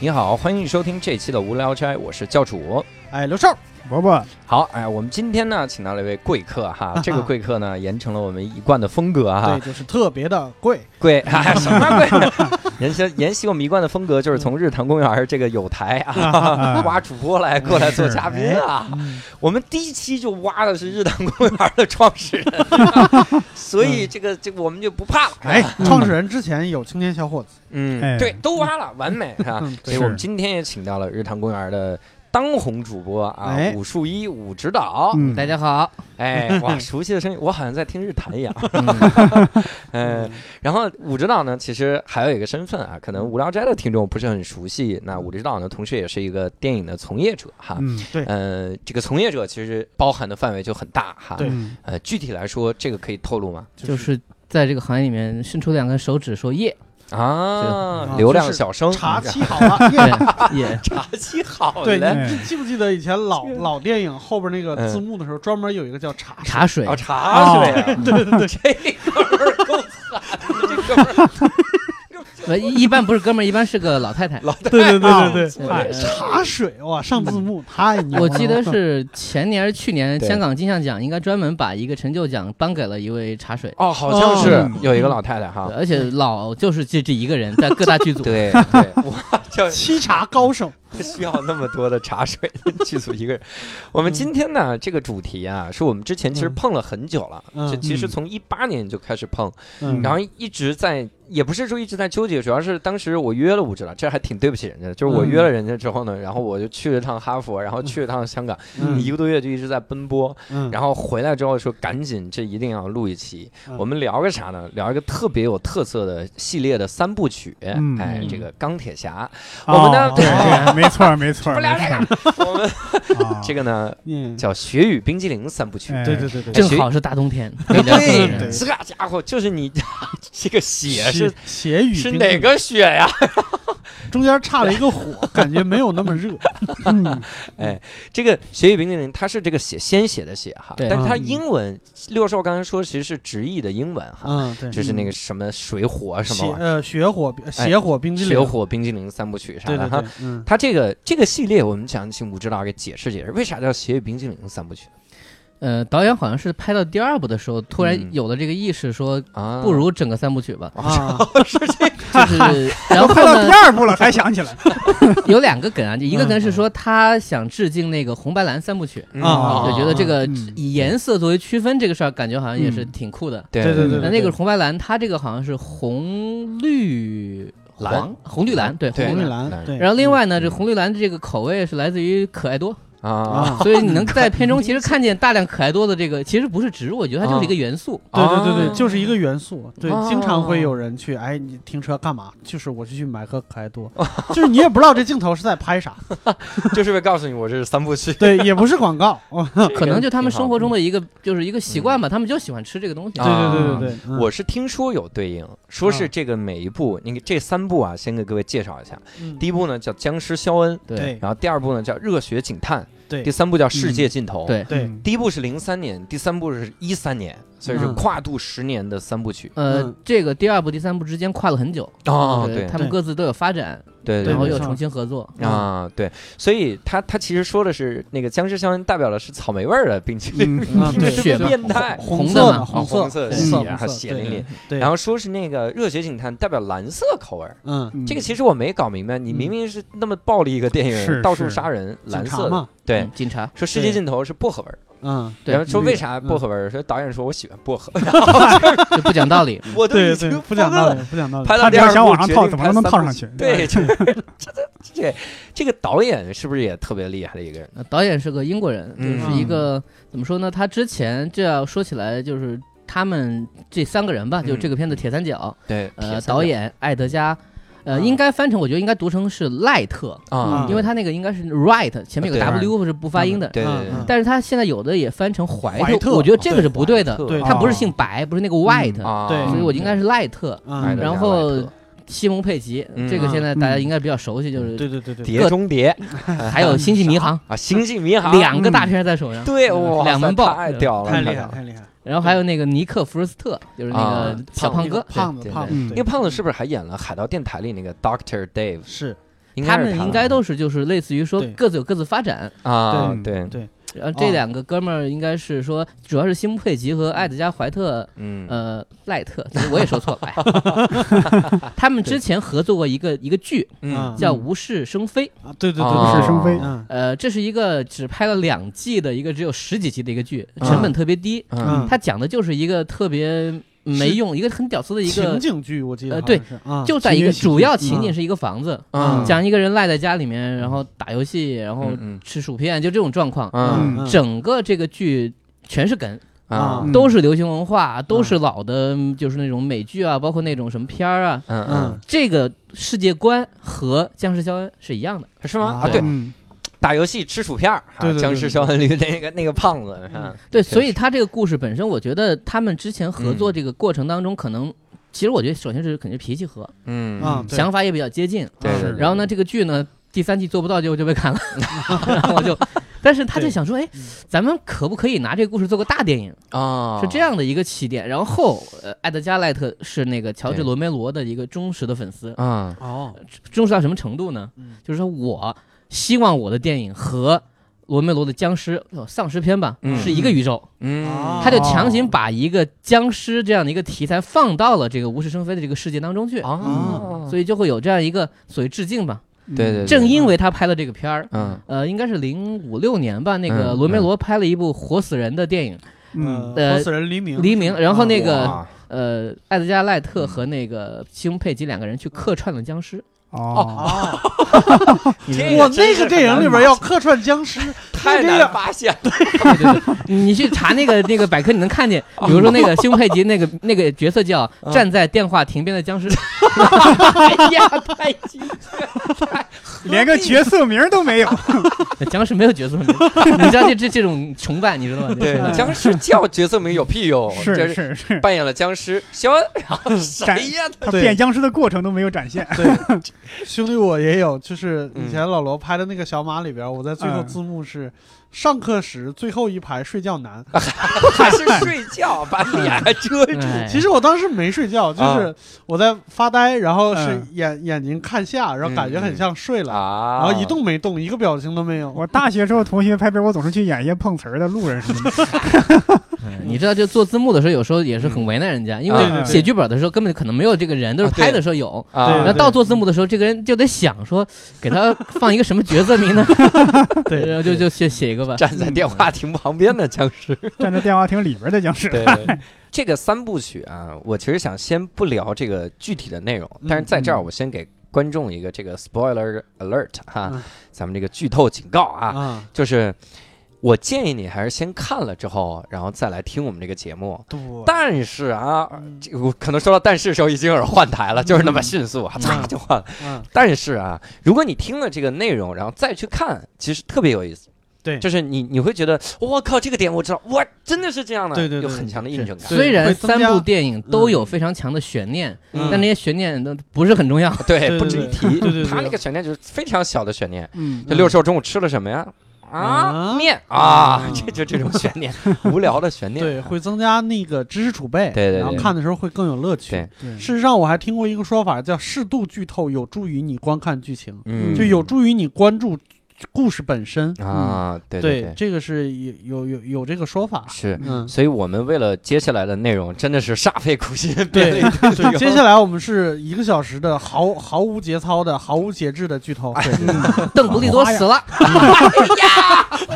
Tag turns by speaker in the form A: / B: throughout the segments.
A: 你好，欢迎收听这期的无聊斋，我是教主。
B: 哎，刘少，伯伯，
A: 好，哎，我们今天呢，请到了一位贵客 哈，这个贵客呢，严承了我们一贯的风格哈
B: 对，，就是特别的贵，
A: 贵、 哎、什么贵呢？沿 袭沿袭我们一贯的风格，就是从日坛公园这个有台 啊，挖主播来过来做嘉宾啊。
B: 哎嗯
A: 我们第一期就挖的是日坛公园的创始人，啊 所以这个这个我们就不怕了。
B: 哎，创始人之前有青年小伙子，
A: 嗯，
C: 哎
A: 对，都挖了，完美 啊。
B: 嗯，
A: 所以
B: 对，
C: 是
A: 我们今天也请到了日坛公园的当红主播啊，
B: 哎
A: 武术一武指导。
C: 嗯
D: 大家好，
A: 哎，哇，熟悉的声音，我好像在听日坛一样。 嗯，然后武指导呢，其实还有一个身份啊，可能无聊斋的听众不是很熟悉。那武指导呢，同时也是一个电影的从业者哈。
C: 嗯，
B: 对
A: 呃，这个从业者其实包含的范围就很大哈。
B: 对
C: 嗯
A: 呃，具体来说，这个可以透露吗？
D: 就是在这个行业里面伸出两根手指说耶，
A: 啊，
B: 啊
A: 流量
B: 就是
A: 小生，
B: 茶沏好了，耶
D: 对耶，
A: 茶沏好
B: 对，
A: 嘞。
B: 你记记不记得以前老老电影后边那个
A: 嗯
B: 字幕的时候，专门有一个叫茶水
D: 茶水
A: 啊，茶水啊，
B: 哦 对对对，
A: 这哥们儿够惨的，这哥们儿
D: 呃一一般不是哥们儿，一般是个老太太。
A: 老太
B: 对对
A: 啊
B: 对
D: 对
B: 哎，茶水哇，上字幕
A: 嗯
B: 太牛了！
D: 我记得是前年还是去年，
A: 对
D: 香港金像奖应该专门把一个成就奖颁给了一位茶水，
A: 哦，好像是
C: 哦
A: 有一个老太太哈
D: 对，而且老就是这这一个人在各大剧组，
A: 对对，哇，就
B: 沏茶高手，
A: 需要那么多的茶水 剧组一个人。我们今天呢，这个主题啊，是我们之前其实
B: 嗯
A: 碰了很久了，
B: 嗯
A: 这其实
C: 嗯
A: 从一八年就开始碰，
B: 嗯
A: 然后一直在，也不是说一直在纠结，主要是当时我约了武指导，这还挺对不起人家的，就是我
B: 嗯
A: 约了人家之后呢，然后我就去了趟哈佛，然后去了趟香港，
B: 嗯
A: 一个多月就一直在奔波，
B: 嗯，
A: 然后回来之后说赶紧，这一定要录一期。
B: 嗯
A: 我们聊个啥呢？聊一个特别有特色的系列的三部曲，
C: 嗯
A: 哎，
D: 嗯
A: 这个钢铁 侠，
C: 哦
A: 我们呢
C: 对对，没错没错，
A: 不聊这
C: 没
A: 个，我们
C: 错 啊
A: 这个呢
B: 嗯，
A: 叫《血与冰激凌》三部曲。
C: 哎
B: 对对对对，
D: 正好是大冬天，
A: 对
D: 比较吸 引
B: 对
D: 人
B: 对
A: 这家伙就是你这个血是
B: 斜斜语
A: 是
B: 冰
A: 哪个血呀？
B: 中间差了一个火， 感觉没有那么热。嗯
A: 哎这个《血与冰激凌》它是这个血鲜血的血哈，
D: 对
A: 但它
B: 嗯
A: 英文六兽刚才说其实是直译的英文哈，
B: 嗯，对，
A: 就是那个什么水火什
B: 邪
A: 么玩意
B: 呃血火血火冰
A: 儿，
B: 激凌，
A: 血火冰激凌三部曲啥
B: 对
A: 的
B: 对
A: 哈
B: 对。， 嗯，
A: 它这个这个系列，我们想请武指导给解释解释，为啥叫《血与冰激凌》三部曲
D: 呃，导演好像是拍到第二部的时候，突
A: 嗯
D: 然有了这个意识，说
A: 啊？
D: 不如整个三部曲吧
A: 嗯
B: 啊，
D: 就是然
C: 都
D: 后
C: 快到
D: 呢
C: 第，二部了才想起来，
D: 有两个梗啊，一个梗是
B: 嗯
D: 说他想致敬那个红白蓝三部曲，
A: 嗯
B: 啊
D: 就觉得这个
C: 嗯
D: 以颜色作为区分这个事儿，感觉好像也是
C: 嗯
D: 挺酷的。
A: 对
B: 对对对
D: 那那个红白蓝，它这个好像是红绿
A: 蓝
D: 黄红绿蓝，对
A: 对
D: 红
B: 红
D: 绿
B: 绿
D: 蓝。
B: 蓝，对，
D: 然后另外呢，这
A: 嗯
D: 红绿蓝这个口味是来自于可爱多，
A: 啊
B: 啊，
D: 所以你能在片中其实看见大量可爱多的这个，其实不是植入，我觉得它就是一个元素。
B: 对对对
A: 啊
B: 对，就是一个元素，对
A: 哦，
B: 经常会有人去，哎，你停车干嘛？就是我就去买个可爱多，就是你也不知道这镜头是在拍啥，
A: 就是为告诉你我这是三部曲，
B: 对，也不是广告，哦，
D: 可能就他们生活中
A: 的。
D: 的一个就是一个习惯吧，他们就喜欢吃这个东西
B: 对。对对对嗯对，
A: 啊我是听说有对应，说是这个每一部，那个这三部啊，先给各位介绍一下。
B: 嗯
A: 第一部呢叫《僵尸肖恩》，
B: 对
A: 然后第二部呢叫《热血警探》，第
B: 对
A: 三部叫《世界尽头》。
D: 对，
B: 对
C: 嗯
A: 第一部是零三年，第三部是一三年，所以是
B: 嗯
A: 跨度十年的三部曲。
D: 呃
B: 嗯，
D: 这个第二部、第三部之间跨了很久，
A: 哦，
D: 对
A: 对
D: 他们
B: 对
D: 各自都有发展，
A: 对对，
D: 然后
B: 没
D: 又
B: 错
D: 重新合作。
B: 嗯
A: 啊，对，所以他他其实说的是那个僵尸香烟代表的是草莓味儿的冰淇
C: 嗯
A: 淋，
B: 啊对
D: 嗯血
B: 就是
D: 嘛
A: 变态
B: 红
D: 红
B: 色
D: 的
B: 嘛，
D: 嘛
A: 啊
B: 色，
A: 红色
B: 红
A: 血
B: 色，
A: 啊
B: 红色
A: 血淋淋，
B: 对对，
A: 然
B: 后
A: 后说是那个热血警探代表蓝色口味儿。
B: 嗯，
C: 嗯
A: 这个其实我没搞明白，你明明是那么暴力一个电影，
C: 是
A: 到处
C: 是
A: 杀人，蓝
B: 警察
A: 色的，
B: 嘛，
A: 对
D: 嗯，，警察，
A: 说世界尽头是薄荷味儿，
B: 嗯，
D: 对
A: 然后说
B: 绿
A: 为
B: 的
A: 啥
B: 嗯
A: 薄荷味儿？说导演说我喜欢薄 荷，
D: 就不讲 道理。
A: 我都已
B: 对对
A: 经，
B: 不讲道
A: 疯
B: 理
A: 了。，
B: 不讲道理，
A: 拍到
C: 他
A: 第
C: 这样
A: 二
C: 想
A: 部
C: 往上
A: 决
C: 套
A: 定
C: 怎么
A: 拍
C: 能
A: 三
C: 套
A: 部
C: 上
A: 曲
C: 去 哎
A: 对，就是这这这这个导演是不是也特别厉害的一个人？
D: 呃导演是个英国人，就
A: 嗯
D: 是一个、怎么说呢？他之前这要说起来，就是他们这三个人吧，
A: 嗯
D: 就这个片子铁三角，
A: 对，
D: 呃，导演艾德加，呃，
B: 啊
D: 应该翻成我觉得应该读成是赖特，
A: 啊
B: 嗯，
D: 因为他那个应该是 right 前面有个
A: 对
D: w 是不发音的。
A: 对对
B: 嗯
A: 对
B: 嗯
D: 但是他现在有的也翻成怀特，
B: 怀特
D: 我觉得这个是嗯不对的。
A: 哦特
B: 对
D: 他不是姓白，不是那个 white，、
A: 啊，
B: 对
D: 所以我应该是赖特。
A: 爱
B: 嗯
A: 德，
D: 哎然
A: 加
D: 后
A: 莱特
D: 西蒙佩吉，
A: 嗯
D: 这个现在大家
C: 嗯
D: 应该比较熟悉，就是、
B: 对对对对，
A: 碟中谍
D: 还有《星际迷航
A: 啊，星际迷》航
D: 两个大片在手上。
A: 对，
D: 嗯
A: 哇
D: 两
A: 塞
D: 门爆
A: 太屌了，
B: 太厉害
A: 了。
B: 太厉害，
D: 然后还有那个尼克·福斯特，就是那
A: 啊
D: 个小胖
B: 那个
D: 哥，
B: 胖
A: 对
B: 子
A: 对
B: 胖
C: 对
B: 子，
C: 嗯
A: 那个胖子是不是还演了《海盗电台》里那个 Doctor Dave？
B: 是
A: 应
D: 他
A: 该是
D: 们应该都是就是类似于说
B: 对
D: 各自有各自发展，
A: 啊，
B: 对
A: 对，
D: 然后这
B: 哦
D: 两个哥们儿应该是说主要是辛普佩吉和艾德加怀特
A: 嗯，
D: 呃赖特， 其实我也说错了，哎他们之前合作过一个一个剧
A: 嗯
B: 啊
D: 叫《
B: 嗯
D: 无事生非》，
B: 啊，对对
A: 哦
B: 对，
C: 是生非
B: 嗯
D: 呃，这是一个只拍了两季的一个只有十几集的一个剧，
A: 啊
D: 成本特别低，
A: 嗯
B: 嗯
D: 它讲的就是一个特别没用、一个很屌丝的一
B: 情
D: 个，
B: 景剧，我记得
D: 呃
B: 好
D: 对
B: 像是啊，
D: 就在一
C: 情
D: 个
C: 景喜剧
D: 主要情景是一个房子，
A: 嗯
D: 讲一个人赖在家里面，然后打游戏，然后
A: 嗯
D: 吃薯片，就这种状况。
A: 嗯
B: 嗯
D: 整个这个剧全是梗，
A: 啊
B: 嗯
D: 都是流行文化，都是老的，嗯就是那种美剧啊，包括那种什么片儿啊，
A: 嗯嗯
B: 嗯，
D: 这个世界观和《僵尸肖恩》是一样的。
A: 是吗？啊，
D: 啊
A: 对，
C: 嗯
A: 打游戏吃薯片儿，啊
B: 对对对
A: 僵尸肖恩里那个那个胖子，啊
B: 嗯
D: 对，
A: 确
D: 所以他这个故事本身，我觉得他们之前合作这个过程当中，可能、其实我觉得首先是肯定脾气合，
A: 嗯
B: 啊，对
D: 想法也比较接近。啊
A: 对对
B: 是
D: 嗯
A: 对
D: 然后呢，这个剧呢，第三季做不到，结果就被 砍了，然后我就。但是他就
B: 对
D: 想说，哎
B: 嗯，
D: 咱们可不可以拿这个故事做个大电影？
A: 啊，
D: 是这样的一个起点。然后，呃，艾德加·赖特是那个乔治
A: 对
D: ·罗梅罗的一个忠实的粉丝，
A: 啊，
B: 哦，
D: 忠实到什么程度呢？
B: 嗯
D: 就是说我希望我的电影和罗梅罗的僵尸呃丧尸片吧、
A: 嗯
D: 是一个宇宙，
A: 嗯，
B: 哦
D: 他就强行把一个僵尸这样的一个题材放到了这个无事生非的这个世界当中去，
A: 啊，
D: 所以就会有这样一个所谓致敬吧。
C: 嗯
A: 对对
D: 正因为他拍了这个片儿。
A: 嗯
D: 呃，应该是零五六年吧，那个
A: 嗯
D: 罗梅罗拍了一部活死人的电影，
C: 嗯
D: 呃
B: 活死人黎明，
D: 黎明然后那个
A: 哇
D: 呃，艾德加·赖特
A: 嗯
D: 和那个辛佩吉两个人去客串了僵尸，
C: 哦，
B: 哦，
A: 这
B: 我
A: 真
B: 那
A: 是
B: 个电影里边要客串僵尸，
A: 太
B: 这
A: 难
B: 个
A: 发现了，
D: 对对对，你去查那个那个百科，你能看见，比如说那个辛普佩吉那个那个角色叫
A: 嗯
D: 站在电话亭边的僵尸，哎呀，太激
C: 连个角色名儿都 没有。
D: 僵尸没有角色名，你知道这这这种崇拜，你知道吗？
A: 对
D: 就是，
A: 僵尸叫角色名有屁用，这
C: 是 是是，
A: 扮演了僵尸 肖恩，然后谁呀？
C: 他
B: 对
C: 变僵尸的过程都没有展现。
B: 对， 兄弟，我也有，就是以前
A: 嗯
B: 老罗拍的那个小马里边，我在最后
C: 嗯
B: 字幕是上课时最后一排睡觉难。
A: 还是睡觉，把脸遮住。
D: 哎
B: 其实我当时没睡觉，就是我在发呆，然后是
C: 嗯
B: 眼眼睛看下，然后感觉很像睡 了，
A: 啊，
B: 然后哦一动没动，一个表情都没有。
C: 我大学时候同学拍片，我总是去演一些碰瓷儿的路人什么的。
D: 嗯你知道，就做字幕的时候，有时候也是很为难人家，因为
C: 对对对
D: 写剧本的时候根本可能没有这个人，都是
A: 啊对
D: 拍的时候有。
B: 对
D: 然后
A: 啊
B: 对
D: 到做字幕的时候，这个人就得想说，给他放一个什么角色名呢？
B: 对
D: 然后就就写写一个吧。
A: 站在电话亭旁边的僵尸，
C: 站在电话亭里边的僵尸，
A: 对。嗯这个三部曲啊，我其实想先不聊这个具体的内容，
B: 嗯
A: 但是在这儿我先给观众一个这个 spoiler alert 哈，
B: 嗯
A: 咱们这个剧透警告啊，
B: 啊，
A: 就是我建议你还是先看了之后，然后再来听我们这个节目。
B: 对，
A: 但是啊，
B: 嗯
A: 这个我可能说到但是的时候，已经有人换 台了，就是那么迅速，啊，嚓
B: 嗯
A: 就换了。
B: 嗯
A: 但是啊，如果你听了这个内容，然后再去看，其实特别有意思。
B: 对
A: 就是你你会觉得，我靠，这个点我知道，我真的是这样的，啊
B: 对对对
A: 有很强的印证感。
B: 对
D: 虽然
B: 会增
D: 三
B: 加
D: 部电影都有
A: 嗯
D: 非常强的悬念，
A: 嗯
D: 但那些悬念都不是很重要。
A: 对，
B: 对
A: 不值一
B: 对
A: 提。
B: 对对对
A: 他那个悬念就是非常小的悬念。
C: 嗯，
A: 这六兽中午吃了什么呀？啊，
B: 啊
A: 面啊，
B: 啊
A: 这就这种悬念，无聊的悬念。
B: 对，会增加那个知识储备，
A: 对对对
B: 然后看的时候会更有乐趣
A: 对。
C: 对
B: 事实上，我还听过一个说法，叫适度剧透有助于你观看剧情，
A: 嗯，
B: 就有助于你关注故事本身。嗯
A: 啊，对对，
B: 这个是有有有有这个 说法。
A: 是。
B: 嗯，
A: 所以我们为了接下来的内容，真的是煞费苦心编了
B: 对
A: 一堆内容
B: 接下来我们是一个小时的毫毫无节操的、毫无节制的剧透。
A: 哎
B: 对
D: 邓布利多死了，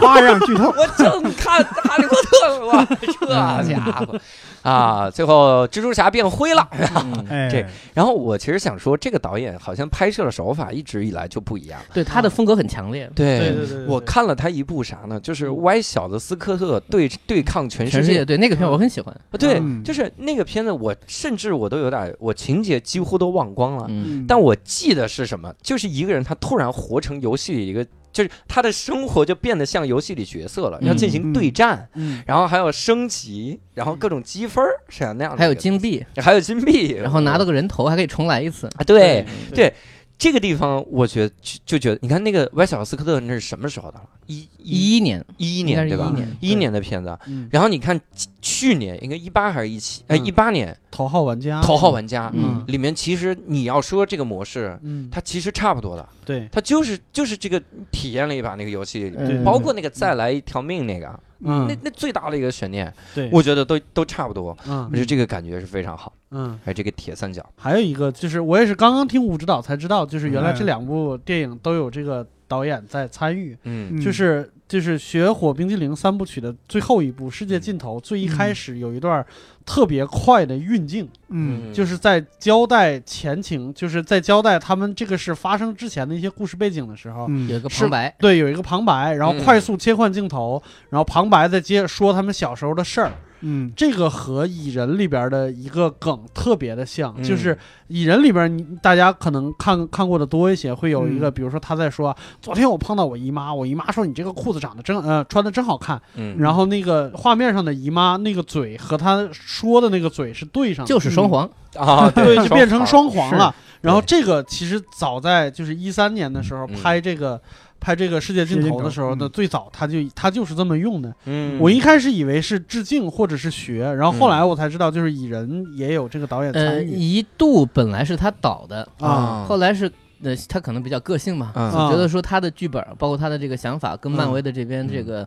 C: 花样剧透。
A: 我正看《哈利波特》呢，这家伙啊！最后蜘蛛侠变灰了。
D: 嗯
C: 哎，
A: 这然后我其实想说，这个导演好像拍摄的手法一直以来就不一样。
D: 对他的风格很强烈。
A: 嗯
B: 对对对，
A: 我看了他一部啥呢？就是歪小子斯科特对对抗全
D: 全世
A: 世
D: 界
A: 界。
D: 对那个片儿我很喜欢，
A: 对，
C: 嗯
A: 就是那个片子，我甚至我都有点，我情节几乎都忘光了。
D: 嗯，
C: 嗯
A: 但我记得是什么，就是一个人他突然活成游戏里一个，就是他的生活就变得像游戏里角色了，
D: 嗯
A: 要进行对战，
B: 嗯
A: 然后还有升级，然后各种积分儿是啊那样的，
D: 还有金币，
A: 还有金币，嗯
D: 然后拿到个人头还可以重来一次。
A: 啊对。对，这个地方我觉得就就觉得，你看那个《歪小斯科特》那是什么时候的了？一一
D: 一一年，
A: 一一
D: 应该
A: 年
D: 是
A: 对吧
D: 一？年，
A: 一一年的片子啊，
B: 嗯，
A: 然后你看去去年应该一八还是一七？哎，
B: 嗯
A: 一八年
B: 头号玩家，
A: 《头号玩家》
D: 嗯
A: 里面，其实你要说这个模式，
B: 嗯，
A: 它其实差不多的，
B: 对，
A: 它就是就是这个体验了一把那个游戏里面，
D: 嗯
A: 包括那个再来一条命那个，啊
B: 嗯
A: 那那最大的一个悬念，
B: 对，
A: 我觉得都都差不多，
B: 嗯
A: 我觉得这个感觉是非常好。
B: 嗯，
A: 哎，这个铁三角，
B: 还有一个就是我也是刚刚听武指导才知道，就是原来这
C: 嗯
B: 两部电影都有这个导演在参与，
A: 嗯
B: 就是就是《雪火冰激凌》三部曲的最后一部《世界尽头》，最一开始有一段特别快的运镜，
C: 嗯
B: 就是在交代前情，就是在交代他们这个事发生之前的一些故事背景的时候，
D: 有一
C: 嗯
D: 个
B: 是
D: 旁白，
B: 对，有一个旁白，然后
A: 嗯
B: 快速切换镜头，然后旁白再接着说他们小时候的事儿。
C: 嗯
B: 这个和《蚁人》里边的一个梗特别的像，
A: 嗯
B: 就是《蚁人》里边你大家可能看看过的多一些，会有一个，
C: 嗯
B: 比如说他在说，昨天我碰到我姨妈，我姨妈说你这个裤子长得真呃穿的真好看，
A: 嗯
B: 然后那个画面上的姨妈那个嘴和他说的那个嘴是对上的，
D: 就是双簧，
A: 啊，
B: 对，就变成
A: 双
B: 双簧了。然后这个其实早在就是一三年的时候
A: 嗯
B: 拍这个、拍这个世界尽头的时候
C: 世界尽头
B: 呢，
C: 嗯
B: 最早他就他就是这么用的。
A: 头，嗯，
B: 我一开始以为是致敬或者是学，然后后来我才知道，就是蚁人也有这个导演
D: 呃，
B: 参与
D: 一度本来是他导的，
B: 啊，
D: 后来是呃他可能比较个性嘛，
A: 嗯
B: 啊嗯
D: 觉得说他的剧本包括他的这个想法跟漫威的这边这个。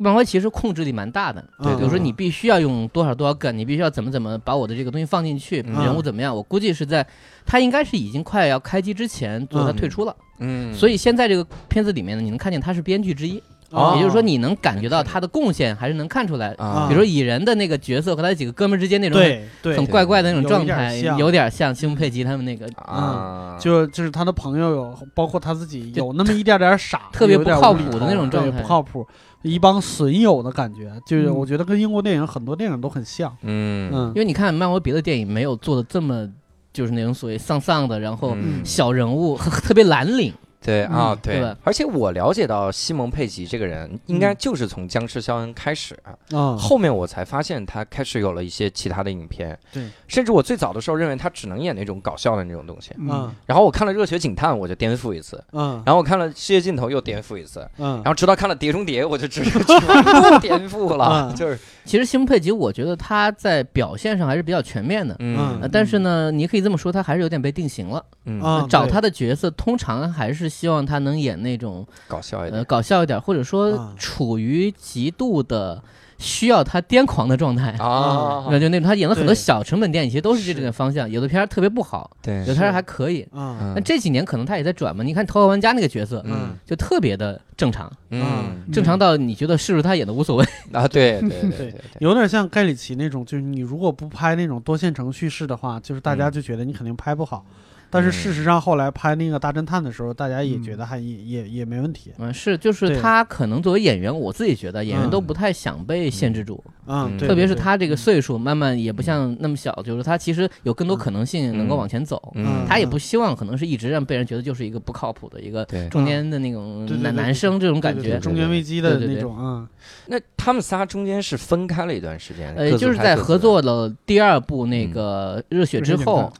D: 漫威其实控制力蛮大的，
B: 对
D: 比如说你必须要用多少多少梗，你必须要怎么怎么把我的这个东西放进去，
A: 嗯
D: 人物怎么样？我估计是在他应该是已经快要开机之前做他
B: 嗯
D: 退出了，
A: 嗯，
D: 所以现在这个片子里面呢，你能看见他是编剧之一，
A: 哦
D: 也就是说你能感觉到他的贡献还是能看出来。
A: 啊，
D: 比如说蚁人的那个角色和他几个哥们儿之间那种
B: 对对
D: 很
A: 对
D: 怪怪的那种
B: 有
D: 状
B: 一点
D: 态，
B: 像嗯
D: 有点像辛普佩吉他们那个
A: 啊，
B: 就就是他的朋友有，包括他自己有那么一点点傻，
D: 特别
B: 有点
D: 不靠谱
B: 无厘头
D: 的那种状态
B: 对不靠谱，一帮损友的感觉，就是
C: 嗯
B: 我觉得跟英国电影很多电影都很像，
A: 嗯
B: 嗯
D: 因为你看漫威别的电影没有做的这么就是那种所谓丧丧的，然后
A: 嗯
D: 小人物、 呵呵特别蓝领，
A: 对啊，
C: 嗯
D: 对吧
A: 而且我了解到西蒙佩吉这个人，应该就是从《僵尸肖恩》开始，
B: 啊，
A: 后面我才发现他开始有了一些其他的影片。
B: 对，
A: 甚至我最早的时候认为他只能演那种搞笑的那种东西，
B: 嗯
A: 然后我看了《热血警探》，我就颠覆一次，
B: 嗯
A: 然后我看了《世界尽头》又颠覆一次，
B: 嗯
A: 然，后直到看了《碟中谍》，我就直接全部颠覆了，
B: 嗯
A: 就是
D: 其实辛普佩吉我觉得他在表现上还是比较全面的。
B: 嗯
D: 呃但是呢，你可以这么说，他还是有点被定型了。
A: 嗯
B: 啊
D: 找
B: 对
D: 他的角色，通常还是希望他能演那种
A: 搞笑
D: 呃
A: 一点，
D: 搞笑一点，或者说
B: 啊
D: 处于极度的需要他癫狂的状态。
A: 啊，
D: 那就那种他演了很多
B: 对
D: 小成本电影，其实都是这
B: 是
D: 这个方向。有的片儿特别不好，
A: 对
D: 有的片儿还可以。
B: 啊
D: 那
A: 嗯
D: 这几年可能他也在转嘛。你看《头号玩家》那个角色，
A: 嗯
D: 就特别的正常，
A: 嗯
D: 正常到你觉得是不是他演的无所谓。
A: 啊，对对对
B: 对
A: 对对，
B: 有点像盖里奇那种，就是你如果不拍那种多线程叙事的话，就是大家
A: 嗯
B: 就觉得你肯定拍不好。但是事实上，后来拍那个大侦探的时候，大家也觉得还也也也没问题。
D: 嗯，是，就是
B: 对
D: 他可能作为演员，我自己觉得演员
B: 嗯
D: 都不太想被限制住，
B: 嗯，
A: 嗯
B: 对
D: 特别
B: 对
D: 是
B: 对
D: 他这个岁数，慢慢也不像那么小，就是他其实有更多可能性能够
A: 嗯
D: 往前走。
A: 嗯，
D: 他也不希望可能是一直让被人觉得就是一个不靠谱的一个
A: 对。
D: 中间的那种
B: 嗯对对
D: 男
B: 对
D: 男生这种感
B: 对对
D: 觉
B: 对。中年危机的
D: 对对对
B: 那种啊，
A: 那他们仨中间是分开了一段时间，
D: 呃，
A: 各自
D: 就是
A: 拍
D: 在
A: 各自
D: 合
A: 的
D: 作了第二部那个《热血》之后，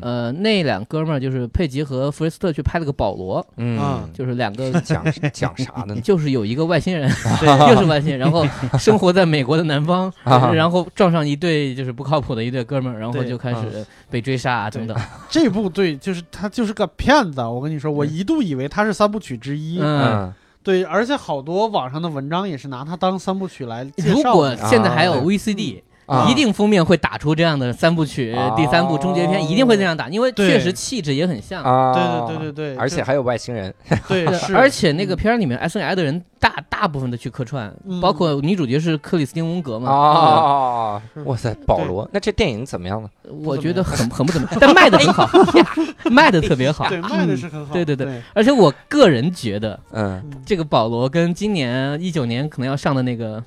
A: 嗯
D: 呃，那两哥们儿就是佩吉和福瑞斯特去拍了个保罗，
A: 嗯，
D: 就是两个
A: 讲讲啥的呢？
D: 就是有一个外星人，
B: 对
D: 又是外星人，然 后生活在美国的南方，
A: 啊
D: 然后撞上一对就是不靠谱的一对哥们儿，然后
B: 对
D: 就开
A: 嗯
D: 始被追杀啊
B: 对
D: 等等。
B: 这部对，就是他就是个骗子。我跟你说，我一度以为他是三部曲之一，
D: 嗯，
A: 嗯
B: 对，而且好多网上的文章也是拿它当三部曲来介
D: 如
B: 绍的。
D: 果现在还有
A: 啊
D: VCD，
A: 啊
D: 一定封面会打出这样的三部曲
A: 哦，
D: 第三部终结篇一定会这样打，因为
B: 对
D: 确实气质也很像。
A: 啊，
B: 对对对对对，
A: 而且还有外星人，
B: 对，
D: 对
B: 是
D: 而且那个片儿里面，艾森艾的人大大部分的去客串
B: 嗯，
D: 包括女主角是克里斯汀·温格
A: 啊
D: 嘛。嗯
A: 哦，哇塞，保罗，那这电影怎么样呢？
D: 我觉得很很不怎么样，但卖的很 好，卖的特别好。
B: 对卖的是很好，
D: 对对
B: 对
D: 对而且我个人觉得，
A: 嗯，
D: 这个保罗跟今年一九年可能要上的那个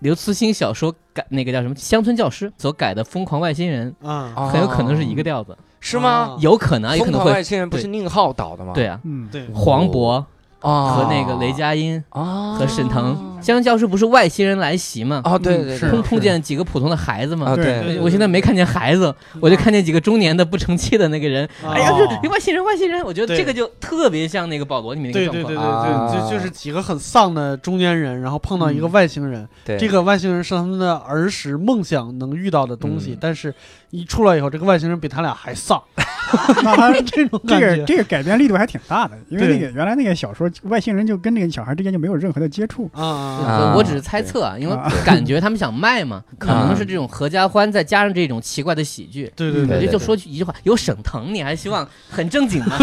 D: 刘慈欣小说改那个叫什么《乡村教师》所改的《疯狂外星人
B: 啊》，
A: 哦
D: 很有可能是一个调子，
A: 是吗？
B: 哦
D: 有可能啊，有可
A: 疯
D: 能
A: 狂
D: 会
A: 外星人不是宁浩导的吗？
D: 对啊，
C: 嗯
B: 对
A: 哦，
D: 黄渤、
A: 哦
D: 和那个雷佳音
A: 哦
D: 和沈腾，《乡村教师》不是外星人来袭吗？
A: 哦，对对
C: 是
A: 对
D: 碰碰见几个普通的孩子嘛
A: 啊，。
C: 对
A: 对，
D: 我现在没看见孩子，我就看见几个中年的不成器的那个人。哎呀，
B: 哦
D: 这外星人，外星人！我觉得
B: 对
D: 这个就特别像那个保罗里面那
B: 对
D: 个
B: 对
D: 状
B: 对对
D: 况。
B: 对，
A: 啊
B: 就就是几个很丧的中年人，然后碰到一个外星人，
A: 对
B: 这个外星人是他们的儿时梦想能遇到的东西，
A: 嗯
B: 但是一出来以后，这个外星人比他俩还丧，
C: 那他
B: 这种
C: 这
B: 感
C: 个
B: 觉。
C: 这个改编力度还挺大的，因为
B: 对
C: 那个原来那个小说外星人就跟那个小孩之间就没有任何的接触。
B: 啊啊啊！
A: 啊
D: 我我只是猜测 啊，因为
C: 啊
D: 感觉他们想卖嘛，可能是这种合家欢再加上这种奇怪的喜剧。
B: 对对
D: 我
A: 对
D: 觉
A: 对
D: 得就说一句话，有沈腾，你还希望很正经 吗？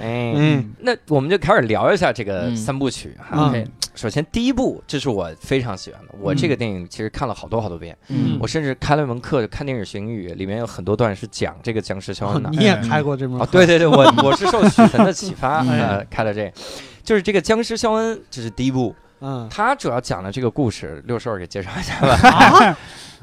A: 哎，
B: 嗯
A: 那我们就开始聊一下这个
D: 嗯
A: 三部曲哈。
B: 啊
D: OK
A: 首先第一部，这是我非常喜欢的，我这个电影其实看了好多好多遍，
B: 嗯
A: 我甚至开了一门课看电影学英语，里面有很多段是讲这个僵尸肖
B: 哦
A: 恩的
B: 你。也开过这门
A: 哦
B: 课？，
A: 对对对， 我我是受许晨的启发
D: 嗯
A: 呃开了这个，就是这个僵尸肖恩，这是第一部，
B: 嗯，
A: 他主要讲的这个故事，六兽给介绍一下 吧。
C: 哎
B: 啊，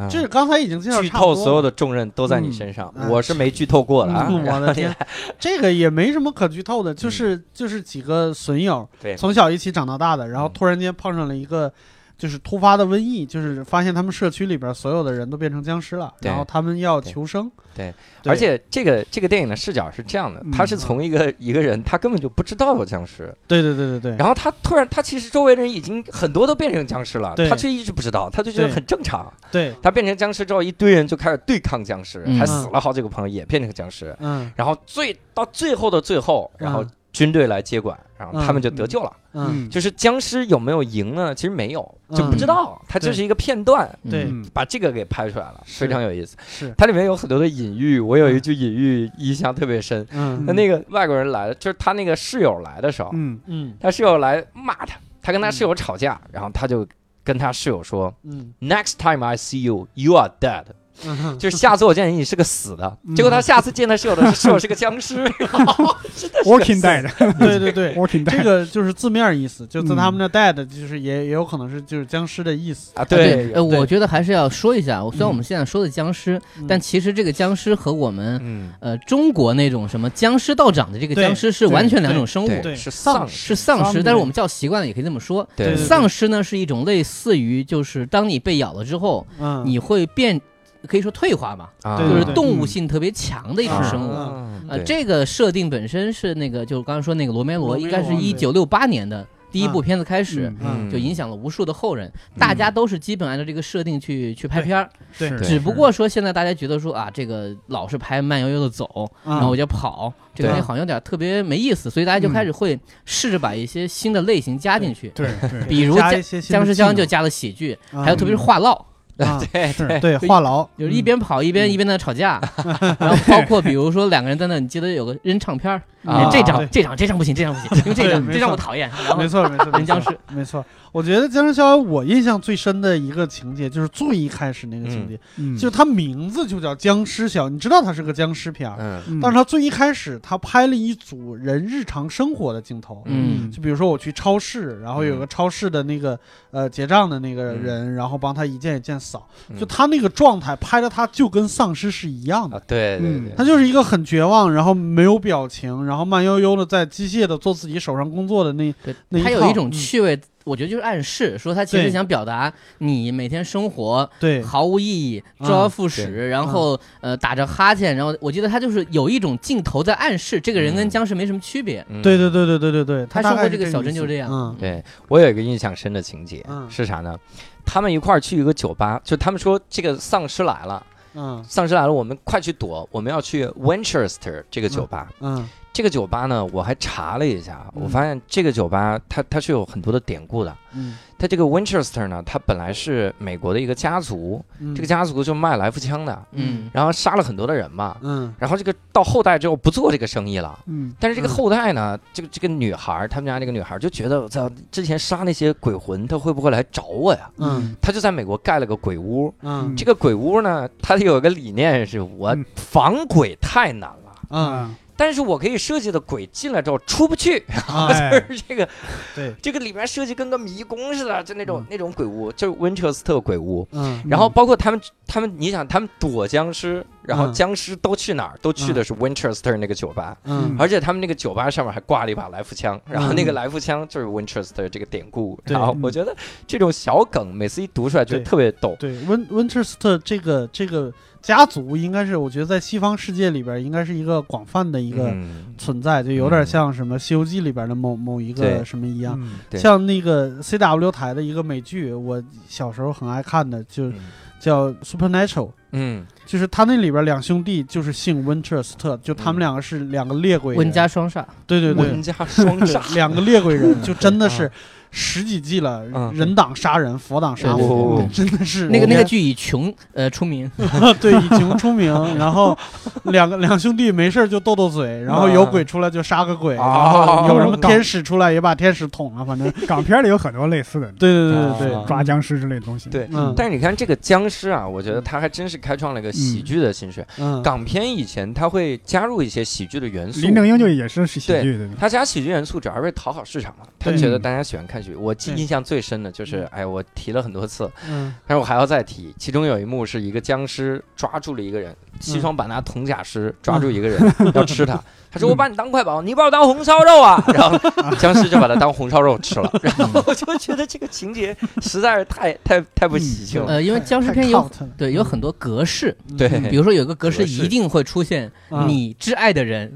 A: 嗯
B: 这刚才已经介绍
A: 剧
B: 差不
A: 透
B: 多了
A: 所有的重任都在你身上，
B: 嗯
A: 我是没剧透过的啊。
B: 嗯我
A: 然后
B: 的天，这个也没什么可剧透的，
D: 嗯
B: 就是就是几个损友，
A: 对
B: 从小一起长到大的，
D: 嗯
B: 然后突然间碰上了一个。就是突发的瘟疫，就是发现他们社区里边所有的人都变成僵尸了，
A: 对
B: 然后他们要
A: 对
B: 求生。
A: 对
B: 对，嗯
A: 而且这个这个电影的视角是这样的，他是从一个一个人，他根本就不知道有僵尸，
B: 对对对对对，
A: 然后他突然，他其实周围的人已经很多都变成僵尸了，
B: 对
A: 他却一直不知道，他就觉得
B: 对
A: 很正常。
B: 对，
A: 他变成僵尸之后，一堆人就开始对抗僵尸，
D: 嗯
A: 还死了好几个朋友也变成僵尸。
B: 嗯
A: 然后最到最后的最后，然后军队来接管，然后他们就得救了。
B: 嗯，
A: 就是僵尸有没有赢呢？其实没有，
B: 嗯
A: 就不知道，它就是一个片段。
B: 对
D: 嗯，
A: 把这个给拍出来了，
B: 是
A: 非常有意思。
B: 是，
A: 它里面有很多的隐喻，我有一句隐喻印象特别深。
B: 嗯
A: 那那个外国人来了，就是他那个室友来的时候，
C: 嗯，
B: 嗯
D: 啊
A: 他室友来骂他，他跟他
B: 嗯
A: 室友吵架，然后他就跟他室友说
B: 嗯
A: ：“Next time I see you, you are dead。”
B: 嗯哼，
A: 就是下次我见你，你是个死的。
B: 嗯
A: 结果他下次见他室友的时候，室友是个僵 尸。真的是个
C: Walking
A: 死
C: Dead，Walking
B: 对对对， 这
C: Dead，
B: 个就是字面意思，就在
C: 嗯
B: 他们那 dead 就是也也有可能是就是僵尸的意思。
A: 啊！
D: 对，
A: 对，
D: 呃，
B: 对
D: 我觉得还是要说一下，虽然
B: 嗯
D: 我们现在说的僵尸，
B: 嗯
D: 但其实这个僵尸和我们
A: 嗯，
D: 呃中国那种什么僵尸道长的这个
B: 对
D: 僵尸是
B: 对
D: 完全两
B: 对
D: 种生物，
A: 对，
B: 对
A: 是
B: 丧
A: 丧
B: 尸
D: 是丧尸，
B: 丧
D: 但是
B: 尸
D: 我们叫习惯了，也可以这么说。
A: 对
B: 对
D: 丧尸呢是一种类似于就是当你被咬了之后，
B: 嗯，
D: 你会变，可以说退化吧，
A: 啊
B: 对
D: 就
B: 对
D: 是
B: 对
D: 动物性特别强的一种生物。
B: 啊
D: 呃，
A: 对
D: 这个设定本身是那个，就是刚刚说那个罗梅罗，
B: 罗梅
D: 应
B: 罗
D: 该是一九六八年的第一部片子开始，
A: 嗯
D: 就影响了无数的后人，
B: 嗯
D: 大家都是基本按照这个设定去去拍片儿，
B: 对
A: 是
D: 只不过说现在大家觉得说啊，这个老是拍慢悠悠的走，
B: 嗯啊
D: 然后我就跑，这个
A: 对
D: 东西好像有点特别没意思，所以大家
B: 嗯
D: 就开始会试着把一些新的类型加进去，
C: 对对，
D: 比如
B: 加
D: 僵
B: 一些新的
D: 僵尸
B: 技能
D: 乡就加了喜剧，
B: 啊
D: 还有特别是话唠。
B: 啊
A: 对
C: 是
B: 对话痨，
D: 就是一边跑一边
B: 嗯
D: 一边在那吵 架，然后包括比如说两个人在那，你记得有个扔唱片儿，哎
A: 啊
D: 这
B: 对
D: 张这张这张不行，这张不行，因为这
B: 对
D: 张
B: 没
D: 这张
B: 错
D: 我讨厌。然后
B: 没错没错，
D: 人僵尸
B: 没错。我觉得《僵尸逍遥》我印象最深的一个情节就是最一开始那个情节，
C: 嗯
B: 就是它名字就叫《僵尸逍遥》，你知道它是个僵尸片儿，啊
A: 嗯
C: 嗯
B: 但是它最一开始它拍了一组人日常生活的镜头。
D: 嗯
B: 就比如说我去超市，然后有个超市的那个、呃结账的那个
D: 嗯
B: 人，然后帮他一件一件扫，就他那个状态拍的他就跟丧尸是一样的。
A: 啊，对对
C: 嗯
A: 对，
B: 他就是一个很绝望，然后没有表情，然后慢悠悠的在机械的做自己手上工作的那
D: 对
B: 那一
D: 他有
B: 套
D: 一种
B: 嗯
D: 趣味，我觉得就是暗示说他其实
B: 对
D: 想表达你每天生活
B: 对啊
D: 毫无意义、
B: 嗯
D: 周而复始，然后呃打着哈欠，然后我记得他就是有一种镜头在暗示这个人跟
A: 嗯
D: 僵尸没什么区别。
A: 嗯
B: 对对对对对对对，
D: 他
B: 大
D: 生
B: 概
D: 活
B: 是
D: 这个小镇
B: 意
D: 就
B: 思
D: 这样
B: 嗯，
A: 对我有一个印象深的情节
B: 嗯
A: 是啥呢？他们一块儿去一个酒吧，就他们说这个丧尸来了，
B: 嗯
A: 丧尸来了，我们快去躲，我们要去 Winchester 这个酒吧。
B: 嗯
A: 这个酒吧呢，我还查了一下，
B: 嗯
A: 我发现这个酒吧它它是有很多的典故的。
B: 嗯
A: 它这个 Winchester 呢，它本来是美国的一个家族，
B: 嗯，
A: 这个家族就卖来福枪的，
D: 嗯，
A: 然后杀了很多的人嘛。
B: 嗯
A: 然后这个到后代之后不做这个生意了，
C: 嗯
A: 但是这个后代呢，这个这个女孩儿，他们家这个女孩儿就觉得，我操，之前杀那些鬼魂，他会不会来找我呀？
B: 嗯
A: 他就在美国盖了个鬼屋。
B: 嗯
A: 这个鬼屋呢，他有一个理念是，我
C: 嗯
A: 防鬼太难了，
C: 啊
B: 嗯，
A: 但是我可以设计的鬼进来之后出不去，
B: 哎，
A: 就是这个
B: 对，
A: 这个里面设计跟个迷宫似的，就那种
B: 嗯
A: 那种鬼屋，就是温彻斯特鬼屋。
B: 嗯
A: 然后包括他们，他们，你想，他们躲僵尸，然后
B: 嗯
A: 僵尸都去哪儿？都去的是 Winchester 那个酒吧，
B: 嗯
A: 而且他们那个酒吧上面还挂了一把来福枪，然后那个来福枪就是 Winchester 这个典故。
B: 对嗯
A: 然后我觉得这种小梗，每次一读出来觉得特别逗。
B: 对，温温彻斯特这个这个家族应该是，我觉得在西方世界里边应该是一个广泛的一个
A: 嗯，
B: 存在，就有点
A: 嗯
B: 像什么《西游记》里边的某某一
A: 对
B: 个什么一样。
C: 嗯
A: 对
B: 像那个 C W 台的一个美剧，我小时候很爱看的，就叫《Supernatural》，
A: 嗯，
B: 就是他那里边两兄弟就是姓温彻斯特，就他
A: 嗯
B: 们两个是两个猎鬼人，
D: 温家双煞，
B: 对对对
A: 温， 家双煞，
B: 两个猎鬼人， 就真的是十几季了，
A: 啊嗯
B: 人挡杀人，佛挡杀
A: 对对对
B: 佛
A: 对，
B: 真的是
D: 那个那
B: 我嗯
D: 个剧以穷呃出名，
B: 对以穷出名。然后两个两兄弟没事儿就斗斗嘴，然后有鬼出来就杀个鬼，然
A: 啊
B: 后有什么天使出来也把天使捅了，反正
C: 港片里有很多类似的
B: 对对对对
A: 啊
B: 对，
C: 抓僵尸之类的东西。
A: 对
B: 嗯
A: 但是你看这个僵尸啊，我觉得他还真是开创了一个喜剧的新水。
B: 嗯
A: 港片以前他会加入一些喜剧的元素，
C: 林正英就也是喜剧的，
A: 他加喜剧元素主要是为讨好市场嘛，他
B: 对
A: 觉得大家喜欢看喜剧。我记
B: 对
A: 印象最深的就是，哎，我提了很多次，
B: 嗯
A: 但是我还要再提。其中有一幕是一个僵尸抓住了一个人，西双版纳铜甲师抓住一个人、 要吃他，他说
C: 嗯
A: 我把你当快宝，你把我当红烧肉啊， 然后僵尸就把他当红烧肉吃了。 然后我就觉得这个情节实在是太太太不喜庆了。
D: 呃，因为僵尸
B: 太
D: 片有
B: cult 了
D: 对有很多格式，
A: 对
D: 比如说有个格
A: 格
D: 式
A: 式
D: 一定会出现
B: 嗯
D: 你挚爱的人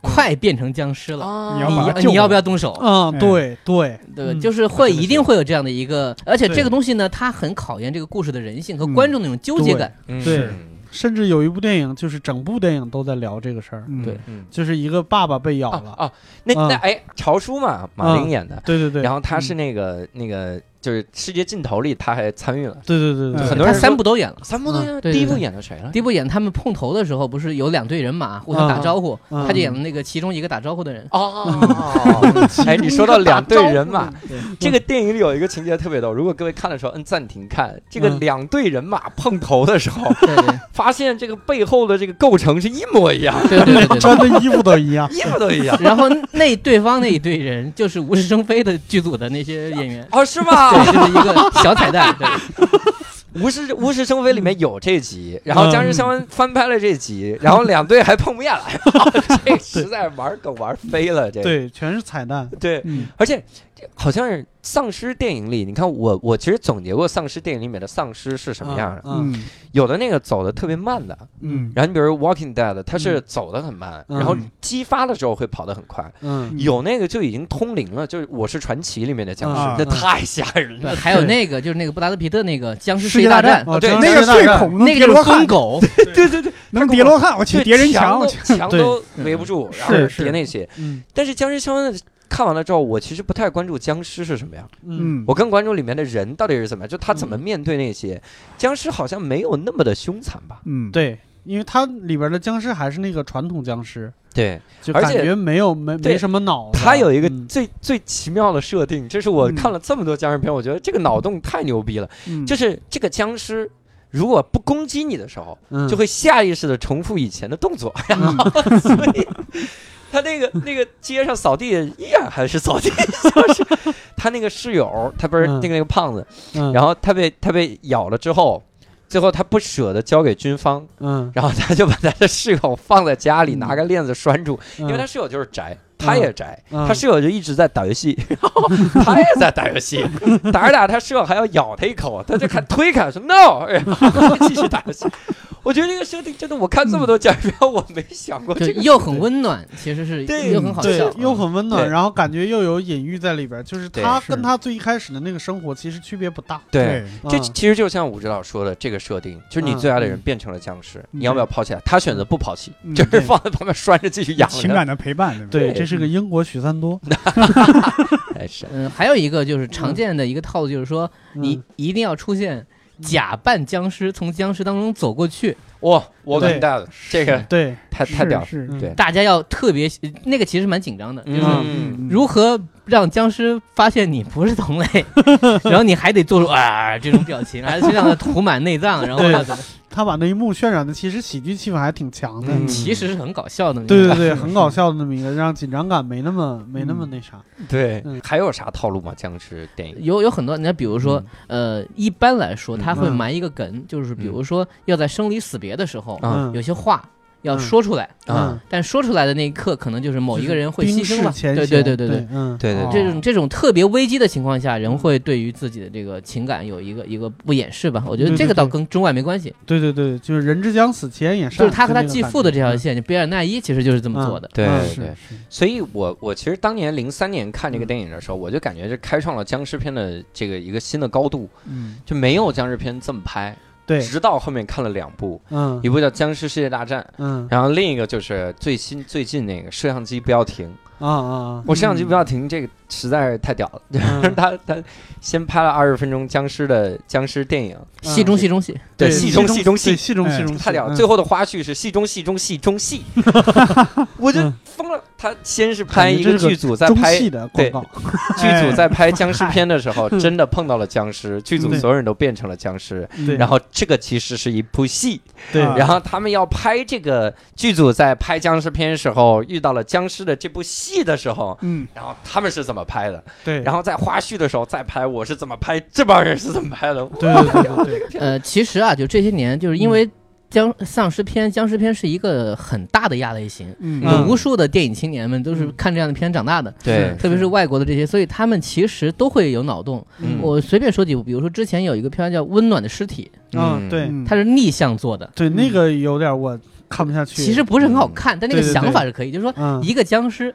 D: 快变成僵尸了，
A: 啊
C: 你要把
D: 嗯你
C: 他
D: 要
C: 救
D: 你要
C: 了
D: 不要动手？
A: 哎
B: 嗯，对对
D: 对，
B: 嗯
D: 就是会
A: 真的
D: 一定会有这样的一个，而且
B: 对
D: 这个东西呢，它很考验这个故事的人性和观众那种纠结感。
A: 嗯
B: 对甚至有一部电影，就是整部电影都在聊这个事儿，
C: 嗯
D: 对
A: 嗯
B: 就是一个爸爸被咬
A: 啊
B: 了。
A: 啊，那那
B: 嗯
A: 哎，潮叔嘛，马琳演的，
B: 对对对，
A: 然后他
D: 嗯
A: 是那个、那个就是《世界尽头》里他还参与了，
B: 对对对对，
C: 嗯
A: 很多人
D: 他三部都演了。
A: 啊三部都演了、
D: 啊对
A: 第一部
D: 对
A: 演的谁了？
D: 第一部演他们碰头的时候，不是有两队人马互相打招呼，
B: 嗯嗯
D: 他就演了那个其中一个打招呼的人。
A: 哦，哎，你说到两队人马，
B: 对
A: 这个电影里有一个情节特别逗，如果各位看的时候摁嗯暂停看，这个
B: 嗯
A: 两队人马碰头的时候，
D: 对对
A: 发现这个背后的这个构成是一模一样，。
D: 对对对对对。
B: 穿的衣服都一样
A: 一模都一样。，
D: 然后那对方那一队人就是无事生非的剧组的那些演员
A: 哦，是吗？
D: 对，就是一个小彩蛋。对，
A: 无事无事生非里面有这集，然后《僵尸
B: 嗯
A: 相关》翻拍了这集，然后两队还碰 面了，这实在玩梗玩飞了，这个
B: 对，全是彩蛋。
A: 对，
C: 嗯，
A: 而且这好像是丧尸电影里，你看我我其实总结过丧尸电影里面的丧尸是什么样的，
B: 嗯？
C: 嗯
A: 有的那个走的特别慢的，
C: 嗯
A: 然后你比如《Walking Dead》，它是走的很慢，
B: 嗯
A: 然后激发的时候会跑得很快。
B: 嗯
A: 有那个就已经通灵了，就是《我是传奇》里面的僵尸，
C: 啊
A: 那太吓人了。
B: 呃
D: 对还有那个就是那个布达德皮特那个僵尸
C: 世界
D: 大
C: 大
D: 战，
C: 战
B: 哦，
A: 啊对
B: 这
C: 那个最恐怖，
D: 那个
C: 叠
D: 就是疯
C: 罗汉，
D: 狗，
A: 对对对，
C: 能叠罗汉，我去叠人
A: 墙都
C: 墙，我去，
A: 墙
B: 对
A: 都围不住，然后
B: 是是
A: 叠那些。
B: 嗯
A: 但是《僵尸相关》看完了之后，我其实不太关注僵尸是什么样。
B: 嗯
C: 嗯，
A: 我更关注里面的人到底是怎么样，就他怎么
B: 嗯
A: 面对那些、僵尸，好像没有那么的凶残吧？
C: 嗯，
B: 对，因为它里边的僵尸还是那个传统僵尸，
A: 对，
B: 就
A: 而
B: 感
A: 且
B: 觉没有没
A: 对
B: 没什么脑子。
A: 他有一个
B: 嗯
A: 最、最奇妙的设定，这是我
C: 嗯
A: 看了这么多僵尸片，我觉得这个脑洞太牛逼了。
C: 嗯，
A: 就是这个僵尸如果不攻击你的时候，
B: 嗯
A: 就会下意识的重复以前的动作，然后 所以。他那个那个街上扫地依然还是扫地，就是他那个室友，他不是
B: 嗯
A: 那个那个胖子，
B: 嗯
A: 然后他被他被咬了之后，最后他不舍得交给军方，
B: 嗯，
A: 然后他就把他的室友放在家里，
C: 嗯
A: 拿个链子拴住，
B: 因
A: 因为他室友就是宅，他也宅，
B: 嗯
A: 他室友就一直在打游 戏，然后他也在打游 戏，打着打着他室友还要咬他一口，啊他就看推开说 no，然 后继续打游戏。我觉得这个设定真的，我看这么多假片，我没想过
D: 就
A: 这个。
D: 又很温暖，其实是
A: 对
D: 又很好笑嗯
B: 对，，又很温暖，
A: 对
B: 然后感觉又有隐喻在里边，就是
A: 对
B: 他
C: 是
B: 跟他最一开始的那个生活其实区别不大。
A: 对，
C: 对，
A: 这
B: 嗯
A: 其实就像武指导说的，这个设定就是你最爱的人变成了僵尸，
C: 嗯
A: 你要不要抛弃他？他选择不抛弃，
C: 嗯
A: 就是
B: 对
A: 放在旁边拴着继 续养着。
C: 情感的陪伴，对
B: 对，这是个英国许三多。
A: 哎是，
D: 嗯，还有一个就是常见的一个套路，就是说你
B: 嗯
D: 一定要出现假扮僵尸，从僵尸当中走过去，
A: 哇，我
B: 对
A: 完蛋了，这个
B: 对，
A: 太
C: 不对？
A: 太屌了。
C: 是，
B: 嗯
A: 对
D: 大家要特别那个其实蛮紧张的，就是
A: 嗯
C: 嗯
D: 如何让僵尸发现你不是同类， 然后你还得做出啊这种表情，还是让他涂满内脏，然后
B: 对
D: 他怎么
B: 他把那一幕渲染的其实喜剧气氛还挺强的，
A: 嗯
D: 其实是很搞笑的。你
B: 对
D: 知道
B: 对
D: 吗
B: 对，很搞笑的那么一个，让紧张感没那么没那么那啥。
A: 对
B: 嗯，
A: 还有啥套路吗？僵尸电影？
D: 有有很多，你看，比如说，呃，一般来说，他会
B: 嗯
D: 埋一个梗，就是比如说要在生离死别的时候，
A: 啊
B: 嗯
D: 有些话要
B: 嗯
D: 说出来，
A: 啊
B: 嗯，
D: 但说出来的那一刻，可能就是某一个人会牺牲
B: 冰
D: 了
B: 释。前
D: 对
B: 嫌
D: 对对对
B: 对
D: 对，，
B: 嗯，
A: 对对
C: 哦
A: 对，
D: 这种这种特别危机的情况下，人会对于自己的这个情感有一个一个不掩饰吧。我觉得
B: 对
D: 这个
B: 对
D: 倒
B: 对
D: 跟中外没关系，
B: 对对对，就是人之将死，其言也善。
D: 就是他和他
B: 那个
D: 继
B: 感
D: 父的
B: 觉
D: 这条
B: 嗯
D: 线，就比尔奈伊其实就是这么做的。
A: 对
B: 嗯
A: 对
B: 是
A: 对
B: 是
A: 所以我我其实当年零三年看这个电影的
B: 嗯
A: 时候，我就感觉这开创了僵尸片的这个一个新的高度，
B: 嗯，
A: 就没有僵尸片这么拍。
B: 对，
A: 直到后面看了两部，
B: 嗯
A: 一部叫《僵尸世界大战》，
B: 嗯
A: 然后另一个就是最新最近那个《摄像机不要停》。
B: 啊啊，
A: 我摄像机不要停，这个实在是太屌了。
B: 嗯
A: 他他先拍了二十分钟僵尸的僵尸电影，
B: 嗯
D: 戏中戏中戏，
A: 对
B: 戏
A: 戏中戏中
B: 对
A: 戏，
B: 戏中
C: 哎
B: 戏中戏，
A: 太屌了。
B: 嗯
A: 最后的花絮是戏中戏中戏中 戏，我就
B: 嗯
A: 疯了。他先是拍一
B: 感觉这是个
A: 剧组，再
B: 中
A: 拍
B: 戏的
A: 对
B: 广告，
A: 剧组在拍僵尸片的时候，真的碰到了僵尸，剧组
B: 对
A: 所有人都变成了僵尸。
B: 对，
A: 然后这个其实是一部戏，
B: 嗯对
C: 啊
A: 然后他们要拍这个剧组在拍僵尸片时候遇到了僵尸的这部戏的时候，
C: 嗯，
A: 然后他们是怎么拍的？
B: 对，
A: 然
B: 后
A: 后在花絮的时候再拍我是怎么拍，这帮人是怎么拍的？
B: 对对对对对，
D: 呃，其实啊，就这些年，就是
B: 嗯
D: 因为僵丧尸片、僵尸片是一个很大的亚类型，
C: 嗯
D: 有
B: 嗯
D: 无数的电影青年们都是
B: 嗯
D: 看这样的片长大的，
A: 对
D: 特别是外国的这些，所以他们其实都会有脑洞。
A: 嗯
D: 我随便说几部，比如说之前有一个片叫《温暖的尸体
B: 嗯对
C: 嗯》，
D: 它是逆向做的，
B: 对那个有点我看不下
D: 嗯
B: 去，
D: 其实不是很好看，但那个
B: 嗯对对对
D: 想法是可以，就是说
B: 嗯
D: 一个僵尸，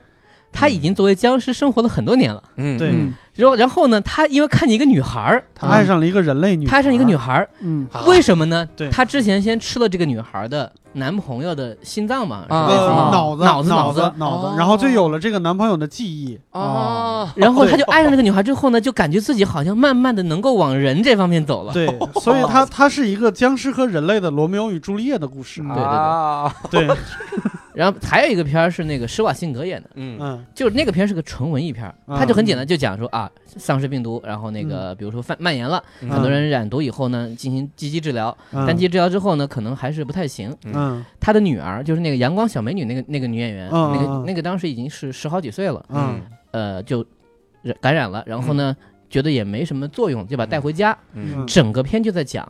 D: 他已经作为僵尸生活了很多年了，
A: 嗯
B: 对
C: 嗯
D: 然后然后呢，他因为看见一个女孩儿，啊
B: 他爱上了一个人类女，
D: 他爱上一个女，孩儿，
C: 嗯
A: 啊
D: 为什么呢？
B: 对
D: 他之前先吃了这个女孩的男朋友的心脏嘛，是吧
A: 啊
B: 呃
A: 啊
B: 脑子
D: 脑子
B: 脑
D: 子，
B: 脑
D: 哦
B: 子，然后就有了这个男朋友的记忆，
A: 哦，
D: 然后他就爱上这个女孩之后呢，就感觉自己好像慢慢的能够往人这方面走了。
B: 对，所以它它是一个僵尸和人类的罗密欧与朱丽叶的故事，
C: 嗯
D: 对
A: 啊，
B: 对，
D: 然后还有一个片儿是那个施瓦辛格演的，
A: 嗯
B: 嗯
D: 就是那个片儿是个纯文艺片儿，
B: 嗯
D: 他就很简单就讲说啊，丧尸病毒，然后那个比如说泛蔓延了，
A: 嗯
D: 很多人染毒以后呢，进行积极治疗，
B: 嗯
D: 但积极治疗之后呢，可能还是不太行。
B: 嗯
D: 他的女儿就是那个阳光小美女那个那个女演员，
B: 嗯
D: 那
B: 嗯嗯
D: 个那个当时已经是十好几岁了，
B: 嗯
D: 呃，就染感染了，然后呢，觉得也没什么作用，就把带回家。
A: 嗯
D: 整个片就在讲，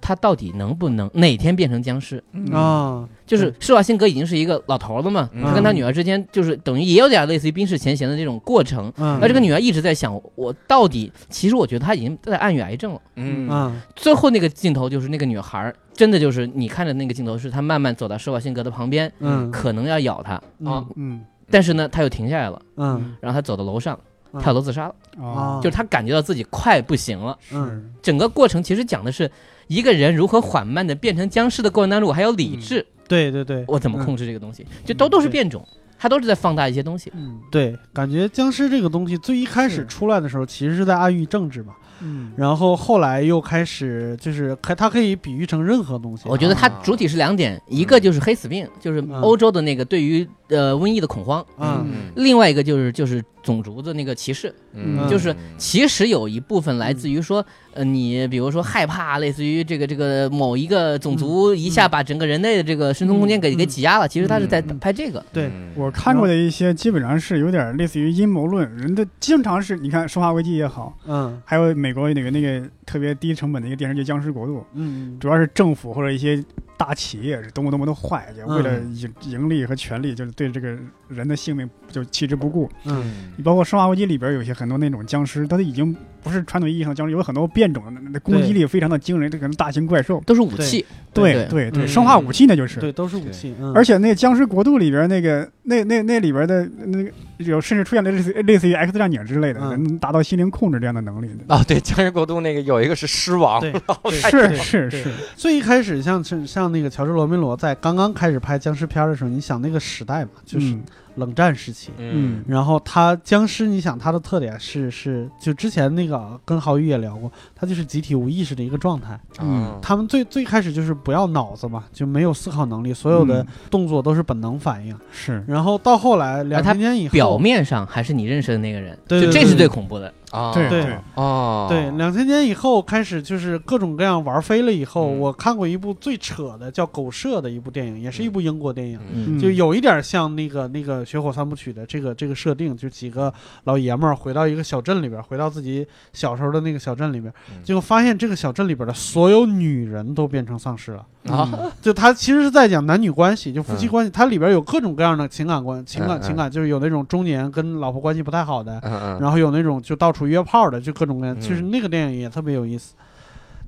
D: 他到底能不能哪天变成僵尸？
A: 嗯
B: 啊，
D: 就是施瓦辛格已经是一个老头了嘛，
A: 嗯
D: 他跟他女儿之间就是等于也有点类似于冰释前嫌的这种过程。
B: 嗯，
D: 而这个女儿一直在想，我到底其实我觉得她已经在暗语癌症了。
A: 嗯
B: 嗯
D: 最后那个镜头就是那个女孩儿，真的就是你看着那个镜头，是她慢慢走到施瓦辛格的旁边，
B: 嗯
D: 可能要咬他，
B: 嗯
C: 嗯
D: 但是呢，她又停下来了，
B: 嗯
D: 然后她走到楼上跳楼自杀了，
C: 哦
B: 嗯
D: 就是她感觉到自己快不行了。
B: 嗯
C: 是
D: 整个过程其实讲的是一个人如何缓慢的变成僵尸的过程当中，我还有理智，
B: 对对对，
D: 我怎么控制这个东西，
B: 嗯
D: 就都都是变种，它都是在放大一些东西。
C: 嗯
B: 对，感觉僵尸这个东西最一开始
C: 是
B: 出来的时候，其实是在暗喻政治嘛，
C: 嗯
B: 然后后来又开始就是可它可以比喻成任何东西啊。
D: 我觉得它主体是两点，一个就是黑死病，就是欧洲的那个对于呃瘟疫的恐慌；
B: 嗯
D: 另外一个就是就是种族的那个歧视，
A: 嗯
D: 就是其实有一部分来自于说，呃，你比如说害怕，类似于这个这个某一个种族一下把整个人类的这个生存空间给
B: 嗯
D: 给挤压了，其实它是在
B: 嗯
D: 拍这个。
B: 对
C: 我看过的一些基本上是有点类似于阴谋论，人的经常是你看《生化危机》也好，
B: 嗯
C: 还有美国那个那个特别低成本的一个电视剧《僵尸国度》，
B: 嗯
C: 主要是政府或者一些大企业是多么多么的坏，也为了
B: 嗯
C: 盈盈利和权利，就是对这个人的性命就弃之不顾。
B: 嗯
C: 你包括《生化危机》里边有些很多那种僵尸，它都已经不是传统意义上的僵尸，有很多变种的，那那攻击力非常的惊人，这可能大型怪兽。
D: 都是武器，
C: 对对
B: 嗯
C: 对，生化武器那就是。
B: 对，都是武器。嗯，
C: 而且那《僵尸国度》里边那个那那那里边的那个有甚至出现了类似类似于 X 战警之类的，
B: 嗯
C: 能达到心灵控制这样的能力。
A: 啊，对，僵尸国度那个有一个是狮王，
B: 哎对
C: 是是是，
B: 最一开始像是像那个乔治罗梅罗在刚刚开始拍僵尸片儿的时候，你想那个时代嘛，就是
C: 嗯
B: 冷战时期。
A: 嗯
C: 嗯
B: 然后它僵尸，你想它的特点是是，就之前那个跟郝宇也聊过，它就是集体无意识的一个状态。
D: 嗯
A: 啊
B: 他们最最开始就是不要脑子嘛，就没有思考能力，所有的
C: 嗯
B: 动作都是本能反应。
C: 是
B: 然后到后来两
D: 它
B: 千年以后，
D: 表面上还是你认识的那个人，
B: 对对
D: 就
B: 对
D: 这是
B: 对
D: 最恐怖的。
A: 啊
C: 对
B: 对
A: 哦，
B: 对，两千年以后开始就是各种各样玩飞了。以后、
A: 嗯
B: 我看过一部最扯的叫《狗舍》的一部电影，也是一部英国电影，
A: 嗯
C: 嗯
B: 就有一点像那个那个《雪火三部曲》的这个这个设定，就几个老爷们儿回到一个小镇里边儿，回到自己小时候的那个小镇里边儿
A: 嗯，
B: 结果发现这个小镇里边儿的所有女人都变成丧尸了。
C: 嗯
A: 啊，
B: 就他其实是在讲男女关系，就夫妻
A: 嗯
B: 关系，它里边有各种各样的情感关情感
A: 嗯嗯
B: 情感，就是有那种中年跟老婆关系不太好的，
A: 嗯嗯，
B: 然后有那种就到处约炮的，就各种各样。
A: 嗯
B: 其实那个电影也特别有意思，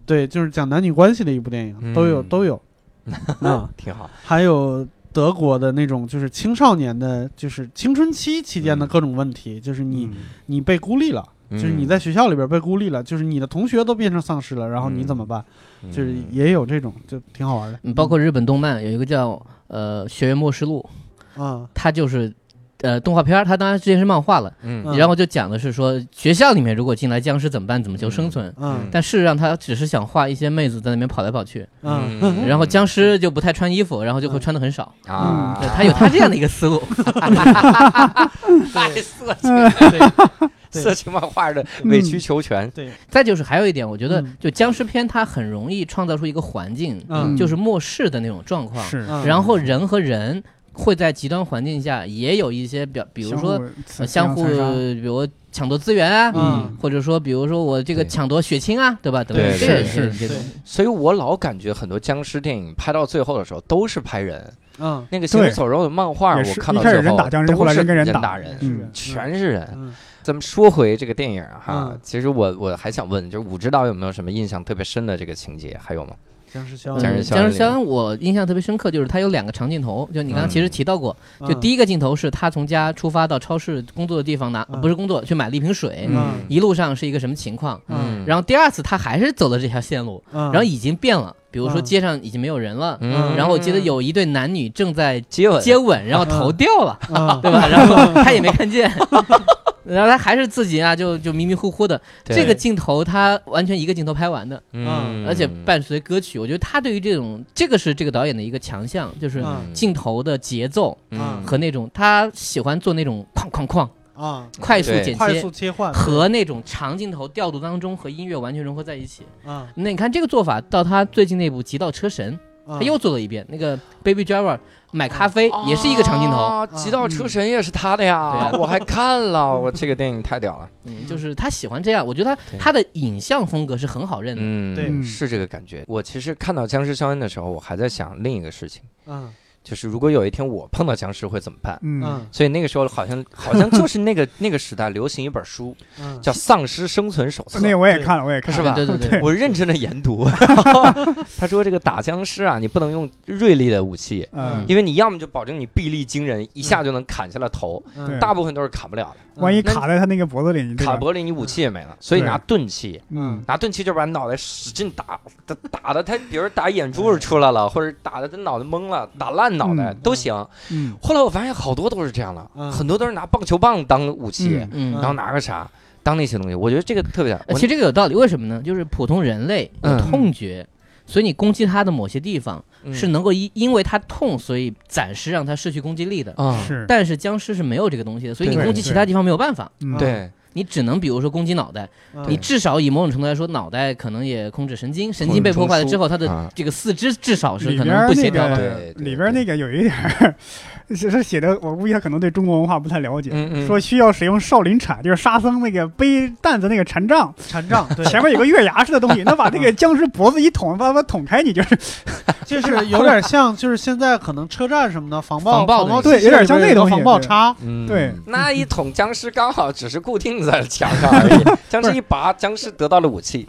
B: 对，就是讲男女关系的一部电影，都有
A: 嗯
B: 都有。啊，
A: 挺好，
B: 还有德国的那种，就是青少年的，就是青春期期间
A: 嗯
B: 的各种问题，就是你
C: 嗯
B: 你被孤立了，
A: 就
B: 嗯就是你在学校里边被孤立了，就是你的同学都变成丧尸了，然后你
A: 嗯
B: 怎么办？就是也有这种，就挺好玩的
D: 嗯。包括日本动漫有一个叫呃《学院末世录》，
B: 啊，
D: 它就是呃动画片儿，它当然之前是漫画了，
A: 嗯
B: 嗯
D: 然后就讲的是说学校里面如果进来僵尸怎么办，怎么求生存。
B: 嗯
D: 但事实上，他只是想画一些妹子在那边跑来跑去，
B: 嗯
A: 嗯
D: 然后僵尸就不太穿衣服，然后就会穿的很少。
A: 啊，
D: 嗯对 他有他这样的一个思 路，
A: 太色情，色情漫画的委曲求全，
D: 再就是还有一点，我觉得
B: 嗯
D: 就僵尸片它很容易创造出一个环境，
B: 嗯
D: 就是末世的那种状况。
C: 是，
B: 嗯
D: 然后人和人会在极端环境下也有一些表，比如说呃相
C: 相
D: 互，
C: 互啊残
D: 比如抢夺资源啊，
B: 嗯
D: 或者说比如说我这个
A: 对
D: 抢夺血清啊，对吧？等等，
A: 对
D: 这个这
C: 是
D: 个
C: 是
D: 这种
A: 所以我老感觉很多僵尸电影拍到最后的时候都是拍人，
B: 嗯，
A: 那个行尸走肉的漫画，
C: 也
A: 我
C: 是
A: 看
C: 一
A: 到
C: 开始
A: 最
C: 人
A: 后
C: 打僵尸
A: 都
C: 后来
A: 是
C: 人跟人
A: 人
C: 打
A: 打人，
B: 嗯
A: 全是人。
B: 嗯
A: 咱们说回这个电影哈
B: 嗯，
A: 其实我我还想问，就是武指导有没有什么印象特别深的这个情节，还有吗？
B: 僵尸
D: 嗯
B: 肖
A: 嗯僵尸肖
D: 僵
A: 恩
D: 尸肖恩，我印象特别深刻，就是他有两个长镜头，就你刚刚其实提到过，
B: 嗯
D: 就第一个镜头是他从家出发到超市工作的地方拿，
B: 嗯
D: 不是工作去买了一瓶水，
B: 嗯
D: 一路上是一个什么情况？
B: 嗯
D: 然后第二次他还是走了这条线路，
B: 嗯，
D: 然后已经变了，比如说
B: 嗯
D: 街上已经没有人了，
A: 嗯，
D: 然后我记得有一对男女正在
A: 接吻，
D: 接吻，然后头掉了，
B: 嗯
D: 对吧？然后他也没看 见。然后他还是自己啊，就就迷迷糊糊的。
A: 对
D: 这个镜头他完全一个镜头拍完的，
A: 嗯，
D: 而且伴随歌曲，我觉得他对于这种这个是这个导演的一个强项，就是
B: 嗯
D: 镜头的节奏
A: 嗯
D: 和那种他喜欢做那种哐哐哐
B: 啊，
D: 快速
A: 对
D: 剪
B: 快
D: 切
B: 速切换
D: 和那种长镜头调度当中和音乐完全融合在一起。
B: 啊，
D: 那你看这个做法，到他最近那部《极道车神》，
B: 他
D: 他又做了一遍。那个 Baby Driver 买
B: 哦
D: 咖啡也是一个长镜头，
A: 啊极道车神也是他的
D: 对
A: 呀
D: 啊，
A: 我还看了，我这个电影太屌了，
D: 嗯，就是他喜欢这样。我觉得他
A: 对
D: 他的影像风格是很好认的。
A: 嗯，
B: 对
A: 是这个感觉。我其实看到僵尸肖恩的时候，我还在想另一个事情，
B: 嗯
A: 就是如果有一天我碰到僵尸会怎么办？
C: 嗯
B: 嗯
A: 所以那个时候好像好像就是那个那个时代流行一本书
B: 嗯，
A: 叫《丧尸生存手册
C: 那》，我也看了，我也看
A: 是
C: 了，
A: 吧？
D: 对对 对对，
A: 我认真的研读，他说这个打僵尸啊，你不能用锐利的武器，
C: 嗯，
A: 因为你要么就保证你臂力惊人，一下就能砍下来头，
B: 嗯
C: 对
A: 大部分都是砍不了的，
C: 万一
A: 那
C: 卡在他那个脖子里，你对啊吧
A: 卡脖里你武器也没了，所以拿钝器。
C: 嗯
A: 拿钝器就把脑袋使劲打，打打的他，比如打眼珠子出来了，或者打的他脑袋懵了，打烂脑袋
C: 嗯
A: 都行。
C: 嗯
A: 后来我发现好多都是这样的，
B: 嗯
A: 很多都是拿棒球棒当武器，
D: 嗯
C: 嗯
A: 然后拿个啥当那些东西。我觉得这个特别好。
D: 呃其实这个有道理，为什么呢？就是普通人类有
A: 嗯
D: 痛觉，所以你攻击他的某些地方
A: 嗯
D: 是能够因因为他痛，所以暂时让他失去攻击力的。
A: 啊，
C: 是，
D: 但是僵尸是没有这个东西的，所以你
A: 对
D: 攻击
C: 对
D: 其他地方没有办法，
C: 嗯
A: 对，
D: 你只能比如说攻击脑袋，
B: 嗯
D: 你至少以某种程度来说，脑袋可能也控制神经，神经被破坏了之后，他
A: 啊
D: 的这个四肢至少是
C: 里
D: 可
C: 边
D: 能
C: 儿
D: 不
C: 那
D: 协调吧。
A: 对
C: 个
A: 对
C: 里边儿那个有一点儿， 是是写的，我估计他可能对中国文化不太了解。
A: 嗯嗯，
C: 说需要使用少林铲，就是沙僧那个背担子那个禅杖，
B: 禅杖，对，
C: 前面有个月牙似的东西，能把那个僵尸脖子一捅，把它捅开，你就是
B: 就是有点像，就是现在可能车站什么的防爆
D: 防爆的
B: 爆
C: 对
B: 器
C: 有点
B: 里边
C: 像那
B: 有个
C: 东西
B: 防爆
C: 对
B: 叉，
A: 嗯
C: 对，
A: 那一桶僵尸刚好只是固定在墙上而已，僵尸一拔，僵尸得到了武器。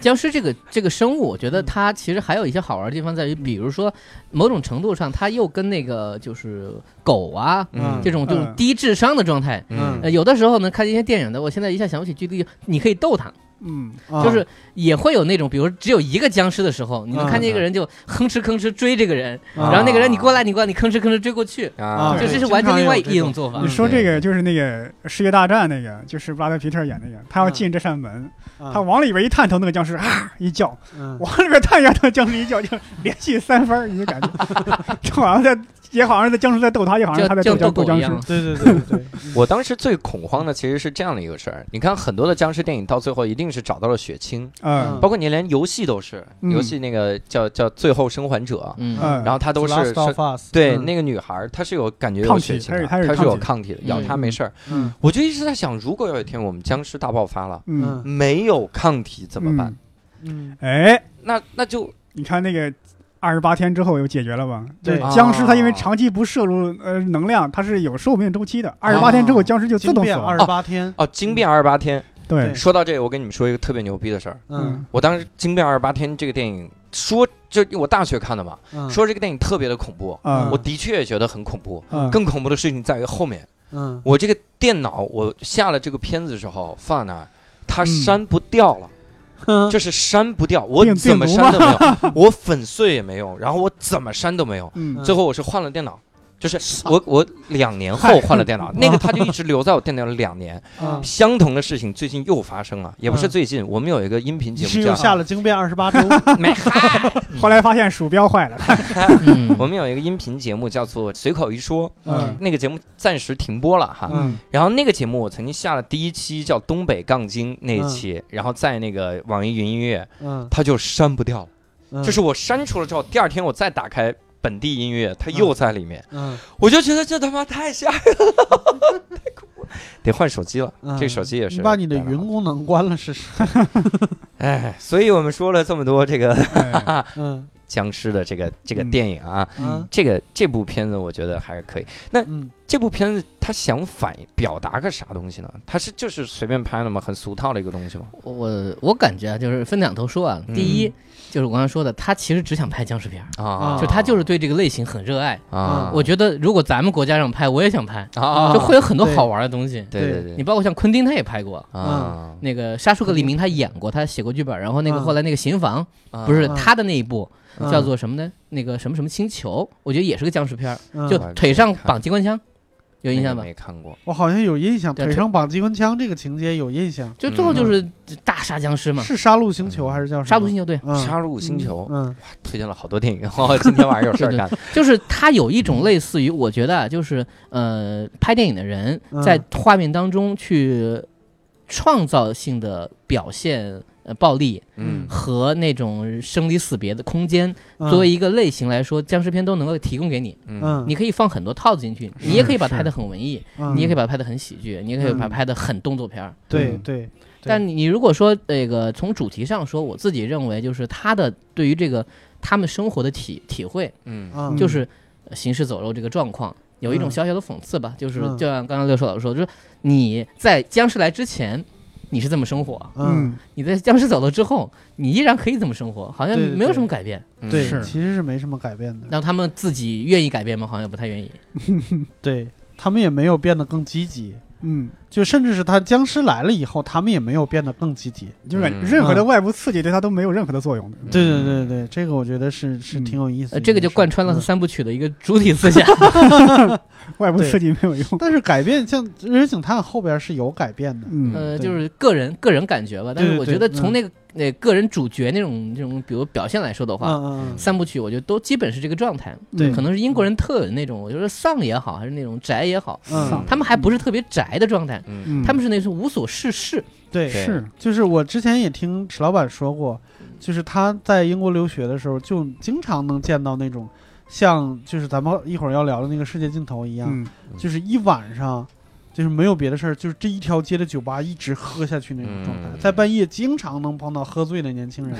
D: 僵尸这个这个生物，我觉
B: 嗯
D: 得它其实还有一些好玩的地方在于，比如说某种程度上，它又跟那个就是狗啊
B: 嗯
D: 这种这种
C: 嗯
D: 低智商的状态。
B: 嗯
D: 哎呃，有的时候呢，看一些电影的，我现在一下想不起具体，你可以逗它，
C: 嗯，
B: 啊
D: 就是也会有那种，比如只有一个僵尸的时候，你能
B: 啊
D: 看见一个人就吭哧吭哧追这个人，
B: 啊
D: 然后那个人你过来你过来你吭哧吭哧追过去，
A: 啊
B: 啊
D: 就
C: 对
D: 这是
B: 经
D: 完全
B: 常
D: 另
B: 有
D: 外
B: 这
D: 一种
B: 种
D: 做法
C: 你。说这个就是那个《世界大战》那个，就是布拉德皮特演那个，他要
B: 嗯
C: 进这扇门，
B: 啊
C: 他往里边一探头，那个僵尸啊一叫，
B: 嗯
C: 往里边探一下，那个僵尸一叫，就连续三番儿，你就感觉这好像在，也好像是在僵尸在逗他，也好像
D: 就是
C: 他在
D: 就
C: 逗
D: 像
C: 僵
D: 狗
C: 斗僵
D: 一
C: 尸
D: 样。，
B: 对对对对对，
A: 我当时最恐慌的其实是这样的一个事儿。你看很多的僵尸电影到最后一定是找到了血清，
C: 嗯
A: 包括你连游戏都是，
C: 嗯
A: 游戏那个叫叫《最后生还者》，
D: 嗯，
C: 嗯，
A: 然后他都是
B: Last
A: 是
B: of Us，
A: 对
B: 嗯
A: 那个女孩儿，她是有感觉有
C: 抗体
A: 血清的，
C: 她是她是
A: 是有
C: 抗体
A: 抗体的，
D: 嗯
A: 咬她没事儿。
B: 嗯
A: 我就一直在想，如果有一天我们僵尸大爆发了，
C: 嗯，
A: 没有抗体怎么办？
B: 嗯
C: 哎，
A: 那那就
C: 你看那个二十八天之后又解决了吧？
B: 对
C: 就是僵尸它因为
A: 啊
C: 长期不摄入呃能量，它是有寿命周期的，二十八天之后僵尸就自
B: 惊
C: 动死
B: 变二
C: 了。
B: 十八天，
A: 哦，惊变二十八天。
C: 对，
A: 说到这个，我跟你们说一个特别牛逼的事儿。
B: 嗯
A: 我当时《惊变二十八天》这个电影说，就我大学看的嘛，
B: 嗯，
A: 说这个电影特别的恐怖，
C: 啊
B: 嗯
A: 我的确也觉得很恐怖。
C: 嗯
A: 更恐怖的事情在于后面，
B: 嗯
A: 我这个电脑我下了这个片子之后放那儿，它删不掉了，
B: 嗯
A: 就是删不掉，我
C: 病
A: 怎么
C: 病毒
A: 删都没
B: 啊
A: 有，我粉碎也没用，然后我怎么删都没用，
C: 嗯
A: 最后我是换了电脑。就是我，我两年后换了电 脑，那个它就一直留在我电脑里两年。
B: 嗯，
A: 相同的事情最近又发生了，也不是
B: 嗯
A: 最近，我们有一个音频
B: 你
A: 节
B: 是
A: 目
B: 又
A: 叫
B: 下了惊变二十八 周，
A: 没嗨，
C: 嗯后来发现鼠标坏了，
D: 嗯
A: 我们有一个音频节目叫做《随口一说》，
B: 嗯
A: 那个节目暂时停播了哈。
B: 嗯
A: 然后那个节目我曾经下了第一期叫《东北杠精》那一期，然后在那个网易云音乐，
B: 嗯，
A: 它就删不掉了。
B: 嗯
A: 就是我删除了之后，第二天我再打开本地音乐，它又在里面，
B: 嗯
A: 我就觉得这他妈太吓人了，太恐怖了，得换手机了。
B: 嗯，
A: 这手机也是
B: 你把你的
A: 带来
B: 云
A: 了
B: 功能关了试试，
A: 哎，所以我们说了这么多这个
C: 哎
B: 嗯
A: 僵尸的这个这个
C: 嗯
A: 电影啊，
B: 嗯
A: 这个这部片子我觉得还是可以。那
B: 嗯
A: 这部片子它想反表达个啥东西呢？它是就是随便拍的吗？很俗套的一个东西吗？
D: 我我感觉啊，就是分两头说啊。
B: 嗯
D: 第一，就是我刚才说的，他其实只想拍僵尸片儿，
A: 啊，
D: 就他就是对这个类型很热爱。
A: 啊，
D: 我觉得如果咱们国家让拍，我也想拍，
A: 啊，
D: 就会有很多
B: 对
D: 好玩的东西。
A: 对对
D: 你
A: 对
D: 包括像昆汀，他也拍过。
A: 啊，
D: 那个《杀出个黎明》，他演过，他写过剧本，然后那个
B: 嗯
D: 后来那个《刑房》，
A: 啊
D: 不是
B: 嗯
D: 他的那一部
B: 嗯
D: 叫做什么呢？那个什么什么星球，我觉得也是个僵尸片儿，
B: 嗯
D: 就
A: 嗯
D: 腿上绑机关枪，有印象吧
A: 那个？没看过
B: 我好像有印象，
D: 对
B: 腿
D: 这
B: 上绑机关枪这个情节有印象，
D: 就最后就是大杀僵尸嘛，
B: 是杀戮星球还是叫什么
D: 杀戮星球对，
A: 《
B: 嗯
A: 杀戮星球》
B: 嗯
A: 推荐了好多电影， 哦，今天晚上有事儿干。
D: 就是它有一种类似于，我觉得啊，就是呃，拍电影的人
B: 嗯
D: 在画面当中去创造性的表现。呃，暴力
A: 嗯
D: 和那种生离死别的空间，
B: 嗯
D: 作为一个类型来说，僵尸片都能够提供给你。
A: 嗯
B: 嗯，
D: 你可以放很多套子进去，
C: 是
D: 你也可以把它
C: 是
D: 拍得很文艺，
B: 嗯
D: 你也可以把它拍嗯得很喜剧，你也可以把它
B: 嗯
D: 拍得很动作片儿。
B: 对对，对
D: 但你如果说那个从主题上说，我自己认为就是他的对于这个他们生活的体体会，
A: 嗯
B: 嗯
D: 就是呃行尸走肉这个状况，有一种
B: 嗯
D: 小小的讽刺吧，就是
B: 嗯
D: 就像刚刚六叔老师说，就是你在僵尸来之前。你是这么生活，
B: 嗯
C: 嗯
D: 你在僵尸走了之后，你依然可以这么生活，好像
B: 对对
D: 没有什
B: 对
D: 么改变。
A: 嗯
B: 对，
C: 是
B: 其实是没什么改变的，
D: 让他们自己愿意改变吗？好像也不太愿意。
B: 对他们也没有变得更积极，
C: 嗯，
B: 就甚至是他僵尸来了以后，他们也没有变得更积极。
C: 就是感
A: 嗯
C: 觉任何的外部刺激对它都没有任何的作用的。
B: 对对对对，这个我觉得是是
C: 嗯
B: 挺有意思
D: 嗯
B: 的
D: 呃，
B: 一件事、嗯
D: 这个就贯穿了三部曲的一个主体思想。
C: 外部
B: 对
C: 刺激没有用。
B: 嗯。但是改变像《人警探》后边是有改变的，
C: 嗯，
D: 呃，
B: 对
D: 就是个人个人感觉吧。但
B: 对
D: 是
B: 对
D: 我
B: 对
D: 觉得从
B: 嗯
D: 那个那个人主角那种这种，比如表现来说的话，
B: 嗯嗯
D: 三部曲我觉得都基本是这个状态。
B: 对
D: 嗯可能是英国人特有的那种，我觉得丧也好，还是那种宅也好，
B: 嗯
C: 丧
B: 嗯，
D: 他们还不是特别宅的状态，
A: 嗯
C: 嗯
D: 他们是那种无所事事。
B: 对，
A: 对
C: 是
B: 就是我之前也听史老板说过，
A: 嗯
B: 就是他在英国留学的时候，就经常能见到那种像就是咱们一会儿要聊的那个世界尽头一样，
C: 嗯
B: 就是一晚上，就是没有别的事儿，就是这一条街的酒吧一直喝下去那种状态，
A: 嗯
B: 在半夜经常能碰到喝醉的 年轻人。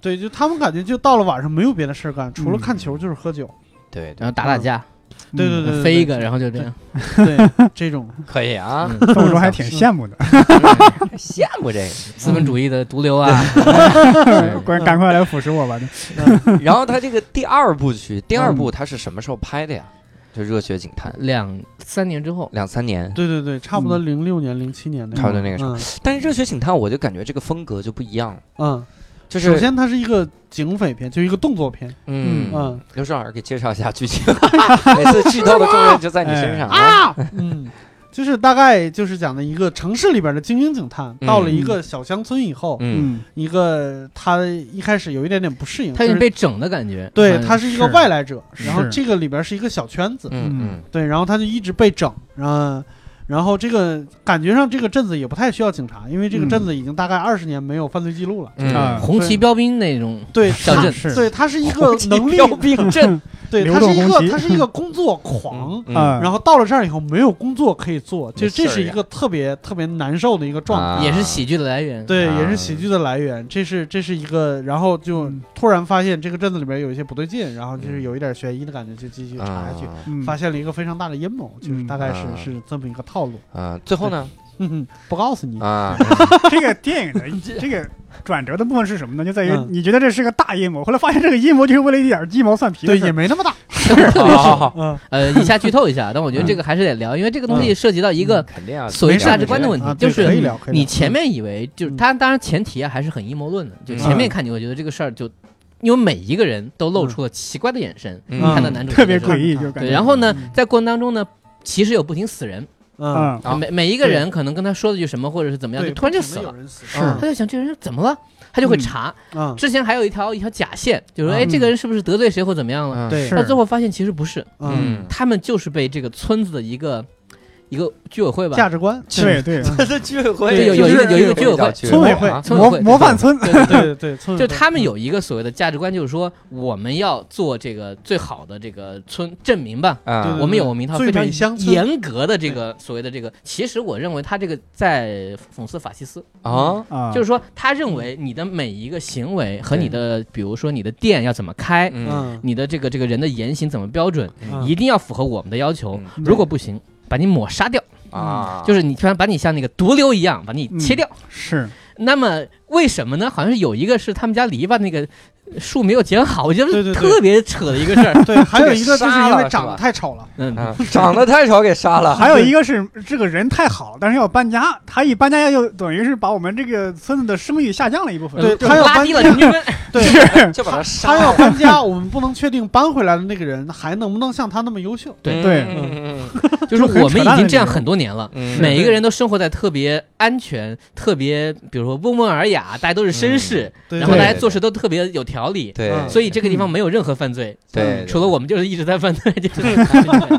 B: 对，就他们感觉就到了晚上没有别的事儿干，除了看
A: 嗯
B: 球就是喝 酒。
A: 对
D: 然
A: 对，
D: 后打打架，
B: 对对啊对，
D: 飞一个，然后就这样。
B: 对这种，
A: 可以啊，
D: 嗯
C: 这么说嗯
B: 嗯
C: 还挺羡慕 的。
B: 啊
A: 羡慕这个。
D: 资本主义的毒瘤啊，
C: 快赶快来腐蚀我吧！
B: 嗯
A: 然后他这个第二部曲，第二部他是什么时候拍的呀？就热血警探，
D: 两三年之后，
A: 两三年。
B: 对对对，差不多零六年、零七年那
A: 嗯
B: 个，嗯
A: 差不多那个时
B: 候。
A: 但是热血警探，我就感觉这个风格就不一样了，
B: 嗯，
A: 就
B: 首
A: 是
B: 先它是一个警匪片，就一个动作片。
A: 嗯
B: 嗯
A: 刘少老师给介绍一下剧情， 每次剧透的重任就在你身上啊。
B: 啊，嗯，就是大概就是讲的一个城市里边的精英警探，
A: 嗯
B: 到了一个小乡村以后，
A: 嗯
C: 嗯
B: 一个他一开始有一点点不适应，
D: 他有
B: 嗯就
D: 点
B: 是
D: 被整的感觉。
B: 对
D: 嗯
B: 他是一个
C: 是
B: 外来者，然后
C: 是
B: 这个里边是一个小圈子，
A: 嗯
B: 对，然后他就一直被整，然后然后这个感觉上这个镇子也不太需要警察，因为这个
C: 嗯
B: 镇子已经大概二十年没有犯罪记录了，
A: 嗯
C: 啊
D: 红旗标兵那种
B: 对，
D: 小
B: 他
D: 镇
C: 是
B: 对，他是一个能力，
A: 兵阵，
B: 对，
C: 流
B: 他
C: 动
B: 是一
C: 红
B: 个
C: 旗
B: 他是一个工作
A: 嗯
B: 狂。
C: 啊，
B: 然后到了这儿以后，没有工作可以做，就
A: 没事儿
B: 这是一
A: 呀
B: 个特别特别难受的一个状态。
A: 啊
D: 也是喜剧的来源。
B: 对，也
A: 啊
B: 是喜剧的来源。这是这是一个，然后就
C: 嗯
B: 突然发现这个镇子里边有一些不对劲，然后就是有一点悬疑的感觉，就继续查下去，
A: 啊
C: 嗯
B: 发现了一个非常大的阴谋，就是
C: 嗯
B: 大概是、
A: 啊
B: 是这么一个套路。
A: 啊，最后 呢
B: 哼哼，不告诉你，
A: 啊，
C: 这个电影的这个转折的部分是什么呢？就在于
B: 嗯
C: 你觉得这是个大阴谋，后来发现这个阴谋就是为了一点鸡毛蒜皮的
B: 对，
C: 事
B: 也
C: 儿。
B: 没那么大。
A: 好好 好，
B: 嗯，
D: 呃，以下剧透一 下，但我觉得这个还是得聊，因为这个东西涉及到一个
A: 肯定啊，
D: 所谓
B: 嗯没事
D: 价值观的问题
B: 啊，
D: 就
B: 对可以
D: 是
B: 聊，可以聊
D: 你前面以为就是
B: 嗯
D: 他，当然前提啊还是很阴谋论的，就前面看你会觉得这个事儿就，因为每一个人都
B: 嗯
D: 露出了奇怪的眼神，
A: 嗯
D: 看到男主角
C: 特别
D: 的时候
C: 诡异，就感
D: 对，
C: 觉。
D: 然后呢
B: 嗯，
D: 在过程当中呢，其实有不停死人，
B: 嗯，
C: 啊，
A: 啊
D: 每每一个人可能跟他说了句什么，或者是怎么样，
B: 对，
D: 就突然就
B: 不
D: 死
B: 停地有
D: 了。
B: 人死
C: 是
B: 嗯
D: 他就想这个人怎么了，他就会查。
B: 嗯，
D: 之前还有一条一条假线，就说
A: 嗯
D: 哎，这个人是不是得罪谁或怎么样了？
A: 嗯
B: 对
C: 是
D: 到最后发现其实不是，
B: 嗯，
D: 他们就是被这个村子的一个一个居委会吧，
B: 价值观，
C: 对对，
A: 他的居委
D: 对
A: 会
D: 有有一个有一个居委会
A: 村
C: 委会
A: 啊
D: 村委
C: 模
D: 会
C: 模范村，
B: 对对对，嗯 村嗯
D: 就
B: 委会
D: 他们有一个所谓的价值观，就是说我们要做这个最好的这个村镇民吧。
B: 对
A: 啊
B: 对
D: 我们有我们一套
B: 最
D: 非常
B: 美乡村
D: 严格的这个所谓的这个，其实我认为他这个在讽刺法西斯，
A: 啊，
C: 啊，
D: 就是说他认为你的每一个行为和你的，比如说你的店要怎么开，
A: 嗯
B: 嗯，
D: 你的这个这个人的言行怎么标准，
B: 嗯
D: 一定要符合我们的要求。
A: 嗯
C: 嗯
D: 如果不行，把你抹杀掉，
A: 啊，
D: 就是你突然把你像那个毒瘤一样把你切
C: 嗯
D: 掉。
C: 是
D: 那么为什么呢？好像是有一个是他们家篱笆那个树没有剪好，我觉
B: 对
D: 得
B: 对对
D: 特别扯的一个事儿。
B: 对，还有一个就是
A: 杀
B: 因
A: 了
B: 为
A: 是
B: 长
A: 吧
B: 得太丑了，
D: 嗯，
A: 啊长得太丑给杀
D: 啊
A: 了，
C: 还有一个是这个人太好，但是要搬家，他一搬家要等于是把我们这个村子的声誉下降了一部分。
B: 对
D: 就
B: 他要
D: 嗯拉
B: 搬
D: 低了人均分。
B: 对，
A: 就把他
B: 他
A: 杀
B: 要
A: 了。
B: 搬家，我们不能确定搬回来的那个人还能不能像他那么优秀。
D: 对
C: 对
A: 嗯
D: 就是我们已经这样很多年了。
A: 嗯
D: 每一个人都生活在特别安全、特别，比如说温文尔雅，大家都是绅士，
B: 对，
D: 然后
A: 对
D: 大家做事都特别有条理，
A: 对，
B: 嗯
D: 所以这个地方没有任何犯罪，
A: 对，
D: 除了我们就是一直在犯罪，就是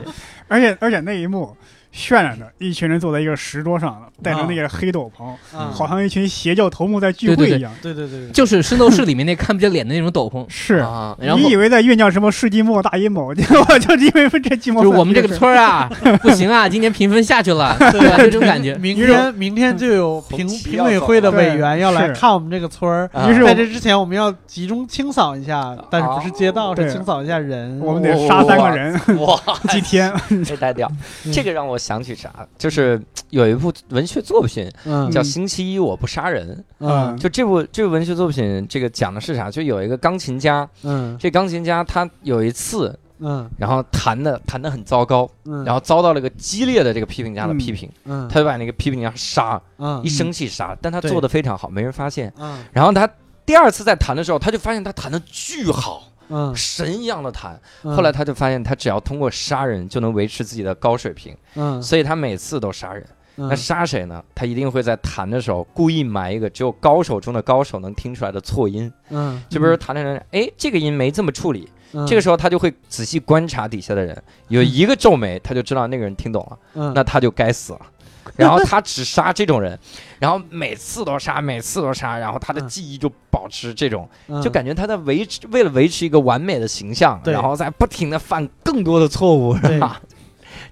C: 而且而且那一幕渲染的一群人坐在一个石桌上，戴着那个黑斗篷，
B: 啊
C: 好像一群邪教头目在聚
D: 对
C: 会
D: 对对
C: 一样。
B: 对对对，
D: 就是圣斗士里面那看不见脸的那种斗篷。
C: 是，
A: 啊，
D: 然后
C: 你以为在酝酿什么世纪末大阴谋， 结果就是因为这鸡毛
D: 就是
C: 蒜皮的事儿。
D: 我们这个村儿啊，不行啊，今年评分下去了，对吧？就这种感觉。
B: 明天明天就有
A: 红
B: 评
A: 旗
B: 评委会的委员
C: 对
B: 要来
C: 是
B: 看我们这个村儿。
A: 啊
C: 于是
B: 在
C: 我啊
B: 这之前，我们要集中清扫一下，但是不是街道，
C: 对
B: 是清扫一下人。
C: 我们得杀三个人
D: 嗯
A: 哇，
C: 几天。
A: 这太屌！这个让我想起啥，就是有一部文学作品
B: 嗯
A: 叫《星期一我不杀人
B: 嗯》，
A: 就这部这部文学作品，这个讲的是啥？就有一个钢琴家，
B: 嗯
A: 这钢琴家他有一次，
B: 嗯
A: 然后弹的弹的很糟糕，
B: 嗯，
A: 然
B: 后
A: 后遭到了个激烈的这个批评家的批评，
B: 嗯
A: 他就把那个批评家杀，了，
B: 嗯
A: 一生气杀了，但他
B: 对
A: 做的非常好，没人发现。
B: 嗯
A: 然后他第二次再弹的时候，他就发现他弹的巨好，
B: 嗯，
A: 神一样的弹。
B: 嗯
A: 后来他就发现，他只要通过杀人就能维持自己的高水平，
B: 嗯
A: 所以他每次都杀人。那
B: 嗯
A: 杀谁呢？他一定会在弹的时候故意埋一个只有高手中的高手能听出来的错音，
B: 嗯
A: 就比如弹着弹着，哎，这个音没这么处理，
B: 嗯
A: 这个时候他就会仔细观察底下的人，有一个皱眉，他就知道那个人听懂了，
B: 嗯
A: 那他就该死了。然后他只杀这种人，然后每次都杀，每次都杀，然后他的
B: 嗯
A: 记忆就保持这种，
B: 嗯
A: 就感觉他在维持为了维持一个完美的形象，
B: 对呃
A: 然后在不停的犯更多的错误，是吧？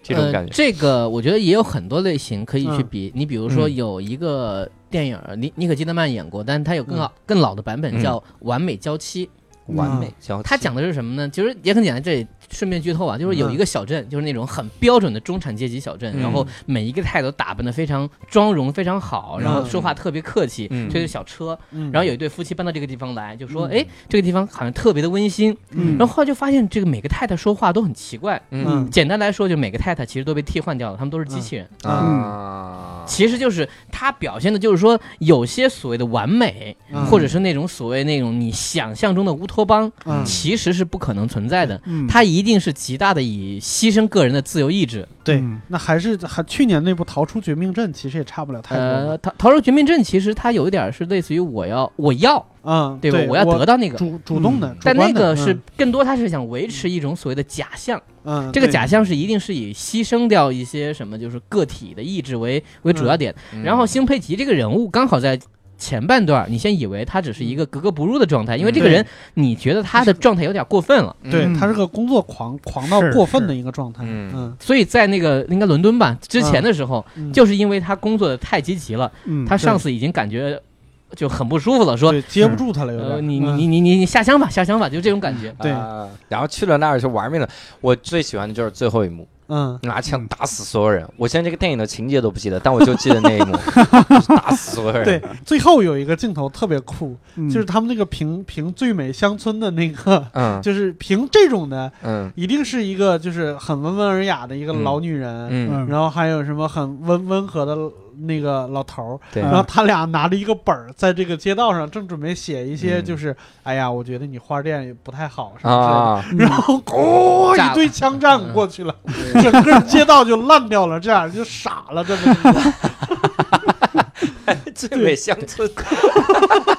A: 这种感
D: 呃
A: 觉，
D: 这个我觉得也有很多类型可以去
B: 嗯
D: 比。你比如说
A: 嗯
D: 有一个电影，尼尼可基德曼演过，但是他有更
B: 嗯
D: 好、更老的版本
A: 嗯
D: 叫《完美娇妻》。
A: 完美交替。
D: 他讲的是什么呢？其实也很简单，这里顺便剧透啊，就是有
B: 嗯
D: 一个小镇，就是那种很标准的中产阶级小镇，
A: 嗯
D: 然后每一个态都打扮的非常妆容非常好，然后说话特别客气，
A: 嗯
D: 推着小车，
B: 嗯
D: 然后有一对夫妻搬到这个地方来，就说
B: 嗯
D: 哎，这个地方好像特别的温馨，
B: 嗯
D: 然后后来就发现这个每个太太说话都很奇怪。
A: 嗯
D: 简单来说，就每个太太其实都被替换掉了，他们都是机
B: 嗯
D: 器人。
A: 啊，
D: 其实就是他表现的，就是说有些所谓的完美，
B: 嗯
D: 或者是那种所谓那种你想象中的乌托邦，
B: 嗯
D: 其实是不可能存在的。
C: 嗯，
D: 他一定是极大的以牺牲个人的自由意志。
B: 对
C: 嗯，
B: 那还是还去年那部《逃出绝命镇》其实也差不了太多
D: 呃，
B: 了。
D: 逃逃出绝命镇其实它有一点是类似于我要我要
B: 嗯，
D: 对吧？
B: 对
D: 我要得到那个。嗯
B: 主主动的，嗯主
D: 但那
B: 观的
D: 个是更多，他是想维持一种所谓的假象。
B: 嗯，嗯
D: 这个
C: 对
D: 假象是一定是以牺牲掉一些什么，就是个体的意志为为
B: 嗯
D: 主要点。然
A: 嗯
D: 后辛佩吉这个人物刚好在前半段，你先以为他只是一个
B: 嗯
D: 格格不入的状态，因为这个人你觉得他的状态有点过分了，
B: 对
C: 嗯
B: 他是个工作狂，狂到
C: 是
B: 过分
C: 是
B: 的一个状态。
A: 嗯
B: 嗯
D: 所以在那个应该伦敦吧之前的时候，
B: 嗯，
D: 就是因为他工作的太积极了，
C: 嗯
D: 他上司已经感觉就很不舒服了，说
B: 对接不
C: 是
B: 住他了，有点
D: 呃
B: 儿。
D: 你
B: 嗯
D: 你你你你下乡吧下乡吧，就这种感觉。
B: 对
A: 啊然后去了那儿就玩命了。我最喜欢的就是最后一幕，
B: 嗯
A: 拿枪打死所有人。我现在这个电影的情节都不记得，但我就记得那一 幕，就是打死所有人。
B: 对，最后有一个镜头特别酷，
C: 嗯
B: 就是他们那个评评最美乡村的那个，
A: 嗯
B: 就是评这种的，
A: 嗯
B: 一定是一个就是很温文尔雅的一个
A: 嗯
B: 老女人，
A: 嗯，
C: 嗯
B: 然后还有什么很温温和的那个老头儿，
A: 对
B: 然后他俩拿着一个本儿，在这个街道上正准备写一些，
A: 嗯
B: 就是、哎呀，我觉得你花店也不太好，是不是？
A: 啊，
B: 然后
D: 嗯
B: 咣、
D: 炸了嗯
B: 一堆枪战过去了，整个街道就烂掉了，这样就傻了，这么一个嗯
A: 最美乡 村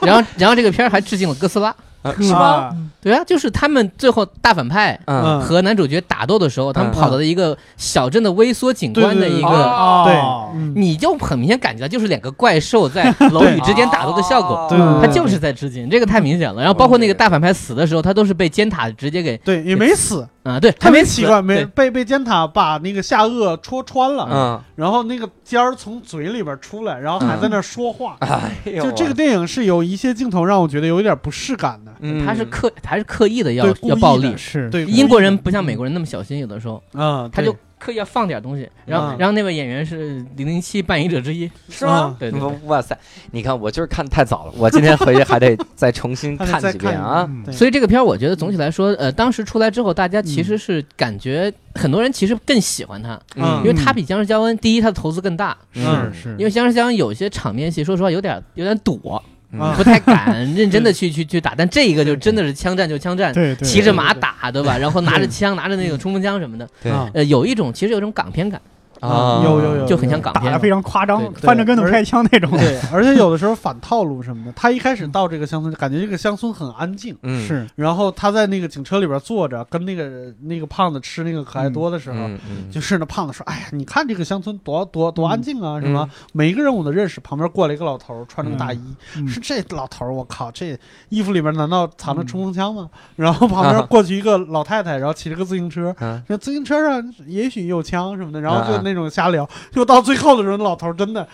D: 然后然后这个片儿还致敬了哥斯拉，
B: 嗯
A: 啊
C: 是
A: 是吗？？
D: 对啊，就是他们最后大反派。
A: 嗯
B: 嗯
D: 和男主角打斗的时候，他们
A: 嗯
D: 跑到了一个小镇的微缩景
B: 对
D: 观的
B: 对
D: 一
B: 对啊对
D: 个
A: 哦
B: 对，
C: 哦
B: 嗯
D: 你就很明显感觉到就是两个怪兽 在楼宇之间打斗的效果，
B: 对
D: 他
B: 对对
D: 就是在致敬，这个太明显了。然后包括那个大反派死的时候，他都是被尖塔直接给
B: 对，也没死，
D: 啊，对，
B: 特
D: 他
B: 别
D: 没
B: 奇
D: 死
B: 怪，没
D: 对
B: 被被尖塔把那个下颚戳穿了，
A: 嗯，
B: 然后那个尖儿从嘴里边出来，然后
D: 嗯
B: 还在那儿说话。
A: 哎呦，
B: 就这个电影是有一些镜头让我觉得有一点不适感的，
A: 嗯，
D: 他是刻他是刻意的要
B: 对故意
D: 要
B: 的
D: 暴力，
C: 是，
B: 对
D: 英国人不
B: 嗯
D: 像美国人那么小心，有的时候
B: 啊，
D: 他
B: 对
D: 就刻意要放点东西。然后
B: 嗯
D: 然后那位演员是零零七扮演者之一，
A: 是吗？
D: 对对
C: 嗯
D: 对
A: 哇塞，你看我就是看太早了，我今天回去还得再重新
B: 还得
A: 看
B: 再
A: 几遍啊。
C: 嗯
B: 对
D: 所以这个片儿我觉得总体来说，呃，当时出来之后，大家其实是感觉很多人其实更喜欢他，因
B: 嗯
D: 为他比僵尸肖恩第一他的投资更大，
B: 嗯
C: 是是，
D: 因为僵尸肖恩有些场面戏，说实话有点有点躲，
A: 嗯
C: 嗯
B: 啊
D: 不太敢认真的 去去去打。但这一个就真的是枪战就枪战，
C: 对对，
D: 骑着马打，对吧？然后拿着枪，拿着那个冲锋枪什么的，
A: 对
B: 啊
D: 呃，有一种其实有一种港片感，
A: 啊，
B: 有有有
D: 就很像港
C: 打
D: 片
C: 的
D: 嘛
C: 非。常夸
D: 对
C: 张，
D: 对
C: 翻着跟头开枪那种。
B: 对，而且有的时候反套路什么的。他一开始到这个乡村，感觉这个乡村很安静。
A: 嗯，
C: 是，
B: 然后他在那个警车里边坐着，跟那个呃那个胖子吃那个可爱多的时候，
A: 嗯嗯
B: 就是那胖子说：“哎呀，你看这个乡村多多多安静啊，
A: 嗯
B: 什么、每一个人我都认识。”旁边过来一个老头儿，穿着个大衣，
C: 嗯
B: 是这老头儿，我靠，这衣服里边难道藏
A: 嗯
B: 着冲锋枪吗？然后旁边过去一个老太太，然后骑着个自行车，
A: 啊，
B: 说自行车上也许有枪什么的，然后
A: 啊
B: 就
A: 啊
B: 那种瞎聊，就到最后的时候，那老头儿真的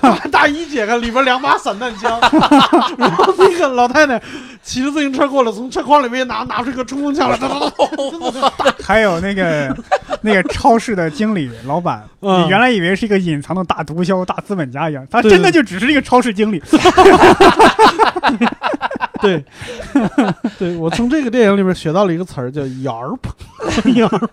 B: 把大衣解开，里边两把散弹枪， 然后那个老太太骑着自行车过来，从车筐里面拿拿出一个冲锋枪来，哒哒哒哒
C: 还有 那个那个超市的经理老板，
B: 嗯
C: 你原来以为是一个隐藏的大毒枭、大资本家一样，他
B: 对
C: 真的就只是一个超市经理。
B: 对，对我从这个电影里边学到了一个词儿叫 “yarp”，yarp，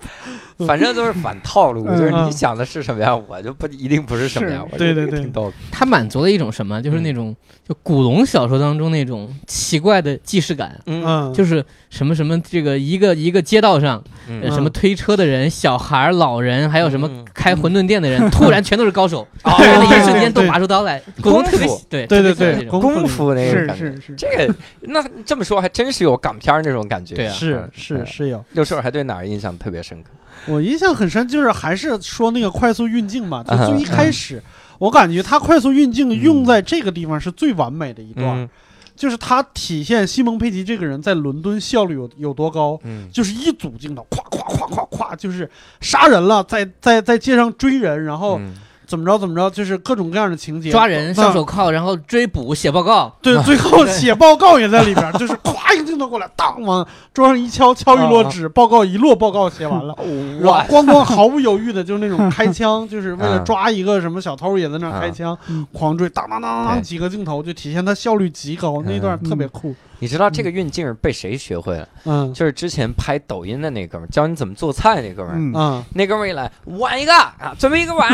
A: 反正都是反套路，
C: 嗯
A: 就是你
B: 嗯
A: 想的是什么样，我就不一定不是什么样。我
B: 对
A: 就
B: 对对
A: 挺逗的。
D: 它满足了一种什么？
B: 嗯
D: 就是那种就古龙小说当中那种奇怪的既视感。啊
A: 嗯
B: 嗯，
D: 就是是什么什么这个一个一个街道上，呃
A: 嗯
B: 嗯
D: 什么推车的人、小孩儿、老人，还有什么
A: 嗯
D: 开馄饨店的 人，突然全都是高手，
A: 哦
D: 突然的
B: 对
D: 一瞬间都
B: 对
D: 拔出刀来，古龙特别
A: 功夫
D: 对
B: 对
D: 特
B: 对
D: 别喜欢
B: 对
D: 这，种
A: 功
B: 功夫
A: 夫那个
C: 是
A: 感觉，
C: 是是，
A: 这个那这么说还真是有港片儿那种感觉。
D: 对啊
B: 是是
A: 嗯
B: 是有。
A: 六兽还对哪儿印象特别深刻？
B: 我印象很深，就是还是说那个快速运镜嘛，就
A: 嗯
B: 最一开始，我感觉它快速运镜
A: 嗯
B: 用在这个地方是最完美的一段，
A: 嗯
B: 就是它体现西蒙佩吉这个人在伦敦效率有有多高。
A: 嗯
B: 就是一组镜头，咵咵咵咵咵，就是杀人了，在在在街上追人，然后
A: 嗯
B: 怎么着怎么着，就是各种各样的情节，
D: 抓人、
B: 嗯
D: 上手铐，然后追捕、写报告。
B: 对， 最后写报告也在里边儿，就是咵一个镜头过来，当往桌上一敲，敲一
A: 啊
B: 摞纸，报告一摞报告 写完了，
A: 嗯哇
B: 哇，咣咣毫不犹豫的，就是那种开枪， 就是为了抓一个什么小偷也在那儿开枪
C: 嗯，
B: 狂追，当当当当
A: 对
B: 当，几个镜头就体现他效率极高，那段特别酷，
A: 你知道这个运镜儿被谁学会了？
B: 嗯
A: 就是之前拍抖音的那哥们儿，教你怎么做菜那哥们儿。
C: 嗯，
B: 嗯，
A: 那哥们儿一来，碗一个啊，准备一 个碗，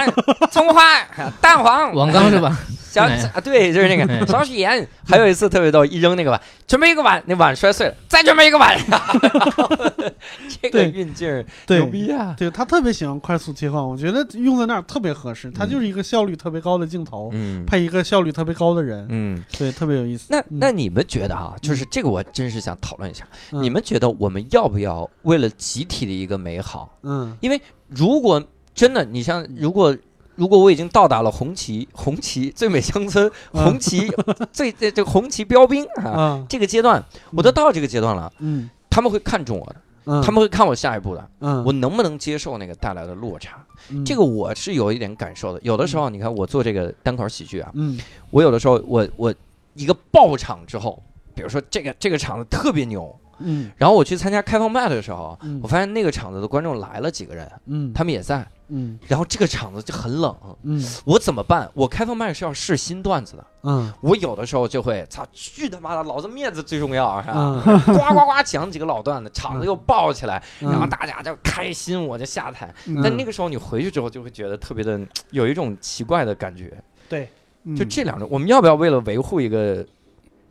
A: 葱花、啊蛋黄、
D: 王刚是吧？
A: 小
D: 哎
A: 啊，对，就是那
D: 哎
A: 个少许盐。还有一次特别逗，一扔那个碗，准备一个碗，那碗摔碎了，再准备一个碗。 这个
B: 对
A: 运劲儿
B: 对
A: 牛。逼啊！
B: 对他特别喜欢快速切换，我觉得用在那儿特别合适。他就是一个效率特别高的镜头，
A: 嗯
B: 配一个效率特别高的人，
A: 嗯，
B: 对，特别有意思。
A: 那
B: 嗯
A: 那你们觉得哈、就是这个，我真是想讨论一下，
B: 嗯
A: 你们觉得我们要不要为了集体的一个美好？
B: 嗯
A: 因为如果真的，你像如果如果我已经到达了红旗，红旗最美乡村，
B: 嗯
A: 红旗、最这这红旗标兵啊，
B: 啊
A: 这个阶段我都到这个阶段了，
B: 嗯
A: 他们会看中我的，
B: 嗯，
A: 他们会看我下一步的，
B: 嗯
A: 我能不能接受那个带来的落差？
B: 嗯
A: 这个我是有一点感受的。有的时候，你看我做这个单口喜剧啊，
B: 嗯
A: 我有的时候我我一个爆场之后，比如说这个这个场子特别牛，
B: 嗯
A: 然后我去参加开放麦的时候
B: 嗯，
A: 我发现那个场子的观众来了几个人，
B: 嗯
A: 他们也在。
B: 嗯
A: 然后这个场子就很冷，
B: 嗯
A: 我怎么办？我开放麦是要试新段子的，
B: 嗯
A: 我有的时候就会操，去他妈的，老子面子最重要，是吧？
B: 嗯，
A: 呱呱呱讲几个老段子，场子又爆起来，
B: 嗯
A: 然后大家就开心，我就下台。
C: 嗯
A: 但那个时候你回去之后，就会觉得特别的有一种奇怪的感觉。
C: 嗯
A: 就这两种，我们要不要为了维护一个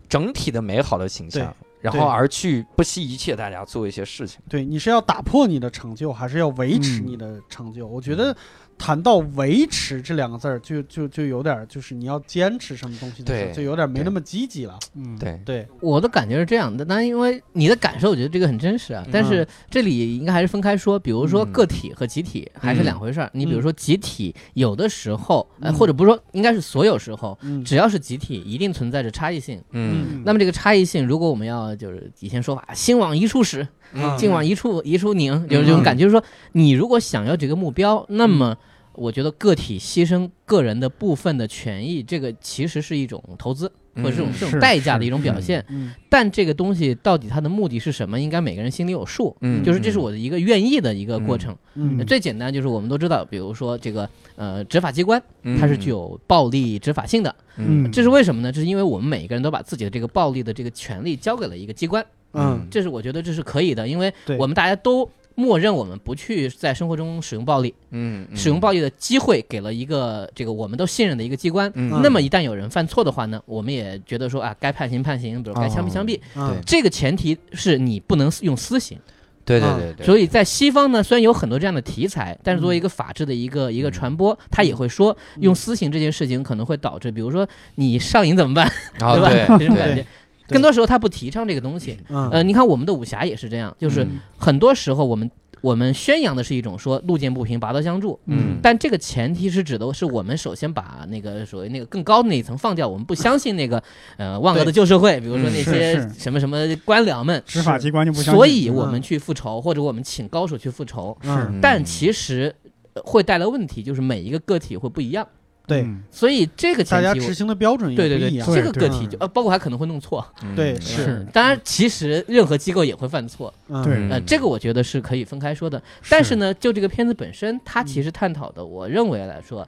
A: 整体的美好的形象，然后
B: 对
A: 而去不惜一切代价做一些事情？
B: 对，你是要打破你的成就，还是要维持
C: 嗯
B: 你的成就？我觉得谈到维持这两个字儿，就就就有点儿就是你要坚持什么东西的时候，
A: 对
B: 就有点没
A: 对
B: 那么积极了。
C: 嗯，
A: 对，
B: 对，
D: 我的感觉是这样的，但因为你的感受，我觉得这个很真实啊。但是这里应该还是分开说，比如说
A: 嗯
D: 个体和集体还是两回事儿。你比如说集体，有的时候，呃，
B: 嗯
D: 或者不是说，应该是所有时候，
B: 嗯
D: 只要是集体，一定存在着差异性。
A: 嗯，
D: 那么这个差异性，如果我们要就是以前说法，心往一处使，
A: 嗯
D: 劲往一处一处拧，有这种感觉。就是说，你如果想要这个目标，那么
A: 嗯
D: 我觉得个体牺牲个人的部分的权益，这个其实是一种投资，或者这种
A: 嗯
D: 这种
C: 是
D: 代价的一种
C: 是
D: 表现。
B: 嗯
D: 但这个东西到底它的目的是什么，应该每个人心里有数。
A: 嗯
D: 就是这是我的一个愿意的一个过
A: 嗯
D: 程。
B: 嗯
D: 最简单就是我们都知道，比如说这个呃执法机关，它是具
A: 有，
D: 有暴力执法性的。
C: 嗯
D: 这是为什么呢？这是因为我们每个人都把自己的这个暴力的这个权利交给了一个机关。
B: 嗯
D: 这是我觉得这是可以的，因为
B: 对
D: 我们大家都默认我们不去在生活中使用暴力，
A: 嗯
D: 使用暴
A: 力，
D: 力的机会给了一个这个我们都信任的一个机关。
A: 嗯
D: 那么一旦有人犯错的话呢，我们也觉得说啊，该判刑判刑，比如该枪
A: 哦
D: 毙枪毙。
B: 嗯
D: 这个前提是你不能用私刑，
A: 对对
B: 啊
A: 对对，
D: 所以在西方呢，虽然有很多这样的题材，但是作为一个法治的一
A: 嗯
D: 个一个传播，他也会说用私刑这件事情可能会导致，比如说你上瘾怎么办，
A: 啊
D: 对吧？这
A: 对
D: 种感觉
B: 对。
D: 更多时候他不提倡这个东西，
B: 嗯
D: 呃，你看我们的武侠也是这样，就是
A: 嗯
D: 很多时候我们我们宣扬的是一种说路见不平拔刀相助，
A: 嗯
D: 但这个前提是指的是我们首先把那个所谓那个更高的那一层放掉，我们不相信那个呃万恶的旧社会，比如说
A: 嗯
D: 那
C: 是
D: 些
C: 是
D: 什么什么官僚们，
C: 执法机关就不相信
D: 所以我
B: 嗯
D: 们去复仇或者我们请高手去复仇，
B: 嗯
A: 嗯
D: 但其实呃会带来问题，就是每一个个体会不一样，
B: 对
C: 嗯
D: 所以这个
B: 大
D: 前
B: 家
D: 提我
B: 执。行的标准也
D: 对对
B: 不一
D: 对，
B: 样。
D: 这个个
C: 对
B: 对
D: 体就呃，包括还可能会弄错，
B: 对
A: 嗯
B: 是
D: 嗯当然，其实任何机构也会犯错，
B: 嗯
C: 对
D: 呃，
A: 嗯
D: 这个我觉得是可以分开说的。但是呢，就这个片子本身，它其
C: 嗯
D: 实探讨的，我认为来说，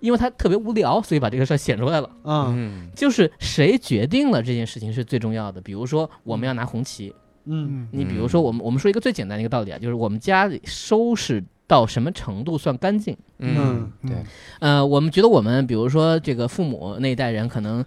D: 因为它特别无聊，所以把这个事儿显出来了。
B: 嗯
A: 嗯
D: 就是谁决定了这件事情是最重要的。比如说，我们要拿红旗，
B: 嗯
C: 嗯
D: 你比如说，我们我们说一个最简单的一个道理啊，就是我们家里收拾到什么程度算干净？
A: 嗯
C: 嗯
A: 对，
D: 呃，我们觉得我们，比如说这个父母那一代人可能。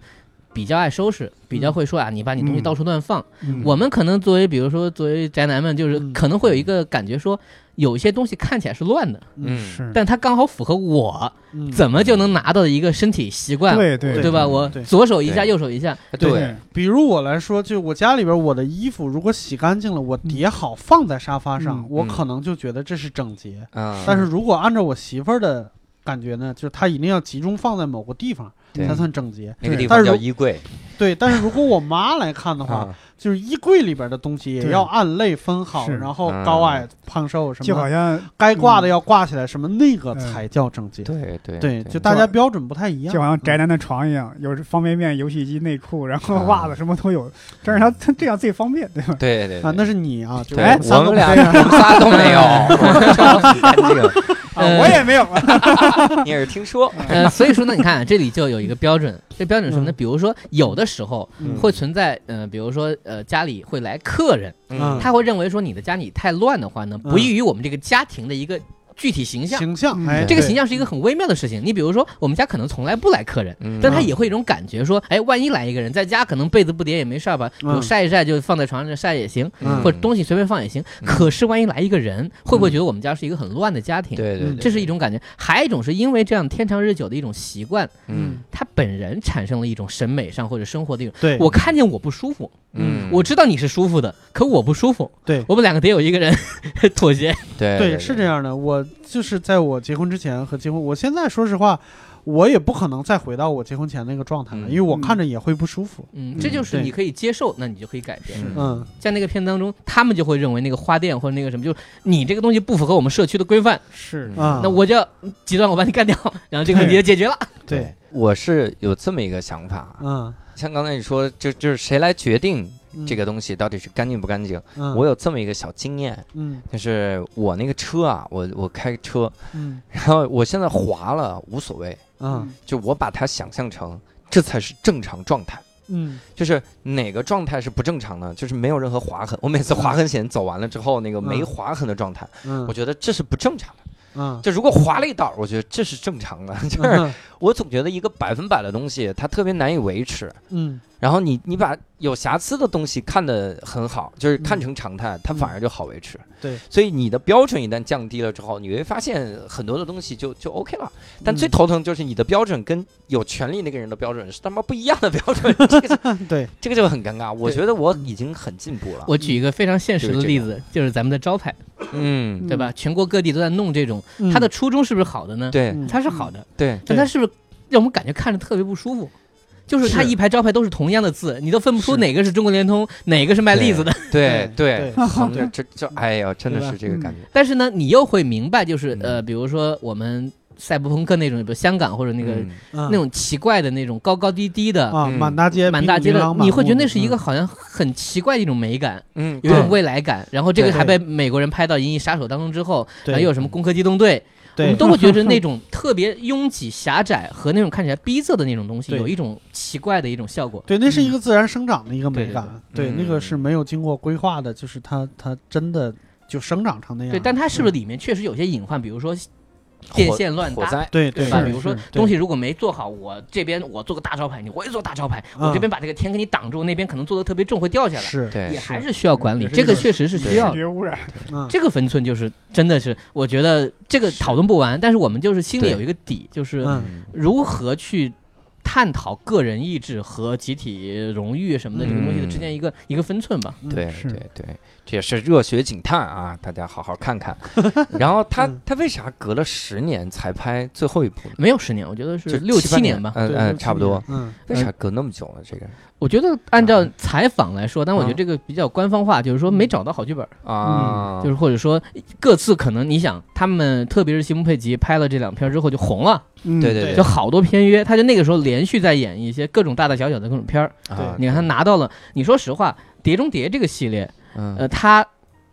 D: 比较爱收拾，比较会说啊，你把你东西
C: 嗯
D: 到处乱放，
C: 嗯
D: 我们可能作为，比如说作为宅男们，就是
B: 嗯
D: 可能会有一个感觉说，有一些东西看起来是乱的，
A: 嗯
C: 是
D: 但它刚好符合我，
B: 嗯
D: 怎么就能拿到的一个身体习惯？
C: 对对
D: 对吧？
A: 嗯
D: 我
B: 对
D: 左手一下，
A: 对
D: 右手一下，
A: 对，
B: 比如我来说，就我家里边我的衣服如果洗干净了，我叠好放在沙发上，
C: 嗯
B: 我
A: 嗯
B: 可能就觉得这是整洁。
A: 啊，
B: 但是如果按照我媳妇儿的感觉呢，就是她一定要集中放在某个地方
A: 对
B: 才算整洁。
A: 那个地方
B: 但是
A: 叫
B: 如
A: 衣柜
B: 对，但是如果我妈来看的话，
A: 啊，
B: 就是衣柜里边的东西也
C: 对
B: 要按类分好，
C: 是
B: 然后
A: 嗯
B: 高矮胖瘦什
C: 就好嗯
B: 么
C: 像
B: 该挂的要挂起来，什么那个才叫正经。
A: 对对
B: 对，就大家标准不太一样。
C: 就好像宅男的床一样，有方便面、游戏机、内裤，然后袜子什么都有，这样他他这样最方便，对吧？
A: 对对
B: 啊，那
A: 是
B: 是你啊，就
A: 对
B: 三
A: 哎我
B: 个
A: 们俩
B: 不这样
A: 我们仨都 没有，我们这
C: 啊
D: 呃
C: 我也没有，
A: 个你也是听说，
D: 呃，所以说呢，你看这里就有一个标准，这标准是什么呢？比如说，有的时候
B: 嗯
D: 会存在，呃，比如说，呃，家里会来客人，
B: 嗯
D: 他会认为说你的家里太乱的话呢，不利于我们这个家庭的一个具体形象。
B: 形象，
C: 嗯
B: 哎，
D: 这个
B: 对
D: 形象是一个很微妙的事情。你比如说，我们家可能从来不来客人，
A: 嗯
D: 但他也会有一种感觉说，哎，万一来一个人，在家可能被子不叠也没事儿吧，
B: 嗯
D: 我晒一晒就放在床上晒也行，
B: 嗯
D: 或者东西随便放也行。
A: 嗯
D: 可是万一来一个人，会不会觉得我们家是一个很乱的家庭？
A: 对对，对
B: 嗯
D: 这是一种感觉。还有一种是因为这样天长日久的一种习惯，
A: 嗯
D: 他本人产生了一种审美上或者生活的一种。
B: 对，
D: 我看见我不舒服，
A: 嗯，
D: 我知道你是舒服的，可我不舒服。
B: 对
D: 我们两个得有一个人 妥协。
A: 对
D: 哎
B: 对是这，样的。我就是在我结婚之前和结婚，我现在说实话，我也不可能再回到我结婚前那个状态
A: 嗯
B: 了，因为我看着也会不舒服。
D: 嗯，这就是
B: 对
D: 你可以接受，那你就可以改变。
A: 嗯
B: 嗯，
D: 在那个片当中，他们就会认为那个花店或者那个什么，就是你这个东西不符合我们社区的规范，
C: 是
A: 嗯
B: 啊，
D: 那我就要极端我把你干掉，然后这个问题就解决了。
B: 对，，
A: 我是有这么一个想法，
B: 嗯，
A: 像刚才你说，就就是谁来决定
B: 嗯
A: 这个，东西到底是干净不干净？
B: 嗯
A: 我有这么一个小经验，
B: 嗯
A: 就是我那个车啊，我我开车，
B: 嗯
A: 然后我现在滑了无所谓，
B: 嗯
A: 就我把它想象成这才是正常状态。
B: 嗯
A: 就是哪个状态是不正常呢？就是没有任何划痕。我每次划痕险走完了之后，那个没
B: 嗯
A: 划痕的状态，
B: 嗯，
A: 我觉得这是不正常的。
B: 嗯
A: 就如果划了一道，我觉得这是正常的。就是
B: 嗯
A: 我总觉得一个百分百的东西，它特别难以维持。
B: 嗯
A: 然后你你把有瑕疵的东西看得很好，就是看
B: 嗯
A: 成常态，它反而就好维持。
B: 对，
A: 所以你的标准一旦降低了之后，你会发现很多的东西就就 OK 了。但最
B: 嗯
A: 头疼就是你的标准跟有权利那个人的标准是他妈不一样的标准，这个就
B: 嗯对，
A: 这个就很尴尬。我
D: 对
A: 觉得我已经很进步了。
D: 我举一个非常现实的
A: 啊就是这
D: 例
A: 个
D: 子，就是咱们的招牌，
A: 嗯，
D: 对吧？全国各地都在弄这种，它的初衷是不是好的呢？
A: 对
B: 嗯
D: 它是好的，
A: 对
D: 但它是不是让我们感觉看着特别不舒服？就是它
B: 是
D: 一排招牌都是同样的字，你都分不出
B: 是
D: 哪个是中国联通，哪个是卖栗子的。
A: 对
B: 对
A: 对，横着
B: 对
A: 这这，哎呀，真的
B: 对吧
A: 是这个感觉。
D: 但是呢，你又会明白，就是
A: 嗯
D: 呃，比如说我们赛博朋克那种，比如香港或者那个
A: 嗯
B: 那
D: 那种奇怪的那种高高低低的、
B: 啊，
A: 嗯
B: 满大街
D: 满大街
B: 琳
D: 的
B: 琅，满
D: 你会觉得那
B: 目嗯
D: 是一个好像很奇怪的一种美感，
A: 嗯，
D: 有一种
A: 对
D: 未来感。然后这个
A: 对
D: 还被美国人拍到《银翼杀手》当中之后，
B: 对
D: 然后又有什么《攻壳机动队》，我
B: 对
D: 们都会 觉得那种特别拥挤、狭窄和那种看起来逼仄的那种东西，
B: 对
D: 有一种奇怪的一种效果。
B: 对，那是一个自然生长的一个美
D: 嗯对嗯
B: 感，
A: 对对
B: 那个是没有经过规划的，就是它它真的就生长成那样。
D: 对，但它是不
B: 嗯
D: 是里面确实有些隐患？比如说电线乱
A: 火
D: 搭，
A: 灾，
B: 对对
D: 对吧？
B: 是
D: 比如说
B: 是
D: 东西如果没做好，我这边我做个大招牌，你我也做大招牌，我
B: 嗯
D: 这边把这个天给你挡住，那边可能做的特别重会掉下来，
B: 是
A: 对
D: 也还是需要管理。
C: 也是
D: 这个
C: 一个
D: 确实是需要
C: 视。觉污染，
B: 嗯
D: 这个分寸就是真的是，我觉得这个讨论不完，但是我们就是心里
A: 对
D: 有一个底，就是
B: 嗯
D: 如何去探讨个人意志和集体荣誉什么的这个东西的
A: 嗯
D: 之间一个一个分寸吧。
A: 对
C: 是
A: 对对，这也是热血警探啊，大家好好 看看。然后他
B: 嗯
A: 他为啥隔了十年才拍最后一部呢？
D: 没有十年，我觉得是
A: 就
D: 六
A: 七八
D: 七年吧。
A: 嗯
B: 对
A: 嗯，
B: 六
A: 差不
B: 七年
A: 多。
B: 嗯
A: 为啥隔那么久呢？这个
D: 我觉得按照
A: 啊
D: 采访来说，但我觉得
A: 嗯
D: 这个比较官方化，就是说没找到好剧本。
A: 啊，
D: 嗯就是或者说各自可能你想，他们特别是西蒙佩吉拍了这两片儿之后就红了，
C: 嗯
A: 对对
D: 就
A: 对
D: 好多片约，他就那个时候连续在演一些各种大大小小的各种片儿。
A: 啊，
D: 你看他拿到了，你说实话，《碟中谍》这个系列，
A: 嗯
D: 呃，他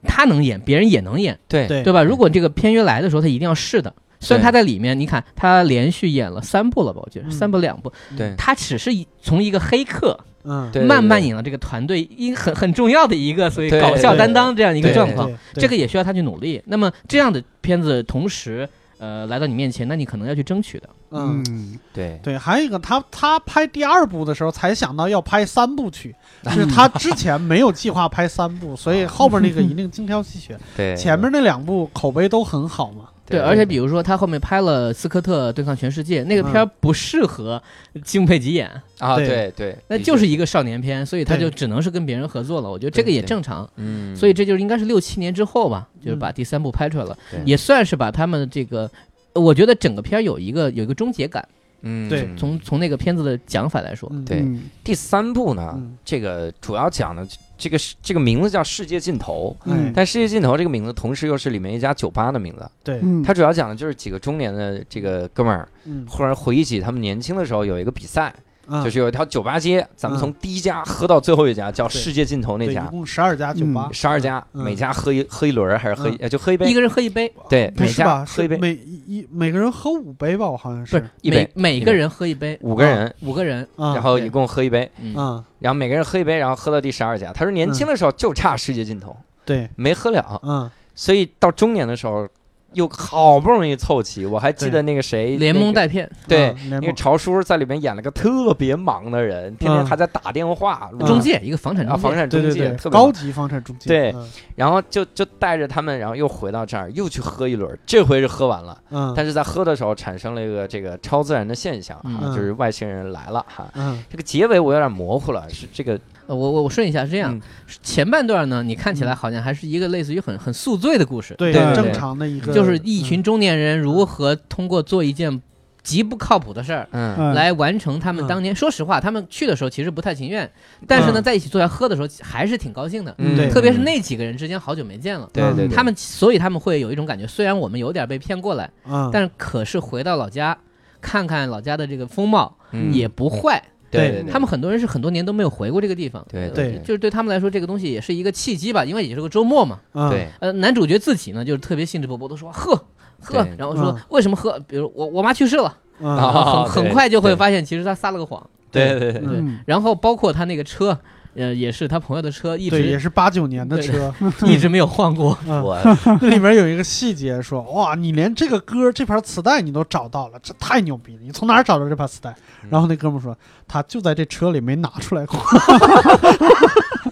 D: 他能演，别人也能演，
A: 对
B: 对
D: 呃对吧？如果这个片约来的时候，他一定要试的。虽然
A: 对
D: 他在里面，你看他连续演了三部了吧？我觉得
B: 嗯
D: 三部两部，
A: 对
D: 他只是一从一个黑客
B: 嗯
A: 对
D: 慢慢演了这个团队一很很重要的一个所谓
A: 对
D: 搞笑
B: 对
D: 担当这样一个
A: 对
D: 状
A: 对
D: 况。这个也需要他去努力。那么这样的片子同时呃来到你面前，那你可能要去争取的。
B: 嗯。
C: 嗯，
A: 对
B: 对，还有一个，他他拍第二部的时候才想到要拍三 部曲，就是他之前没有计划拍三部，所以后边那个一定精挑细选。
A: 对，
B: 前面那两部口碑都很好嘛，
D: 对，而且比如说他后面拍了《斯科特对抗全世界》
A: 嗯
D: 那个片儿不适合金佩吉演，
A: 啊，
B: 对
A: 对对，
D: 那
A: 的
D: 就
A: 确
D: 是一个少年片，所以他
B: 对
D: 就只能是跟别人合作了。我觉得这个也正常。
A: 嗯，
D: 所以这就是应该是六七年之后吧，就是
B: 嗯
D: 把第三部拍出来了，
A: 对
D: 也算是把他们的这个，我觉得整个片儿有一个有一个终结感，
A: 嗯，
B: 对
D: 从从那个片子的讲法来说，
B: 嗯
A: 对
C: 嗯
A: 第三部呢，
B: 嗯
A: 这个主要讲的这个是这个名字叫《世界尽头》，
B: 哎
A: 但《世界尽头》这个名字同时又是里面一家酒吧的名字。
B: 对，
C: 嗯，
A: 它主要讲的就是几个中年的这个哥们儿，
B: 嗯
A: 忽然回忆起他们年轻的时候有一个比赛，
B: 啊
A: 就是有一条酒吧街，咱们
B: 嗯
A: 从第一家喝到最后一家，叫
B: 对
A: 世界尽头那
B: 对一
A: 家，
B: 共十二家酒吧，
A: 十二家，
B: 嗯
A: 每家喝一喝一轮儿还是喝一
B: 嗯
A: 呃就喝一
D: 一
A: 杯，
D: 个人喝一杯，
A: 对，
B: 不
A: 每
B: 是吧？
A: 家
B: 是
A: 喝一杯，
B: 每一一每个人喝五杯吧，我好像
D: 不
B: 是
D: 是
A: 一
D: 每
A: 杯
D: 每个人喝一杯，
A: 五个人，
D: 五个人，
B: 啊，
A: 然后
D: 对
A: 一共喝一杯，
D: 嗯，
B: 啊，
A: 然后每个人喝一杯，然后喝到第十二家。他说年
B: 嗯
A: 轻的时候就差世界尽头，
B: 对，
A: 没喝了，
B: 嗯，
A: 所以到中年的时候又好不容易凑齐。我还记得那个谁
D: 连蒙
A: 带
D: 带骗，
A: 对
B: 啊，联
A: 那个
B: 盟
A: 潮叔在里面演了个特别忙的人，天天还在打电话，
B: 嗯
D: 中
A: 中
D: 介一个房产
A: 啊
D: 中
A: 房
D: 介，
A: 产
B: 对
A: 中
B: 嗯对
A: 介
B: 对，
A: 特别
B: 高
A: 忙，
B: 级房产中介，
A: 对
B: 嗯
A: 然后就就带着他们，然后又回到这儿，又去喝一轮，这回是喝完了。
B: 嗯，
A: 但是在喝的时候产生了一个这个超自然的现象哈，
D: 嗯
A: 就是外星人来了哈。
B: 嗯
A: 这个结尾我有点模糊了，是这个
D: 呃我我我顺一下是这
A: 这
D: 样，前半段呢，你看起来好像还是一个类似于很很宿醉的故事，
B: 对
A: 嗯对对
B: 正
A: 对
B: 常的一个
D: 就是一群中年人如何通过做一件极不靠谱的事儿。
A: 嗯
C: 嗯
D: 来完成他们当年，说实话，他们去的时候其实不太情愿，但是呢，
B: 嗯
D: 在一起坐下喝的时候还是挺高兴的。
A: 嗯
B: 对
D: 特别是那几个人之间好久没见了，
A: 对对对
D: 他们所以他们会有一种感觉，虽然我们有点被骗过来，
B: 嗯，
D: 但是可是回到老家看看老家的这个风貌
A: 嗯
D: 也不坏。
A: 对
B: 对
A: 对
D: 他们很多人是很多年都没有回过这个地方，呃
A: 对
B: 对
A: 对
D: 就是对他们来说，这个东西也是一个契机吧，因为也是个周末嘛。
B: 嗯
A: 对
D: 呃，男主角自己呢，就是特别兴致勃勃的说喝喝
A: 对，
D: 然后说
B: 嗯
D: 为什么喝？比如我我妈去世了，
B: 嗯
A: 啊
D: 然后
A: 哦
D: 很
A: 对
D: 很快就会
A: 对
D: 发现其实他撒了个谎。
A: 对对对对，
C: 嗯
D: 然后包括他那个车，呃，也是他朋友的车，一
B: 对，也
D: 直
B: 是八九年的
D: 对
B: 车，
D: 一直没有换过。
B: 嗯，
A: 我
B: 那里面有一个细节说，哇，你连这个歌这盘磁带你都找到了，这太牛逼了！你从哪儿找到这盘磁带？
A: 嗯
B: 然后那哥们儿说，他就在这车里没拿出来过，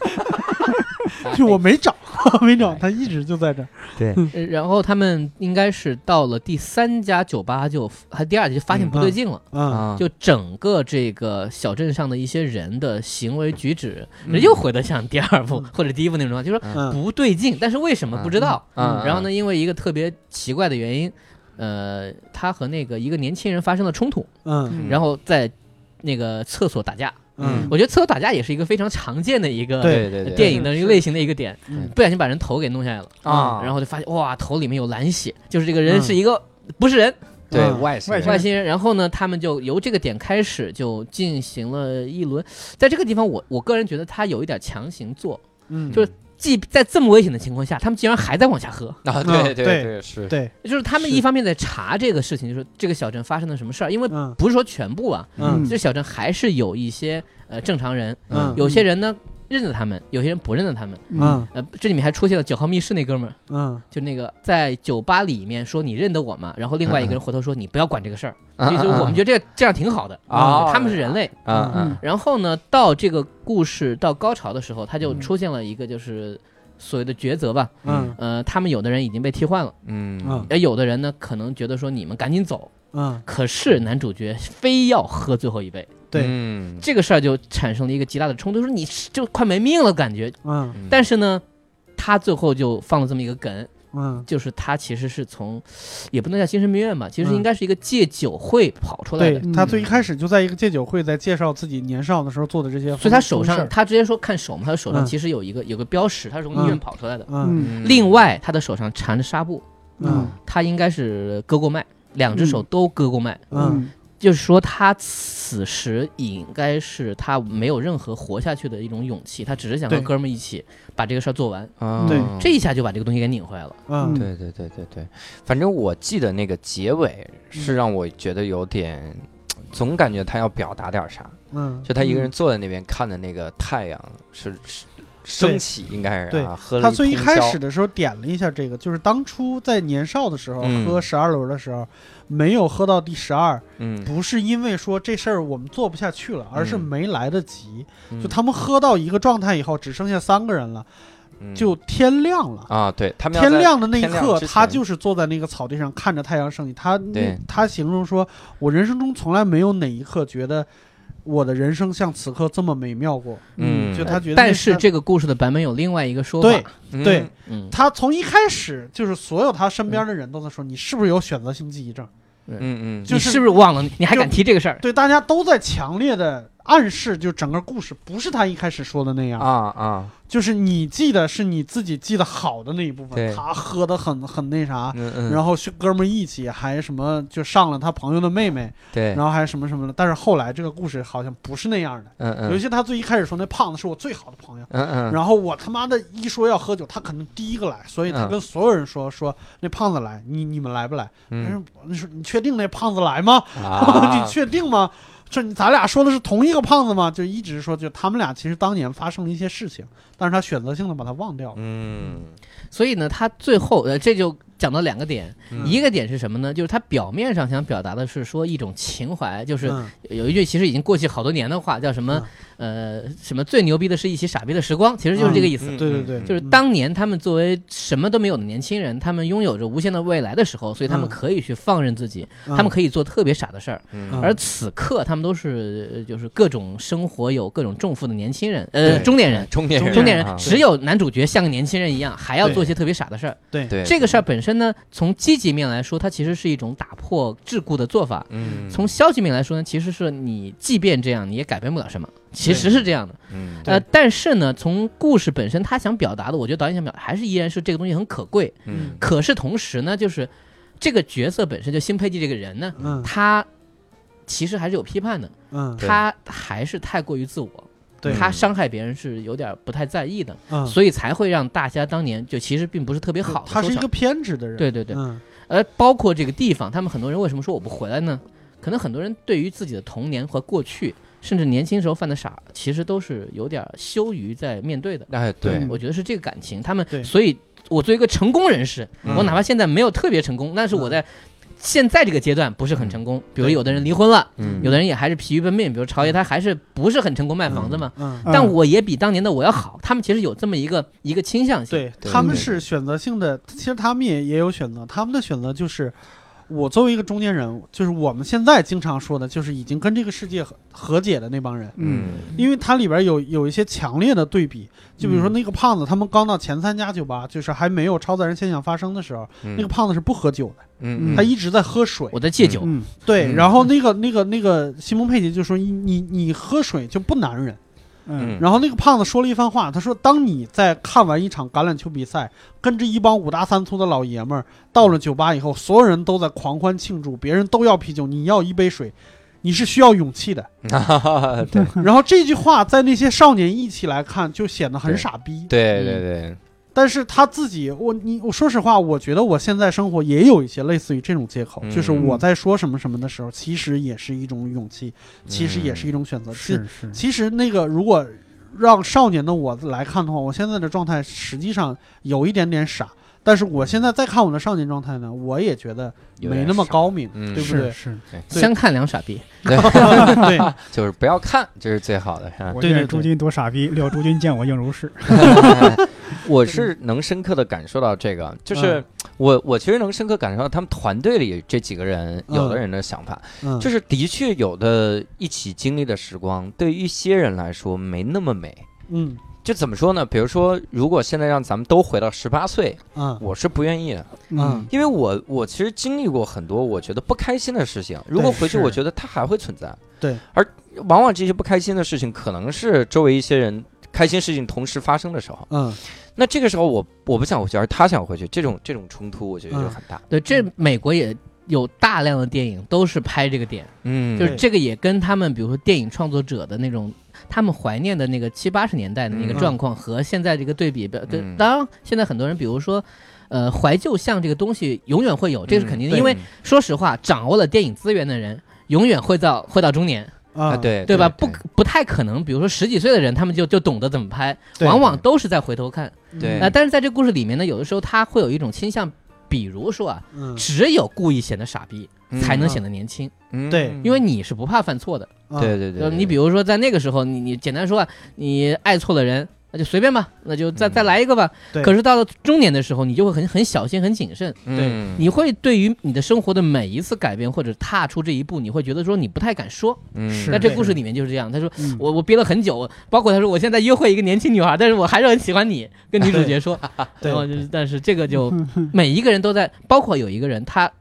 B: 就我没找，没找，他一直就在这儿。
D: 呃然后他们应该是到了第三家酒吧就， 还第二家就发现不对劲了，
B: 嗯，
A: 啊
D: 就整个这个小镇上的一些人的行为举止，
A: 嗯
D: 又回到像第二部
B: 嗯
D: 或者第一部那种状态，就说
B: 嗯
D: 不对劲，但是为什么不知道？
A: 嗯嗯
D: 然后呢，因为一个特别奇怪的原因，呃，他和那个一个年轻人发生了冲突，
B: 嗯
A: 嗯
D: 然后在那个厕所打架。
B: 嗯
D: 我觉得厕所打架也是一个非常常见的一个
A: 对对对
D: 电影的一个类型的一个点
B: 是是，
D: 不小心把人头给弄下来了
A: 啊
D: 然后就发现哇，头里面有蓝血，就是这个人
B: 嗯
D: 是一个不是人，
A: 对
B: 嗯
A: 外星
C: 外
A: 人
C: 星
D: 外星人。然后呢，他们就由这个点开始就进行了一轮，在这个地方我我个人觉得他有一点强行做，
B: 嗯，
D: 就是既在这么危险的情况下，他们竟然还在往下喝，
A: 啊，对
B: 嗯
A: 对
B: 对
A: 对是，
B: 对，
D: 就是他们
B: 是
D: 一方面在查这个事情，就是这个小镇发生了什么事儿，因为
B: 嗯
D: 不是说全部啊，
B: 嗯
D: 这小镇还是有一些呃正常人，
B: 嗯
D: 有些人呢认得他们，有些人不认得他们。
B: 嗯
D: 呃，这里面还出现了九号密室那哥们儿，
B: 嗯
D: 就那个在酒吧里面说你认得我吗？然后另外一个人回头说你不要管这个事儿，
A: 啊
D: 就是我们觉得这这样挺好的
A: 啊
D: 他们是人类。
A: 啊啊
C: 嗯
D: 然后呢，到这个故事到高潮的时候，他就出现了一个就是所谓的抉择吧。
B: 嗯
D: 呃，他们有的人已经被替换了，
A: 嗯
B: 嗯
D: 而有的人呢可能觉得说你们赶紧走，
B: 嗯，
D: 可是男主角非要喝最后一杯，
B: 对
A: 嗯
D: 这个事儿就产生了一个极大的冲突，说你是就快没命了感觉。
B: 嗯
A: 嗯
D: 但是呢，他最后就放了这么一个梗，
B: 嗯，
D: 就是他其实是从，也不能叫精神病院吧，其实
B: 嗯
D: 应该是一个戒酒会跑出来
B: 对
D: 的。
B: 他最一开始就在一个戒酒会，在介绍自己年少的时候做的这些风，
D: 所以他手
B: 风事
D: 上，
B: 儿
D: 他直接说看手嘛，他的手上
B: 嗯
D: 其实有一个有个标识，他是从医院跑出来的。
B: 嗯
A: 嗯
D: 另外，他的手上缠着纱布，
B: 嗯
D: 他应该是割过脉，两只手都割过脉，
B: 嗯
D: 就是说他此时应该是他没有任何活下去的一种勇气，他只是想和
B: 对
D: 哥们一起把这个事儿做完。
A: 啊
B: 对
D: 这一下就把这个东西给拧回来了。
B: 嗯
A: 对对对对对，反正我记得那个结尾是让我觉得有点，总感觉他要表达点啥。
B: 嗯，
A: 就他一个人坐在那边看着那个太阳是是升起，应该是
B: 对
A: 啊，喝了
B: 他
A: 一
B: 最一
A: 通
B: 开
A: 宵
B: 始的时候点了一下这个，就是当初在年少的时候、
A: 嗯
B: 喝十二轮的时候，没有喝到第十二，
A: 嗯，
B: 不是因为说这事儿我们做不下去了，而是没来得及。
A: 嗯
B: 就他们喝到一个状态以后，只剩下三个人了，就天亮了。
A: 嗯啊，对他们要
B: 天
A: 在
B: 亮的那一
A: 天亮
B: 刻，
A: 之前
B: 他就是坐在那个草地上看着太阳升起。他
A: 对
B: 他形容说：“我人生中从来没有哪一刻觉得我的人生像此刻这么美妙过。”
A: 嗯，
B: 就他觉得那，
D: 但是这个故事的版本有另外一个说法，
B: 对
A: 嗯
B: 对
D: 嗯，
B: 他从一开始就是所有他身边的人都在说：“你是不是有选择性记忆症？
A: 嗯嗯，
B: 就是
D: 你是不是忘了？你还敢提这个事儿？
B: 对，大家都在强烈的暗示，就整个故事不是他一开始说的那样，
A: 啊啊，
B: 就是你记得是你自己记得好的那一部
A: 对
B: 分，他喝的很很那啥。
A: 嗯嗯，
B: 然后去哥们儿一起还什么就上了他朋友的妹妹，
A: 对
B: 然，后还什么什么的，但是后来这个故事好像不是那样的，
A: 嗯
B: 尤
A: 嗯
B: 其他最一开始说那胖子是我最好的朋友，
A: 嗯嗯，
B: 然后我他妈的一说要喝酒，他肯定第一个来，所以他
A: 嗯
B: 跟所有人说说那胖子来，你你们来不来？但
A: 嗯
B: 是你说你确定那胖子来吗？
A: 啊
B: 你确定吗？这你咱俩说的是同一个胖子吗？就一直说，就他们俩其实当年发生了一些事情，但是他选择性的把他忘掉了。
A: 嗯，
D: 所以呢，他最后呃，这就讲到两个点，
A: 嗯
D: 一个点是什么呢？就是他表面上想表达的是说一种情怀，就是
B: 嗯
D: 有一句其实已经过去好多年的话，叫什么？呃，什么最牛逼的是一起傻逼的时光，其实就是这个意思。
A: 嗯
B: 对对对
A: 嗯
D: 就是当年他们作为什么都没有的年轻人，他们拥有着无限的未来的时候，所以他们
B: 嗯
D: 可以去放任自己，
B: 嗯
D: 他们可以做特别傻的事儿。
A: 嗯
D: 而此刻，他们都是呃就是各种生活有各种重负的年轻人，呃，中年人。
A: 中年人，
D: 中年人
A: 啊
D: 只有男主角像个年轻人一样，还要做一些特别傻的事儿。
B: 对
A: 对
D: 这个事儿本身呢，从积极面来说，它其实是一种打破桎梏的做法；
A: 嗯，
D: 从消极面来说呢，其实是你即便这样，你也改变不了什么。其实是这样的。
A: 嗯
D: 呃，但是呢，从故事本身，他想表达的，我觉得导演想表达还是依然是这个东西很可贵。
A: 嗯
D: 可是同时呢，就是这个角色本身，就辛佩蒂这个人呢，
B: 嗯
D: 他其实还是有批判的，
B: 嗯
A: 对
D: 他还是太过于自我，
B: 对
D: 他伤害别人是有点不太在意的，
B: 嗯，
D: 所以才会让大家当年就其实并不是特别
B: 以
D: 好的收
B: 他
D: 场。
B: 是一个偏执的人。
D: 对对对，
B: 嗯
D: 而包括这个地方，他们很多人为什么说我不回来呢？可能很多人对于自己的童年和过去，甚至年轻时候犯的傻，其实都是有点羞于在面对的。
A: 哎对
C: 嗯
D: 我觉得是这个感情，他们
B: 对
D: 所以，我作为一个成功人士，
A: 嗯
D: 我哪怕现在没有特别成功，但是我在现在这个阶段不是很成功。比如
B: 对
D: 有的人离婚了，
A: 嗯
D: 有的人也还是疲于奔命，比如朝爷他还是不是很成功卖房子嘛。
B: 嗯，
D: 但我也比当年的我要好，他们其实有这么一个一个倾向性。
B: 对
A: 对
B: 他
A: 对
B: 们是选择性的，其实他们也也有选择，他们的选择就是。我作为一个中间人，就是我们现在经常说的，就是已经跟这个世界和和解的那帮人，
C: 嗯
B: 因为它里边有有一些强烈的对比，就比如说
C: 嗯
B: 那个胖子，他们刚到前三家酒吧，就是还没有超自然现象发生的时候，
A: 嗯
B: 那个胖子是不喝酒的，
A: 嗯
C: 嗯
B: 他一直在喝水。
D: 我在戒酒，
C: 嗯
B: 对，
A: 嗯
B: 然后那个那个那个西蒙佩吉就说你你你喝水就不男人。
C: 嗯
B: 然后那个胖子说了一番话，他说当你在看完一场橄榄球比赛，跟着一帮五大三粗的老爷们儿到了酒吧以后，所有人都在狂欢庆祝，别人都要啤酒，你要一杯水，你是需要勇气 的。
A: 嗯 对
B: 然后这句话在那些少年一起来看，就显得很傻逼。
A: 对对
B: 嗯
A: 对，
B: 但是他自己，我你我说实话，我觉得我现在生活也有一些类似于这种借口，
A: 嗯
B: 就是我在说什么什么的时候，其实也是一种勇气，其实
A: 嗯
B: 也是一种选择。其
C: 是是，
B: 其实那个如果让少年的我来看的话，我现在的状态实际上有一点点傻。但是我现在再看我的少年状态呢，我也觉得没那么高明，
A: 嗯
B: 对不
C: 是
B: 对？
C: 是，
B: 对
D: 相看两傻逼。
B: 对，
A: 就是不要看，这是最好的。是吧
C: 我
B: 对对
C: 愿
B: 对
C: 诸君多傻逼，料诸君见我应如是。
A: 我是能深刻的感受到这个，就是
B: 嗯
A: 我我其实能深刻感受到他们团队里这几个人
B: 嗯
A: 有的人的想法，
B: 嗯，
A: 就是的确有的一起经历的时光，对于一些人来说没那么美。
B: 嗯
A: 就怎么说呢？比如说，如果现在让咱们都回到十八岁，
B: 嗯
A: 我是不愿意的，
B: 嗯
A: 因为我我其实经历过很多我觉得不开心的事情。如果回去，
C: 是
A: 我觉得它还会存在。
B: 对，
A: 而往往这些不开心的事情，可能是周围一些人开心事情同时发生的时候。
B: 嗯
A: 那这个时候我我不想回去，而他想回去，这种这种冲突，我觉得就
B: 嗯
A: 很大。
D: 对，这美国也有大量的电影都是拍这个点，
A: 嗯
D: 就是
B: 对
D: 这个也跟他们比如说电影创作者的那种。他们怀念的那个七八十年代的那个
A: 嗯
D: 状况和现在这个对比，对
A: 嗯，
D: 当然现在很多人，比如说，呃，怀旧像这个东西永远会有，这是肯定的，
A: 嗯对
D: 因为说实话，掌握了电影资源的人永远会到会到中年，
A: 啊，
B: 啊，
A: 对
D: 对吧？不可不太可能，比如说十几岁的人，他们就就懂得怎么拍，
B: 对
D: 往往都是在回头看。
A: 对
D: 呃，但是在这故事里面呢，有的时候他会有一种倾向，比如说啊，
B: 嗯
D: 只有故意显得傻逼
A: 嗯
D: 才能显得年轻，
A: 嗯
B: 对
A: 嗯
D: 因为你是不怕犯错的。
B: 啊
A: 对对
D: 就
A: 对，
D: 是你比如说在那个时候，你你简单说啊，你爱错了人，那就随便吧，那就再
A: 嗯
D: 再来一个吧。
B: 对
D: 可是到了中年的时候，你就会很很小心、很谨慎，
A: 嗯
D: 你会对于你的生活的每一次改变或者踏出这一步，你会觉得说你不太敢说。
A: 嗯
C: 是
D: 那这
B: 对
D: 故事里面就是这样，他说
C: 嗯
D: 我我憋了很久，包括他说我现在约会一个年轻女孩，但是我还是很喜欢你，跟女主角说，
B: 对
D: 然后就是但是这个就每一个人都在，包括有一个人他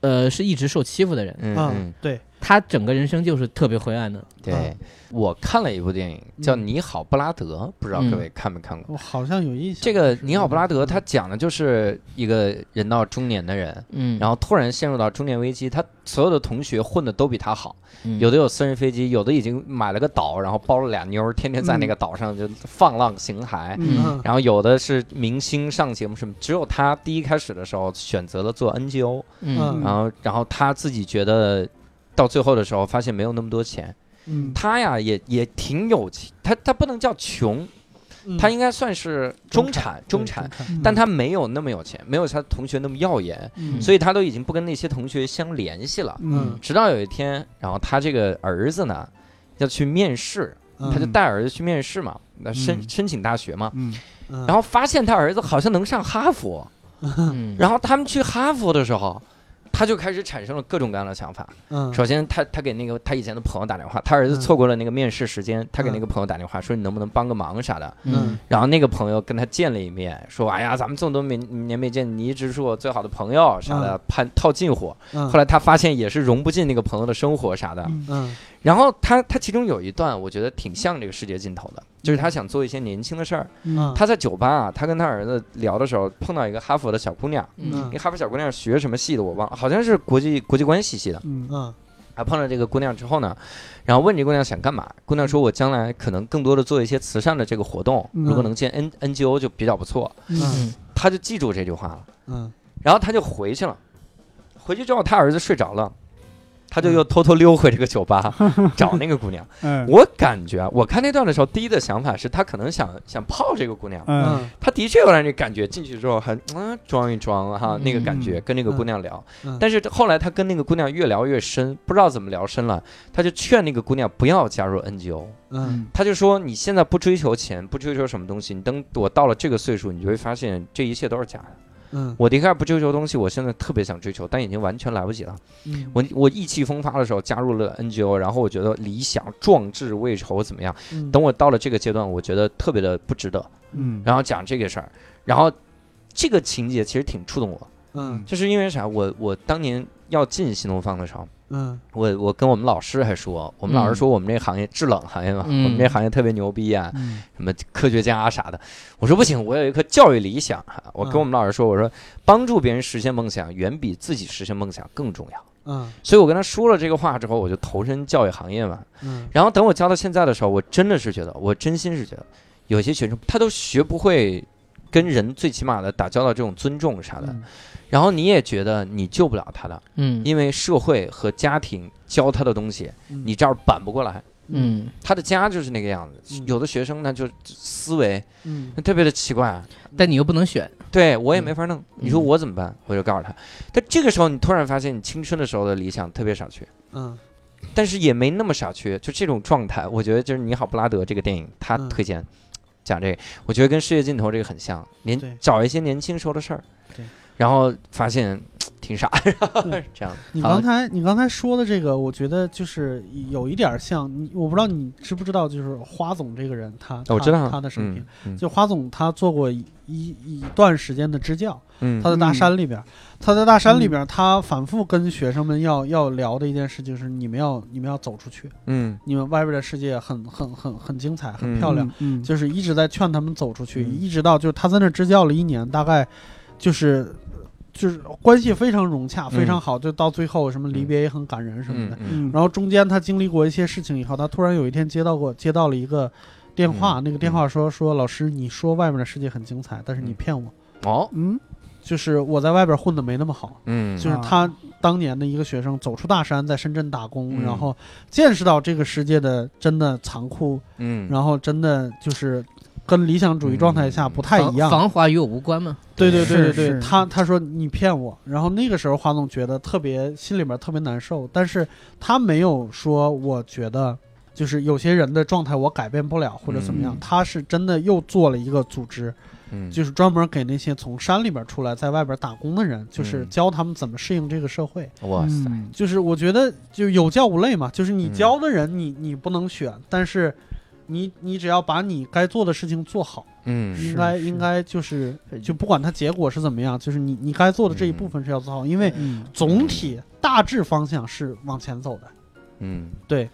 D: 呃是一直受欺负的人，
A: 嗯
B: 啊
A: 嗯，
B: 对，
D: 他整个人生就是特别灰暗的。
A: 对
B: 啊。
A: 我看了一部电影叫《
D: 嗯
A: 你好，布拉德》，不知道各位看没看过？
B: 我好像有印象。
A: 这个《你好，布拉德》
B: 嗯
A: 他讲的就是一个人到中年的人，
D: 嗯，
A: 然后突然陷入到中年危机，他所有的同学混的都比他好，
D: 嗯
A: 有的有私人飞机，有的已经买了个岛，然后包了俩妞儿，天天在那个岛上就放浪形骸。
C: 嗯
A: 然后有的是明星上节目什么，只有他第一开始的时候选择了做 NGO，
D: 嗯
B: 嗯
A: 然后然后他自己觉得到最后的时候发现没有那么多钱，
B: 嗯，
A: 他呀也也挺有钱，他他不能叫穷，
B: 嗯
A: 他应该算是中产中产，
B: 对
A: 但他没有那么有钱，没有他同学那么耀眼，
C: 嗯
A: 所以他都已经不跟那些同学相联系了。
C: 嗯
A: 直到有一天，然后他这个儿子呢要去面试，
B: 嗯
A: 他就带儿子去面试嘛，那申
C: 嗯
A: 申请大学嘛，
C: 嗯
B: 嗯
A: 然后发现他儿子好像能上哈佛，
D: 嗯，
A: 然后他们去哈佛的时候。他就开始产生了各种各样的想法。
B: 嗯
A: 首先他，他给那个他以前的朋友打电话，他儿子
B: 嗯
A: 错过了那个面试时间，他给
B: 嗯
A: 那个朋友打电话说：“你能不能帮个忙啥的？”
D: 嗯
A: 然后那个朋友跟他见了一面，说：“哎呀，咱们这么多年年没见，你一直是我最好的朋友啥的，攀套近乎。”
B: 嗯
A: 后来他发现也是融不进那个朋友的生活啥的。
C: 嗯
B: 嗯
A: 然后他他其中有一段，我觉得挺像这个世界尽头的，就是他想做一些年轻的事儿。
B: 嗯
A: 他在酒吧啊，他跟他儿子聊的时候，碰到一个哈佛的小姑娘，
D: 嗯
A: 那哈佛小姑娘学什么系的我忘了，好像是国际国际关系系的。
C: 嗯
B: 嗯
A: 啊，碰到这个姑娘之后呢，然后问这姑娘想干嘛？姑娘说：“我将来可能更多的做一些慈善的这个活动，如果能建 N NGO 就比较不错。”
C: 嗯
D: 嗯
A: 他就记住这句话了，
B: 嗯
A: 然后他就回去了。回去之后，他儿子睡着了，他就又偷偷溜回这个酒吧找那个姑娘。
C: 嗯
A: 我感觉，我看那段的时候，第一的想法是他可能想想泡这个姑娘，
C: 嗯
B: 嗯
A: 他的确有让这感觉。进去之后还嗯装一装哈、
D: 嗯
A: 那个感觉，跟那个姑娘聊。
B: 嗯
A: 但是后来他跟那个姑娘越聊越深，不知道怎么聊深了，他就劝那个姑娘不要加入 NGO。
B: 嗯
A: 他就说：“你现在不追求钱，不追求什么东西，你等我到了这个岁数，你就会发现这一切都是假的。”
B: 嗯
A: 我的确不追求东西，我现在特别想追求，但已经完全来不及了。
B: 嗯
A: 我我意气风发的时候加入了 NGO，然后我觉得理想壮志未酬怎么样？
B: 嗯
A: 等我到了这个阶段，我觉得特别的不值得。
C: 嗯
A: 然后讲这个事儿，然后这个情节其实挺触动我，
B: 嗯
A: 就是因为啥？我我当年要进新东方的时候。
B: 嗯
A: 我我跟我们老师还说，我们老师说我们这行业制冷行业嘛，
D: 嗯
A: 我们这行业特别牛逼啊，
C: 嗯
A: 什么科学家啊啥的。我说不行，我有一颗教育理想哈。我
B: 嗯
A: 跟我们老师说，我说帮助别人实现梦想远比自己实现梦想更重要。
B: 嗯
A: 所以我跟他说了这个话之后，我就投身教育行业嘛。
B: 嗯
A: 然后等我教到现在的时候，我真的是觉得，我真心是觉得，有些学生他都学不会跟人最起码的打交道这种尊重
B: 嗯
A: 啥的。然后你也觉得你救不了他的，
D: 嗯
A: 因为社会和家庭教他的东西，
B: 嗯
A: 你这儿扳不过来。
D: 嗯
A: 他的家就是那个样子
B: 嗯，
A: 有的学生呢就思维
B: 嗯
A: 特别的奇怪，啊
D: 但你又不能选，
A: 对我也没法
B: 嗯
A: 弄。你说我怎么办？我就告诉他。但这个时候，你突然发现，你青春的时候的理想特别傻缺，
B: 嗯
A: 但是也没那么傻缺。就这种状态，我觉得就是《你好，布拉德》这个电影，他
B: 嗯
A: 推荐讲这个，我觉得跟《世界尽头》这个很像，
B: 对
A: 年找一些年轻时候的事儿
B: 对，
A: 然后发现嘖挺傻，
B: 对
A: 这样。
B: 你
D: 好
B: 刚才你刚才说的这个，我觉得就是有一点儿像你，我不知道你知不知道，就是花总这个人，他
A: 啊我
B: 他
A: 知道
B: 他的生平
A: 嗯。嗯
B: 就花总他做过一一一段时间的支教，
A: 嗯，
B: 他在大山里边儿，他在大山里边儿，他反复跟学生们要要聊的一件事就是你们要你们要走出去，
A: 嗯
B: 你们外边的世界很很很很精彩，很漂亮，
C: 嗯
B: 就是一直在劝他们走出去，
A: 嗯
B: 一直到就是他在那儿支教了一年，大概就是就是关系非常融洽，非常好，就到最后什么离别也很感人什么的。
A: 嗯嗯
B: 然后中间他经历过一些事情以后，他突然有一天接到过接到了一个电话，
A: 嗯
B: 那个电话说说老师，你说外面的世界很精彩，但是你
A: 嗯
B: 骗我，
A: 哦
C: 嗯
B: 就是我在外边混的没那么好。
A: 嗯
B: 就是他当年的一个学生走出大山，在深圳打工，
A: 嗯
B: 然后见识到这个世界的真的残酷，
A: 嗯，
B: 然后真的就是跟理想主义状态下不太
D: 防
B: 一样。
D: 防华与我无关嘛。
B: 嗯对对对对
C: 是
B: 对，
C: 是
B: 他他说你骗我，然后那个时候花总觉得特别心里边特别难受，但是他没有说我觉得。就是有些人的状态我改变不了或者怎么样，
C: 嗯
B: 他是真的又做了一个组织，
A: 嗯
B: 就是专门给那些从山里边出来在外边打工的人，就是
A: 嗯
B: 教他们怎么适应这个社会。
A: 哇塞，
B: 就是我觉得就有教无类嘛，就是你
A: 嗯
B: 教的人你，你不能选，但是你你只要把你该做的事情做好，
A: 嗯
B: 应该应该就是就不管它结果是怎么样，就是你你该做的这一部分是要做好，因为
C: 嗯，
B: 总体大致方向是往前走的。
A: 嗯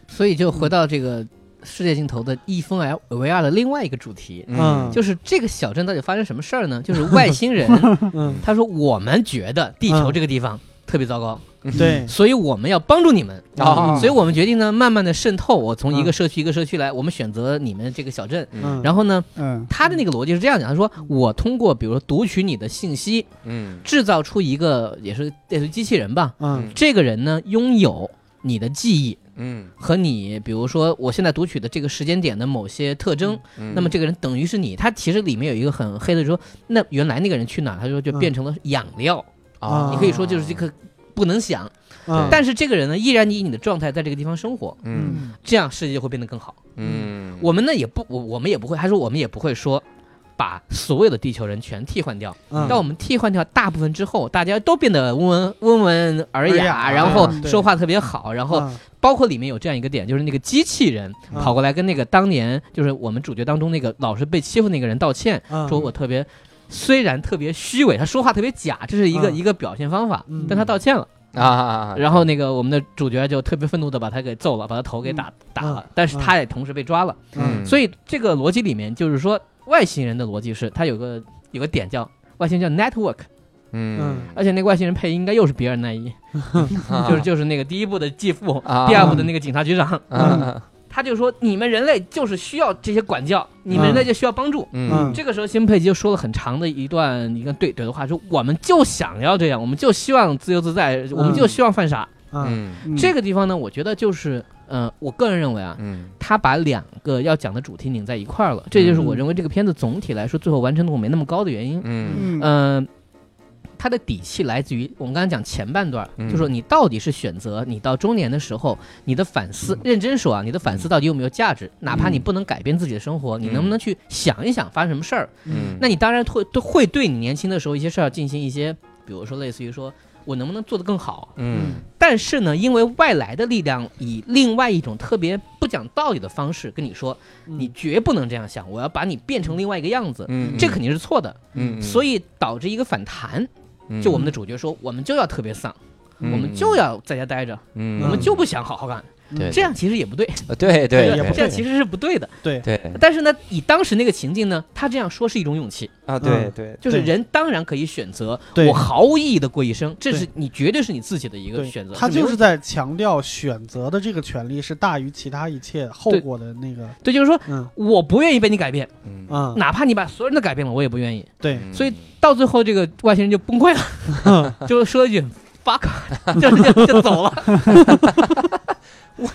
D: 所以就回到这个世界尽头的一分为为二的另外一个主题，
B: 嗯
D: 就是这个小镇到底发生什么事儿呢？就是外星 人，
B: 嗯，
D: 他说我们觉得地球这个地方特别糟糕，
A: 嗯
B: 对，
D: 所以我们要帮助你们。
A: 啊，嗯
D: 所以我们决定呢，慢慢的渗透。我从一个社区一个社区来，我们选择你们这个小镇。
B: 嗯，
D: 然后呢，
C: 嗯
D: 他的那个逻辑是这样讲：他说，我通过比如说读取你的信息，
A: 嗯
D: 制造出一个也是类似于机器人吧。
B: 嗯
D: 这个人呢，拥有你的记忆
A: 嗯
D: 和你，比如说我现在读取的这个时间点的某些特征。
A: 嗯，
D: 那么这个人等于是你。他其实里面有一个很黑的说，那原来那个人去哪儿？他说就变成了养料。
A: 啊，
D: 你可以说就是这个不能想，
B: 嗯，
D: 但是这个人呢，依然以你的状态在这个地方生活，
A: 嗯
D: 这样世界就会变得更好。
A: 嗯，
D: 我们呢也不，我我们也不会，还说我们也不会说。把所有的地球人全替换掉。
B: 嗯
D: 当我们替换掉大部分之后，大家都变得温文温文尔
B: 尔
D: 雅，
B: 雅
D: 然后
B: 嗯对
D: 说话特别好，然后
B: 嗯
D: 包括里面有这样一个点，就是那个机器人
B: 嗯
D: 跑过来跟那个当年就是我们主角当中那个老是被欺负那个人道歉，
B: 嗯
D: 说我特别，虽然特别虚伪，他说话特别假，这是一个
B: 嗯
D: 一个表现方法
B: 嗯，
D: 但他道歉了。
A: 啊，
D: 然后那个我们的主角就特别愤怒的把他给揍了，把他头给打打了
B: 嗯，
D: 但是他也同时被抓了。
A: 嗯
D: 所以这个逻辑里面就是说，外星人的逻辑是他有个有个点叫。外星人叫 network，
A: 嗯，
D: 而且那个外星人配音应该又是比尔奈伊，呃
A: 啊
D: 就是就是那个第一部的继父，第二部的那个警察局长，
A: 嗯
D: 他就说你们人类就是需要这些管教，你们人类就需要帮助。
A: 嗯
D: 这个时候，辛佩吉就说了很长的一段一个对对的话，说我们就想要这样，我们就希望自由自在，我们就希望犯傻。
B: 嗯
A: 嗯
C: 嗯
D: 这个地方呢，我觉得就是，呃，我个人认为啊，
A: 嗯
D: 他把两个要讲的主题拧在一块儿了，这就是我认为这个片子总体来说最后完成度没那么高的原因。
A: 嗯
C: 嗯
D: 嗯，他的底气来自于我们刚才讲前半段，
A: 嗯
D: 就说你到底是选择你到中年的时候，你的反
A: 嗯
D: 思，认真说啊，你的反思到底有没有价值？哪怕你不能改变自己的生活，你能不能去想一想发生什么事儿？
A: 嗯，
D: 那你当然会都会对你年轻的时候一些事儿进行一些，比如说类似于说我能不能做得更好？
A: 嗯
D: 但是呢，因为外来的力量以另外一种特别不讲道理的方式跟你说，
B: 嗯
D: 你绝不能这样想，我要把你变成另外一个样子，
A: 嗯，
D: 这肯定是错的。
A: 嗯，
D: 所以导致一个反弹，
A: 以
D: 就我们的主角说，我们就要特别丧，
A: 嗯
D: 我们就要在家待着，
A: 嗯，
D: 我们就不想好好干，
A: 对呃
D: 这样其实也不对，
A: 对对嗯
B: 也不
D: 这样其
B: 对
D: 实是不对的。
A: 对
D: 但是呢，以当时那个情境呢，他这样说是一种勇气，
A: 啊
D: 嗯
A: 对对
D: 就是
B: 对
D: 人当然可以选择
B: 对
D: 我毫无意义的过一生，这
B: 对
D: 是你绝对是你自己的一个选择。
B: 他
D: 没
B: 就
D: 有
B: 是在强调选择的这个权利是大于其他一切后
D: 对
B: 果的那个，
D: 对，就是说
B: 嗯
D: 我不愿意被你改变，
A: 嗯
B: 嗯，
D: 哪怕你把所有人都改变了，我也不愿意。
B: 对，
D: 到最后，这个外星人就崩溃了， 就说一句 “fuck”，就就就走了。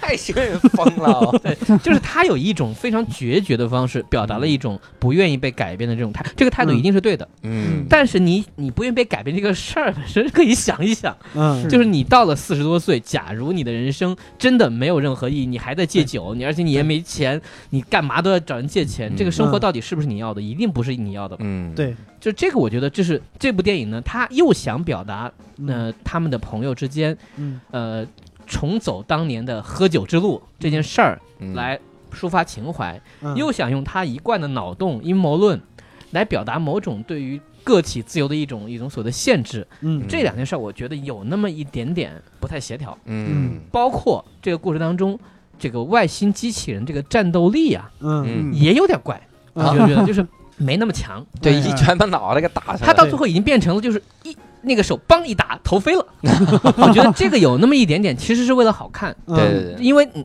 A: 外星人疯了，
D: 就是他有一种非常决绝的方式，表达了一种不愿意被改变的这种态，这个态度
B: 嗯
D: 一定是对的。
A: 嗯，
D: 但是你你不愿意被改变这个事儿本身，可以想一想，
B: 嗯，
D: 就是你到了四十多岁，假如你的人生真的没有任何意义，你还在借酒，你而且你也没钱，你干嘛都要找人借钱，
A: 嗯
D: 这个生活
B: 嗯
D: 到底是不是你要的？一定不是你要的。
A: 嗯
B: 对，
D: 就这个，我觉得这是这部电影呢，他又想表达，
B: 嗯
D: 呃，他们的朋友之间，
B: 嗯
D: 呃，重走当年的喝酒之路这件事儿
A: 嗯
D: 来抒发情怀。
B: 嗯
D: 又想用他一贯的脑洞阴谋论，来表达某种对于个体自由的一种一种所谓的限制。
B: 嗯
D: 这两件事儿，我觉得有那么一点点不太协调。
A: 嗯
D: 包括这个故事当中，这个外星机器人这个战斗力啊，
B: 嗯
A: 嗯，
D: 也有点怪，我
A: 啊
D: 觉得就是没那么强。
A: 对，一拳把脑袋给打下
D: 他
A: 来，
D: 到最后已经变成了就是一。那个手梆一打，头 飞了。我觉得这个有那么一点点，其实是为了好看，
B: 嗯
A: 对对对，
D: 因为你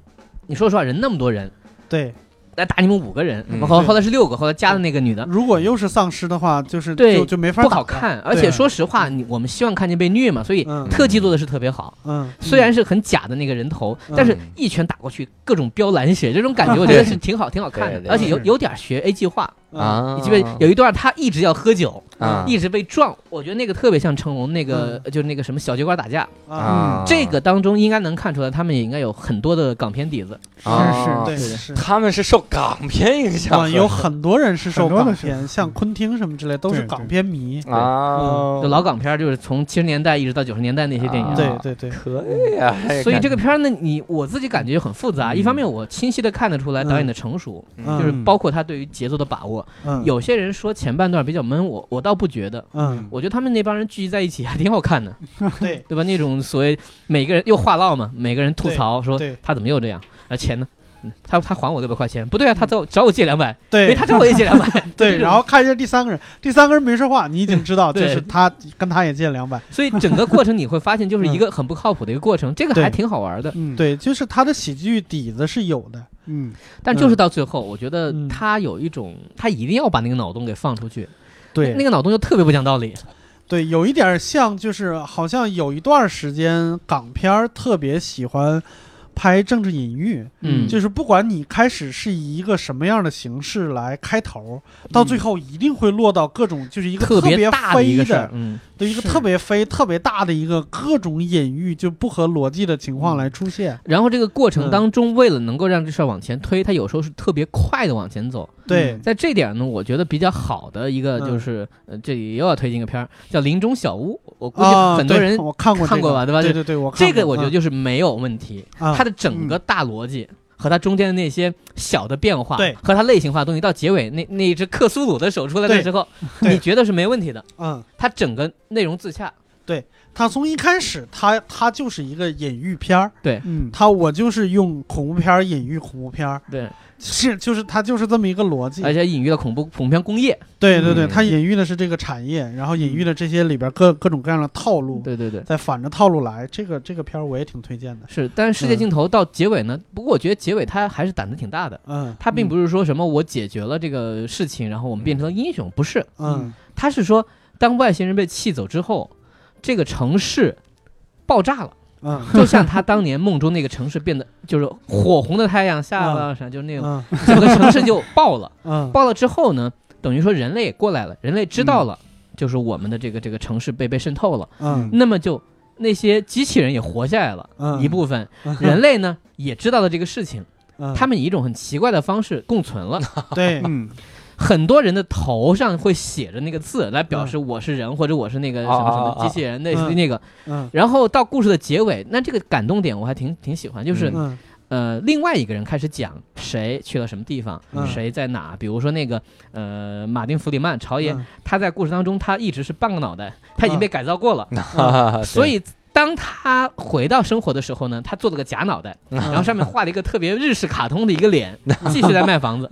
D: 你说实话，人那么多人
B: 对，
D: 来打你们五个人，
A: 嗯
D: 后
B: 对嗯
D: 后来是六个，后来加的那个女的，
B: 如果又是丧尸的话，就是
D: 对
B: 就就没法
D: 不
B: 打
D: 好
B: 了，
D: 看，而且说实话，你我们希望看见被虐嘛，所以
B: 嗯
D: 特技做的是特别好。
B: 嗯，
D: 虽然是很假的那个人头，
B: 嗯
D: 但是一拳打过去，各种飙蓝血，这种感觉我觉得是挺好，挺好看
A: 对
D: 的，
A: 对
D: 而且有
B: 是
D: 有点学 A 计划。
B: 嗯
A: 啊，
D: 你记不记得有一段他一直要喝酒，
A: 啊
D: 一直被撞，我觉得那个特别像成龙那个，
B: 嗯
D: 就是那个什么小酒馆打架，
B: 啊，
D: 嗯
A: 啊
D: 这个当中应该能看出来，他们也应该有很多的港片底子。
A: 啊
B: 对
D: 是的
B: 是。
A: 他们是受港片影响
B: 啊，
A: 的，
B: 有很多人是受
C: 很多
B: 港
C: 的是
B: 片，像昆汀什么之类，都是
C: 对
B: 港
C: 对
B: 片迷。
A: 啊，
D: 就老港片，就是从七十年代一直到九十年代那些电影
A: 啊。
B: 对对 对，
A: 可以啊，
D: 所以这个片儿呢，你我自己感觉很复杂。一方面，我清晰的看得出来导演的成熟，
A: 嗯
D: 就是
C: 嗯
D: 包括他对于节奏的把握， 。
B: 嗯，
D: 有些人说前半段比较闷，我我倒不觉得，
B: 嗯，
D: 我觉得他们那帮人聚集在一起还挺好看的，
A: 嗯
B: 对，
D: 对吧？那种所谓每个人又话唠嘛，每个人吐槽说
B: 对
D: 他怎么又这样，啊钱呢？嗯他他还我六百块钱，不对啊，他找
A: 嗯
D: 找我借两百，
B: 对
D: 没他找我也借两百，这
B: 对，
D: 种
B: 然后看一下第三个人，第三个人没说话，你已经知道，就
D: 对
B: 是他跟他也借两百，
D: 所以整个过程你会发现就是
B: 嗯
D: 一个很不靠谱的一个过程，这个还挺好玩的。
C: 嗯，，
B: 对，就是他的喜剧底子是有的，
C: 嗯，
D: 但就是到最后，我觉得
B: 嗯
D: 他有一种，他一定要把那个脑洞给放出去，
B: 对，
D: 那个脑洞就特别不讲道理。
B: 对，有一点儿像，就是好像有一段儿时间港片儿特别喜欢拍政治隐喻，
D: 嗯
B: 就是不管你开始是以一个什么样的形式来开头，到最后一定会落到各种就是一个
D: 特
B: 别
D: 大的一
B: 飞
D: 个事儿
B: 的，，
D: 嗯，
B: 对一个
C: 是
B: 特别飞、特别大的一个各种隐喻就不合逻辑的情况来出现。
D: 然后这个过程当中，为了能够让这事儿往前推，他有时候是特别快的往前走。
B: 对，
D: 在这点呢，我觉得比较好的一个
B: 嗯
D: 就是，呃，这里又要推荐一个片儿叫《林中小屋》，我估计
B: 啊，
D: 很多
B: 对
D: 人
B: 我看过
D: 看
B: 这
D: 过
B: 个
D: 吧对吧
B: 对
D: 就
B: 对对，我看
D: 这个
B: 过
D: 我觉得
B: 嗯
D: 就是没有问题，
B: 啊
D: 它的整个大逻辑。和它中间的那些小的变化，
B: 对
D: 和它类型化的东西，到结尾那那一只克苏鲁的手出来的
B: 对
D: 时候，
B: 对
D: 你觉得是没问题的。
B: 嗯，
D: 它整个内容自洽，
B: 他从一开始他他就是一个隐喻片儿。
C: 嗯，
B: 他我就是用恐怖片儿隐喻恐怖片儿，
D: 对，
B: 是就是他就是这么一个逻辑。
D: 而且隐喻了恐怖恐怖片工业，
B: 对对对，
A: 嗯
B: 他隐喻的是这个产业，然后隐喻了这些里边各各种各样的套路，
D: 嗯对对对，
B: 再反着套路来。这个这个片儿我也挺推荐的。
D: 是。但是世界
B: 嗯
D: 尽头到结尾呢，不过我觉得结尾它还是胆子挺大的。
B: 嗯
D: 它并不是说什么我解决了这个事情，然后我们变成了英雄，不是，
B: 嗯
D: 它是说当外星人被气走之后，这个城市爆炸了。
B: 嗯
D: 就像他当年梦中那个城市变得就是火红的太阳下了，啥、就是那种
B: 嗯
D: 整个城市就爆了。
B: 嗯
D: 爆了之后呢，等于说人类也过来了，人类知道了，就是我们的这个这个城市被被渗透了，
B: 嗯
D: 那么就那些机器人也活下来了。
B: 嗯，
D: 一部 分
B: 嗯
D: 人类呢也知道了这个事情，
B: 嗯
D: 他们以一种很奇怪的方式共存 了。
B: 对
C: 嗯，
D: 很多人的头上会写着那个字来表示我是人或者我是那
B: 哦
D: 个什么什
A: 啊啊啊
D: 么机器人，类似于
B: 嗯
D: 那个。
B: 嗯
D: 然后到故事的结尾，那这个感动点我还挺挺喜欢，就是
A: 嗯
B: 嗯
D: 呃，另外一个人开始讲谁去了什么地方，
B: 嗯
D: 谁在哪。比如说那个呃，马丁·弗里曼朝爷，
B: 嗯
D: 他在故事当中他一直是半个脑袋，他已经被改造过了，
A: 啊
D: 所以。当他回到生活的时候呢，他做了个假脑袋，
B: 嗯
D: 然后上面画了一个特别日式卡通的一个 脸，继续在卖房子，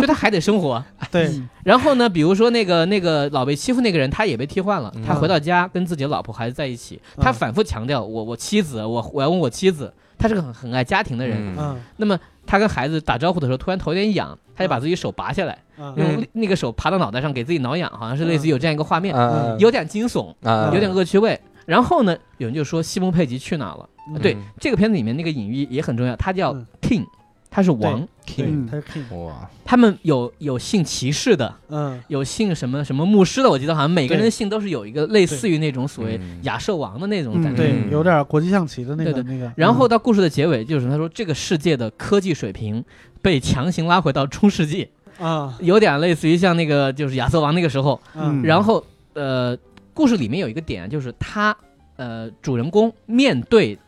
D: 就他还得生活。
B: 对
D: 然后呢，比如说那个那个老被欺负那个人，他也被替换了
A: 嗯，
D: 他回到家跟自己的老婆孩子在一起，
B: 嗯
D: 他反复强调我我妻子，我我要问我妻子，他是个很很爱家庭的人，
B: 嗯
D: 那么他跟孩子打招呼的时候，突然头有点痒，他就把自己手拔下来，
B: 嗯
A: 嗯
D: 用力那个手爬到脑袋上给自己挠痒，好像是类似于有这样一个画面，
A: 啊
D: 嗯有点惊悚，
A: 啊
D: 有点恶趣味。然后呢，有人就说西蒙佩吉去哪了？
B: 嗯
D: 对，这个片子里面那个隐喻也很重要，他叫
B: 嗯
D: king，他是王
B: 对。对
A: king
C: 嗯
B: 他是 king
A: 哇
D: 他们有有姓骑士的，
B: 嗯
D: 有姓什么什么牧师的，我记得好像每个人
B: 对
D: 的姓都是有一个类似于那种所谓
A: 嗯
D: 亚瑟王的那种
C: 嗯
D: 感觉。
B: 对嗯
A: 嗯
B: 有点国际象棋的那个
D: 对
B: 那个，
D: 然后到故事的结尾，就是他说这个世界的科技水平被强行拉回到中世纪，
B: 啊
D: 有点类似于像那个就是亚瑟王那个时候。
B: 嗯
D: 然后呃，故事里面有一个点，就是他呃主人公面对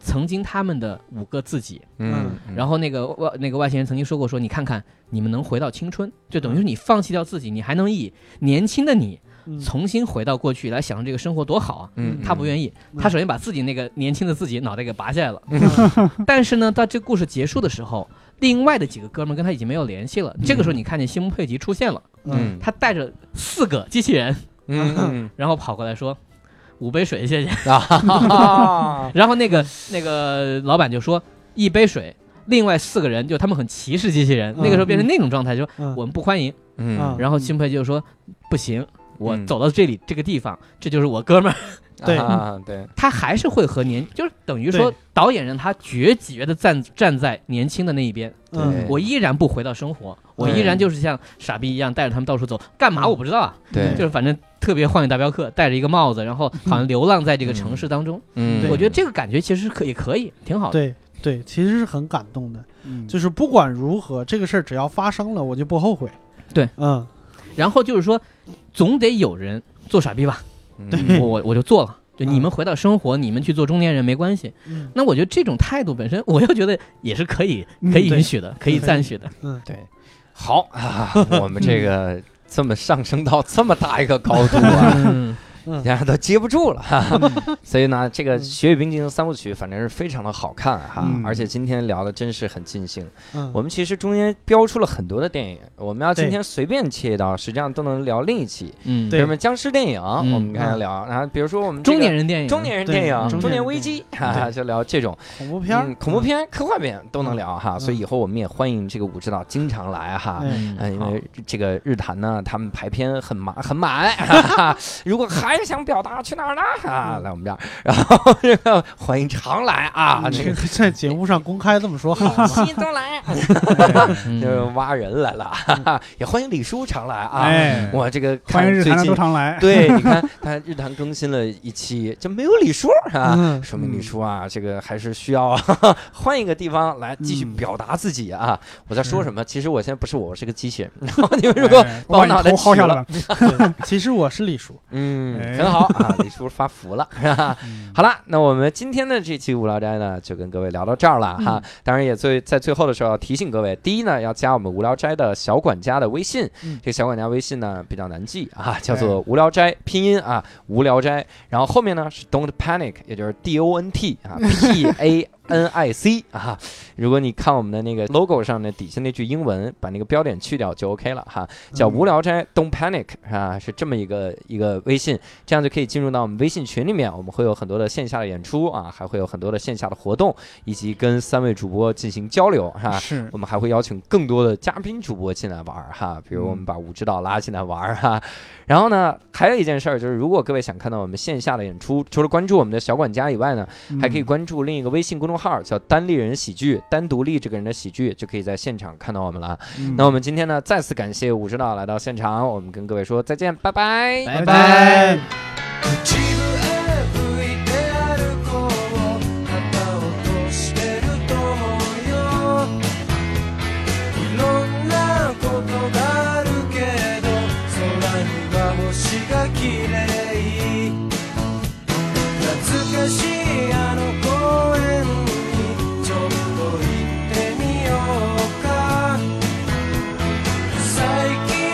D: 曾经他们的五个自己，
A: 嗯
D: 然后那个外那个外星人曾经说过说，你看看你们能回到青春，就等于是你放弃掉自己，你还能以年轻的你
B: 嗯
D: 重新回到过去来享受这个生活多好啊！
A: 嗯
D: 他不
A: 意
D: 愿意，
B: 嗯
D: 他首先把自己那个年轻的自己脑袋给拔下来了。
B: 嗯
D: 但是呢，到这故事结束的时候，另外的几个哥们儿跟他已经没有联系了。这个时候，你看见西蒙佩吉出现了，
B: 嗯
D: 他带着四个机器人，
A: 嗯
D: 然后跑过来说：“五杯水，谢谢。
A: 啊”
D: 然后那个那个老板就说：“一杯水。”另外四个人就他们很歧视机器人，
B: 嗯
D: 那个时候变成那种状态，就说
B: 嗯
D: 我们不欢迎。
A: 嗯
D: 然后西蒙佩吉就说：“不行，我
A: 嗯
D: 走到这里这个地方，这就是我哥们儿。”
B: 对
A: 啊对
D: 他还是会和年，就是等于说
B: 对
D: 导演让他决绝的站站在年轻的那一边。
A: 对
B: 嗯
D: 我依然不回到生活，我依然就是像傻逼一样带着他们到处走，干嘛我不知道啊，
A: 对，
D: 就是反正特别荒野大镖客，戴着一个帽子，然后好像流浪在这个城市当中。
A: 嗯
D: 我觉得这个感觉其实可以可以，挺好的。
B: 对对，其实是很感动的。
C: 嗯
B: 就是不管如何，这个事儿只要发生了，我就不后悔。
D: 对，
B: 嗯，
D: 然后就是说，总得有人做傻逼吧，
A: 对
D: 我我我就做了。就
B: 嗯
D: 你们回到生活，你们去做中年人没关系。
B: 嗯
D: 那我觉得这种态度本身，我又觉得也是可以
C: 嗯
D: 可以
B: 对
D: 允许的，可以
B: 对
D: 赞许的。
A: 对。好啊，我们
D: 嗯
A: 这个这么上升到这么大一个高度啊，
D: 嗯
A: 大家都接不住了。哈
B: 嗯
A: 哈 所以呢，这个《雪与冰激凌》三部曲反正是非常的好看啊哈、
C: 嗯
A: 而且今天聊的真是很尽兴。
B: 嗯
A: 我们其实中间标出了很多的电影，我们要今
B: 对
A: 天随便切一刀，实际上都能聊另一期。
D: 嗯，
A: 比
B: 对
A: 如
B: 啊
A: 我们僵尸电影，
D: 嗯
A: 我们刚才聊，然后比如说我们这个
D: 中年人电影，
A: 中年人
B: 对
A: 电影、
D: 嗯
A: 中
D: 中
B: 年
A: 年
B: 人
A: 危
B: 电
A: 机，哈哈，就聊这种
B: 恐怖片儿
A: 嗯、恐怖片、科幻片都能聊哈。
B: 嗯
A: 所以以后我们也欢迎这个武指导经常来哈。
B: 哎
D: 嗯，
A: 嗯，因
D: 好
A: 为这个日坛呢，他们排片很满很满，哈哈如果还想表达去哪儿呢？
C: 嗯
A: 啊，来我们这儿，然后这个欢迎常来啊，
B: 嗯
A: 这
B: 这
A: 个
B: 个在节目上公开这么说好吗？
A: 每期都 来，
D: 嗯
A: 就是挖人来了，哈哈也欢迎李叔常来啊。
C: 嗯哎，
A: 我这个看
C: 欢迎日
A: 最
C: 坛的
A: 近
C: 都常来。
A: 对，你 看他日坛更新了一期，就没有李叔啊，
B: 嗯
A: 说明
C: 嗯
A: 李叔啊，这个还是需要 换一个地方来继续
C: 嗯
A: 表达自己啊。我在说什么？其实我现在不是我，我是个机器 人。然后你们如果
C: 哎
A: 把我
C: 我
A: 脑
C: 把
A: 袋
C: 你头薅
A: 取
C: 下
A: 了
C: 来了，
B: 对其实我是李叔，
A: 嗯，
C: 哎
A: 很好啊，李叔发福了。
C: 嗯
A: 好啦，那我们今天的这期无聊斋呢，就跟各位聊到这儿了哈。当然也最在最后的时候要提醒各位，第一呢，要加我们无聊斋的小管家的微信，
B: 嗯
A: 这个小管家微信呢比较难记啊，叫做无聊斋拼音啊，无聊斋，然后后面呢是 Don't Panic，也就是 D O N T 啊 P A。N I C 啊，如果你看我们的那个 logo 上的底下那句英文，把那个标点去掉就 OK 了哈，叫无聊斋 Don't Panic 啊，是这么一个一个微信，这样就可以进入到我们微信群里面，我们会有很多的线下的演出啊，还会有很多的线下的活动，以及跟三位主播进行交流 哈。
C: 是
A: 我们还会邀请更多的嘉宾主播进来玩儿哈，比如我们把武指导拉进来玩儿哈。然后呢，还有一件事儿就是，如果各位想看到我们线下的演出，除了关注我们的小管家以外呢，
C: 嗯
A: 还可以关注另一个微信公众号叫“单立人喜剧”，单独立这个人的喜剧，就可以在现场看到我们了。
C: 嗯
A: 那我们今天呢，再次感谢武指导来到现场，我们跟各位说再见，拜拜。
D: 拜
B: 拜。
E: 口笛吹いて歩こう旗落としてると思うよいろんなことがあるけど空には星が綺麗懐かしいあの公園にちょっと行ってみようか最近忘れてることなんか思い出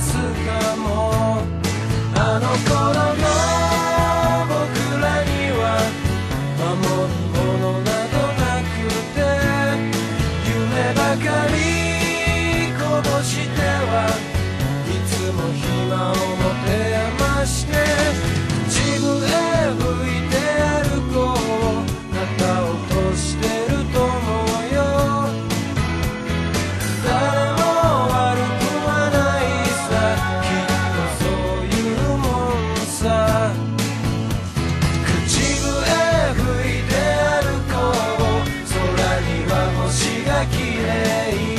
E: すかもあの頃の僕らには守るものなどなくて夢ばかりこぼしてはいつも暇を持て余して自分へ向いて歩こう肩を落としてると思うよ誰も悪くはないさきっとそういうもんさ口笛吹いて歩こう空には星が綺麗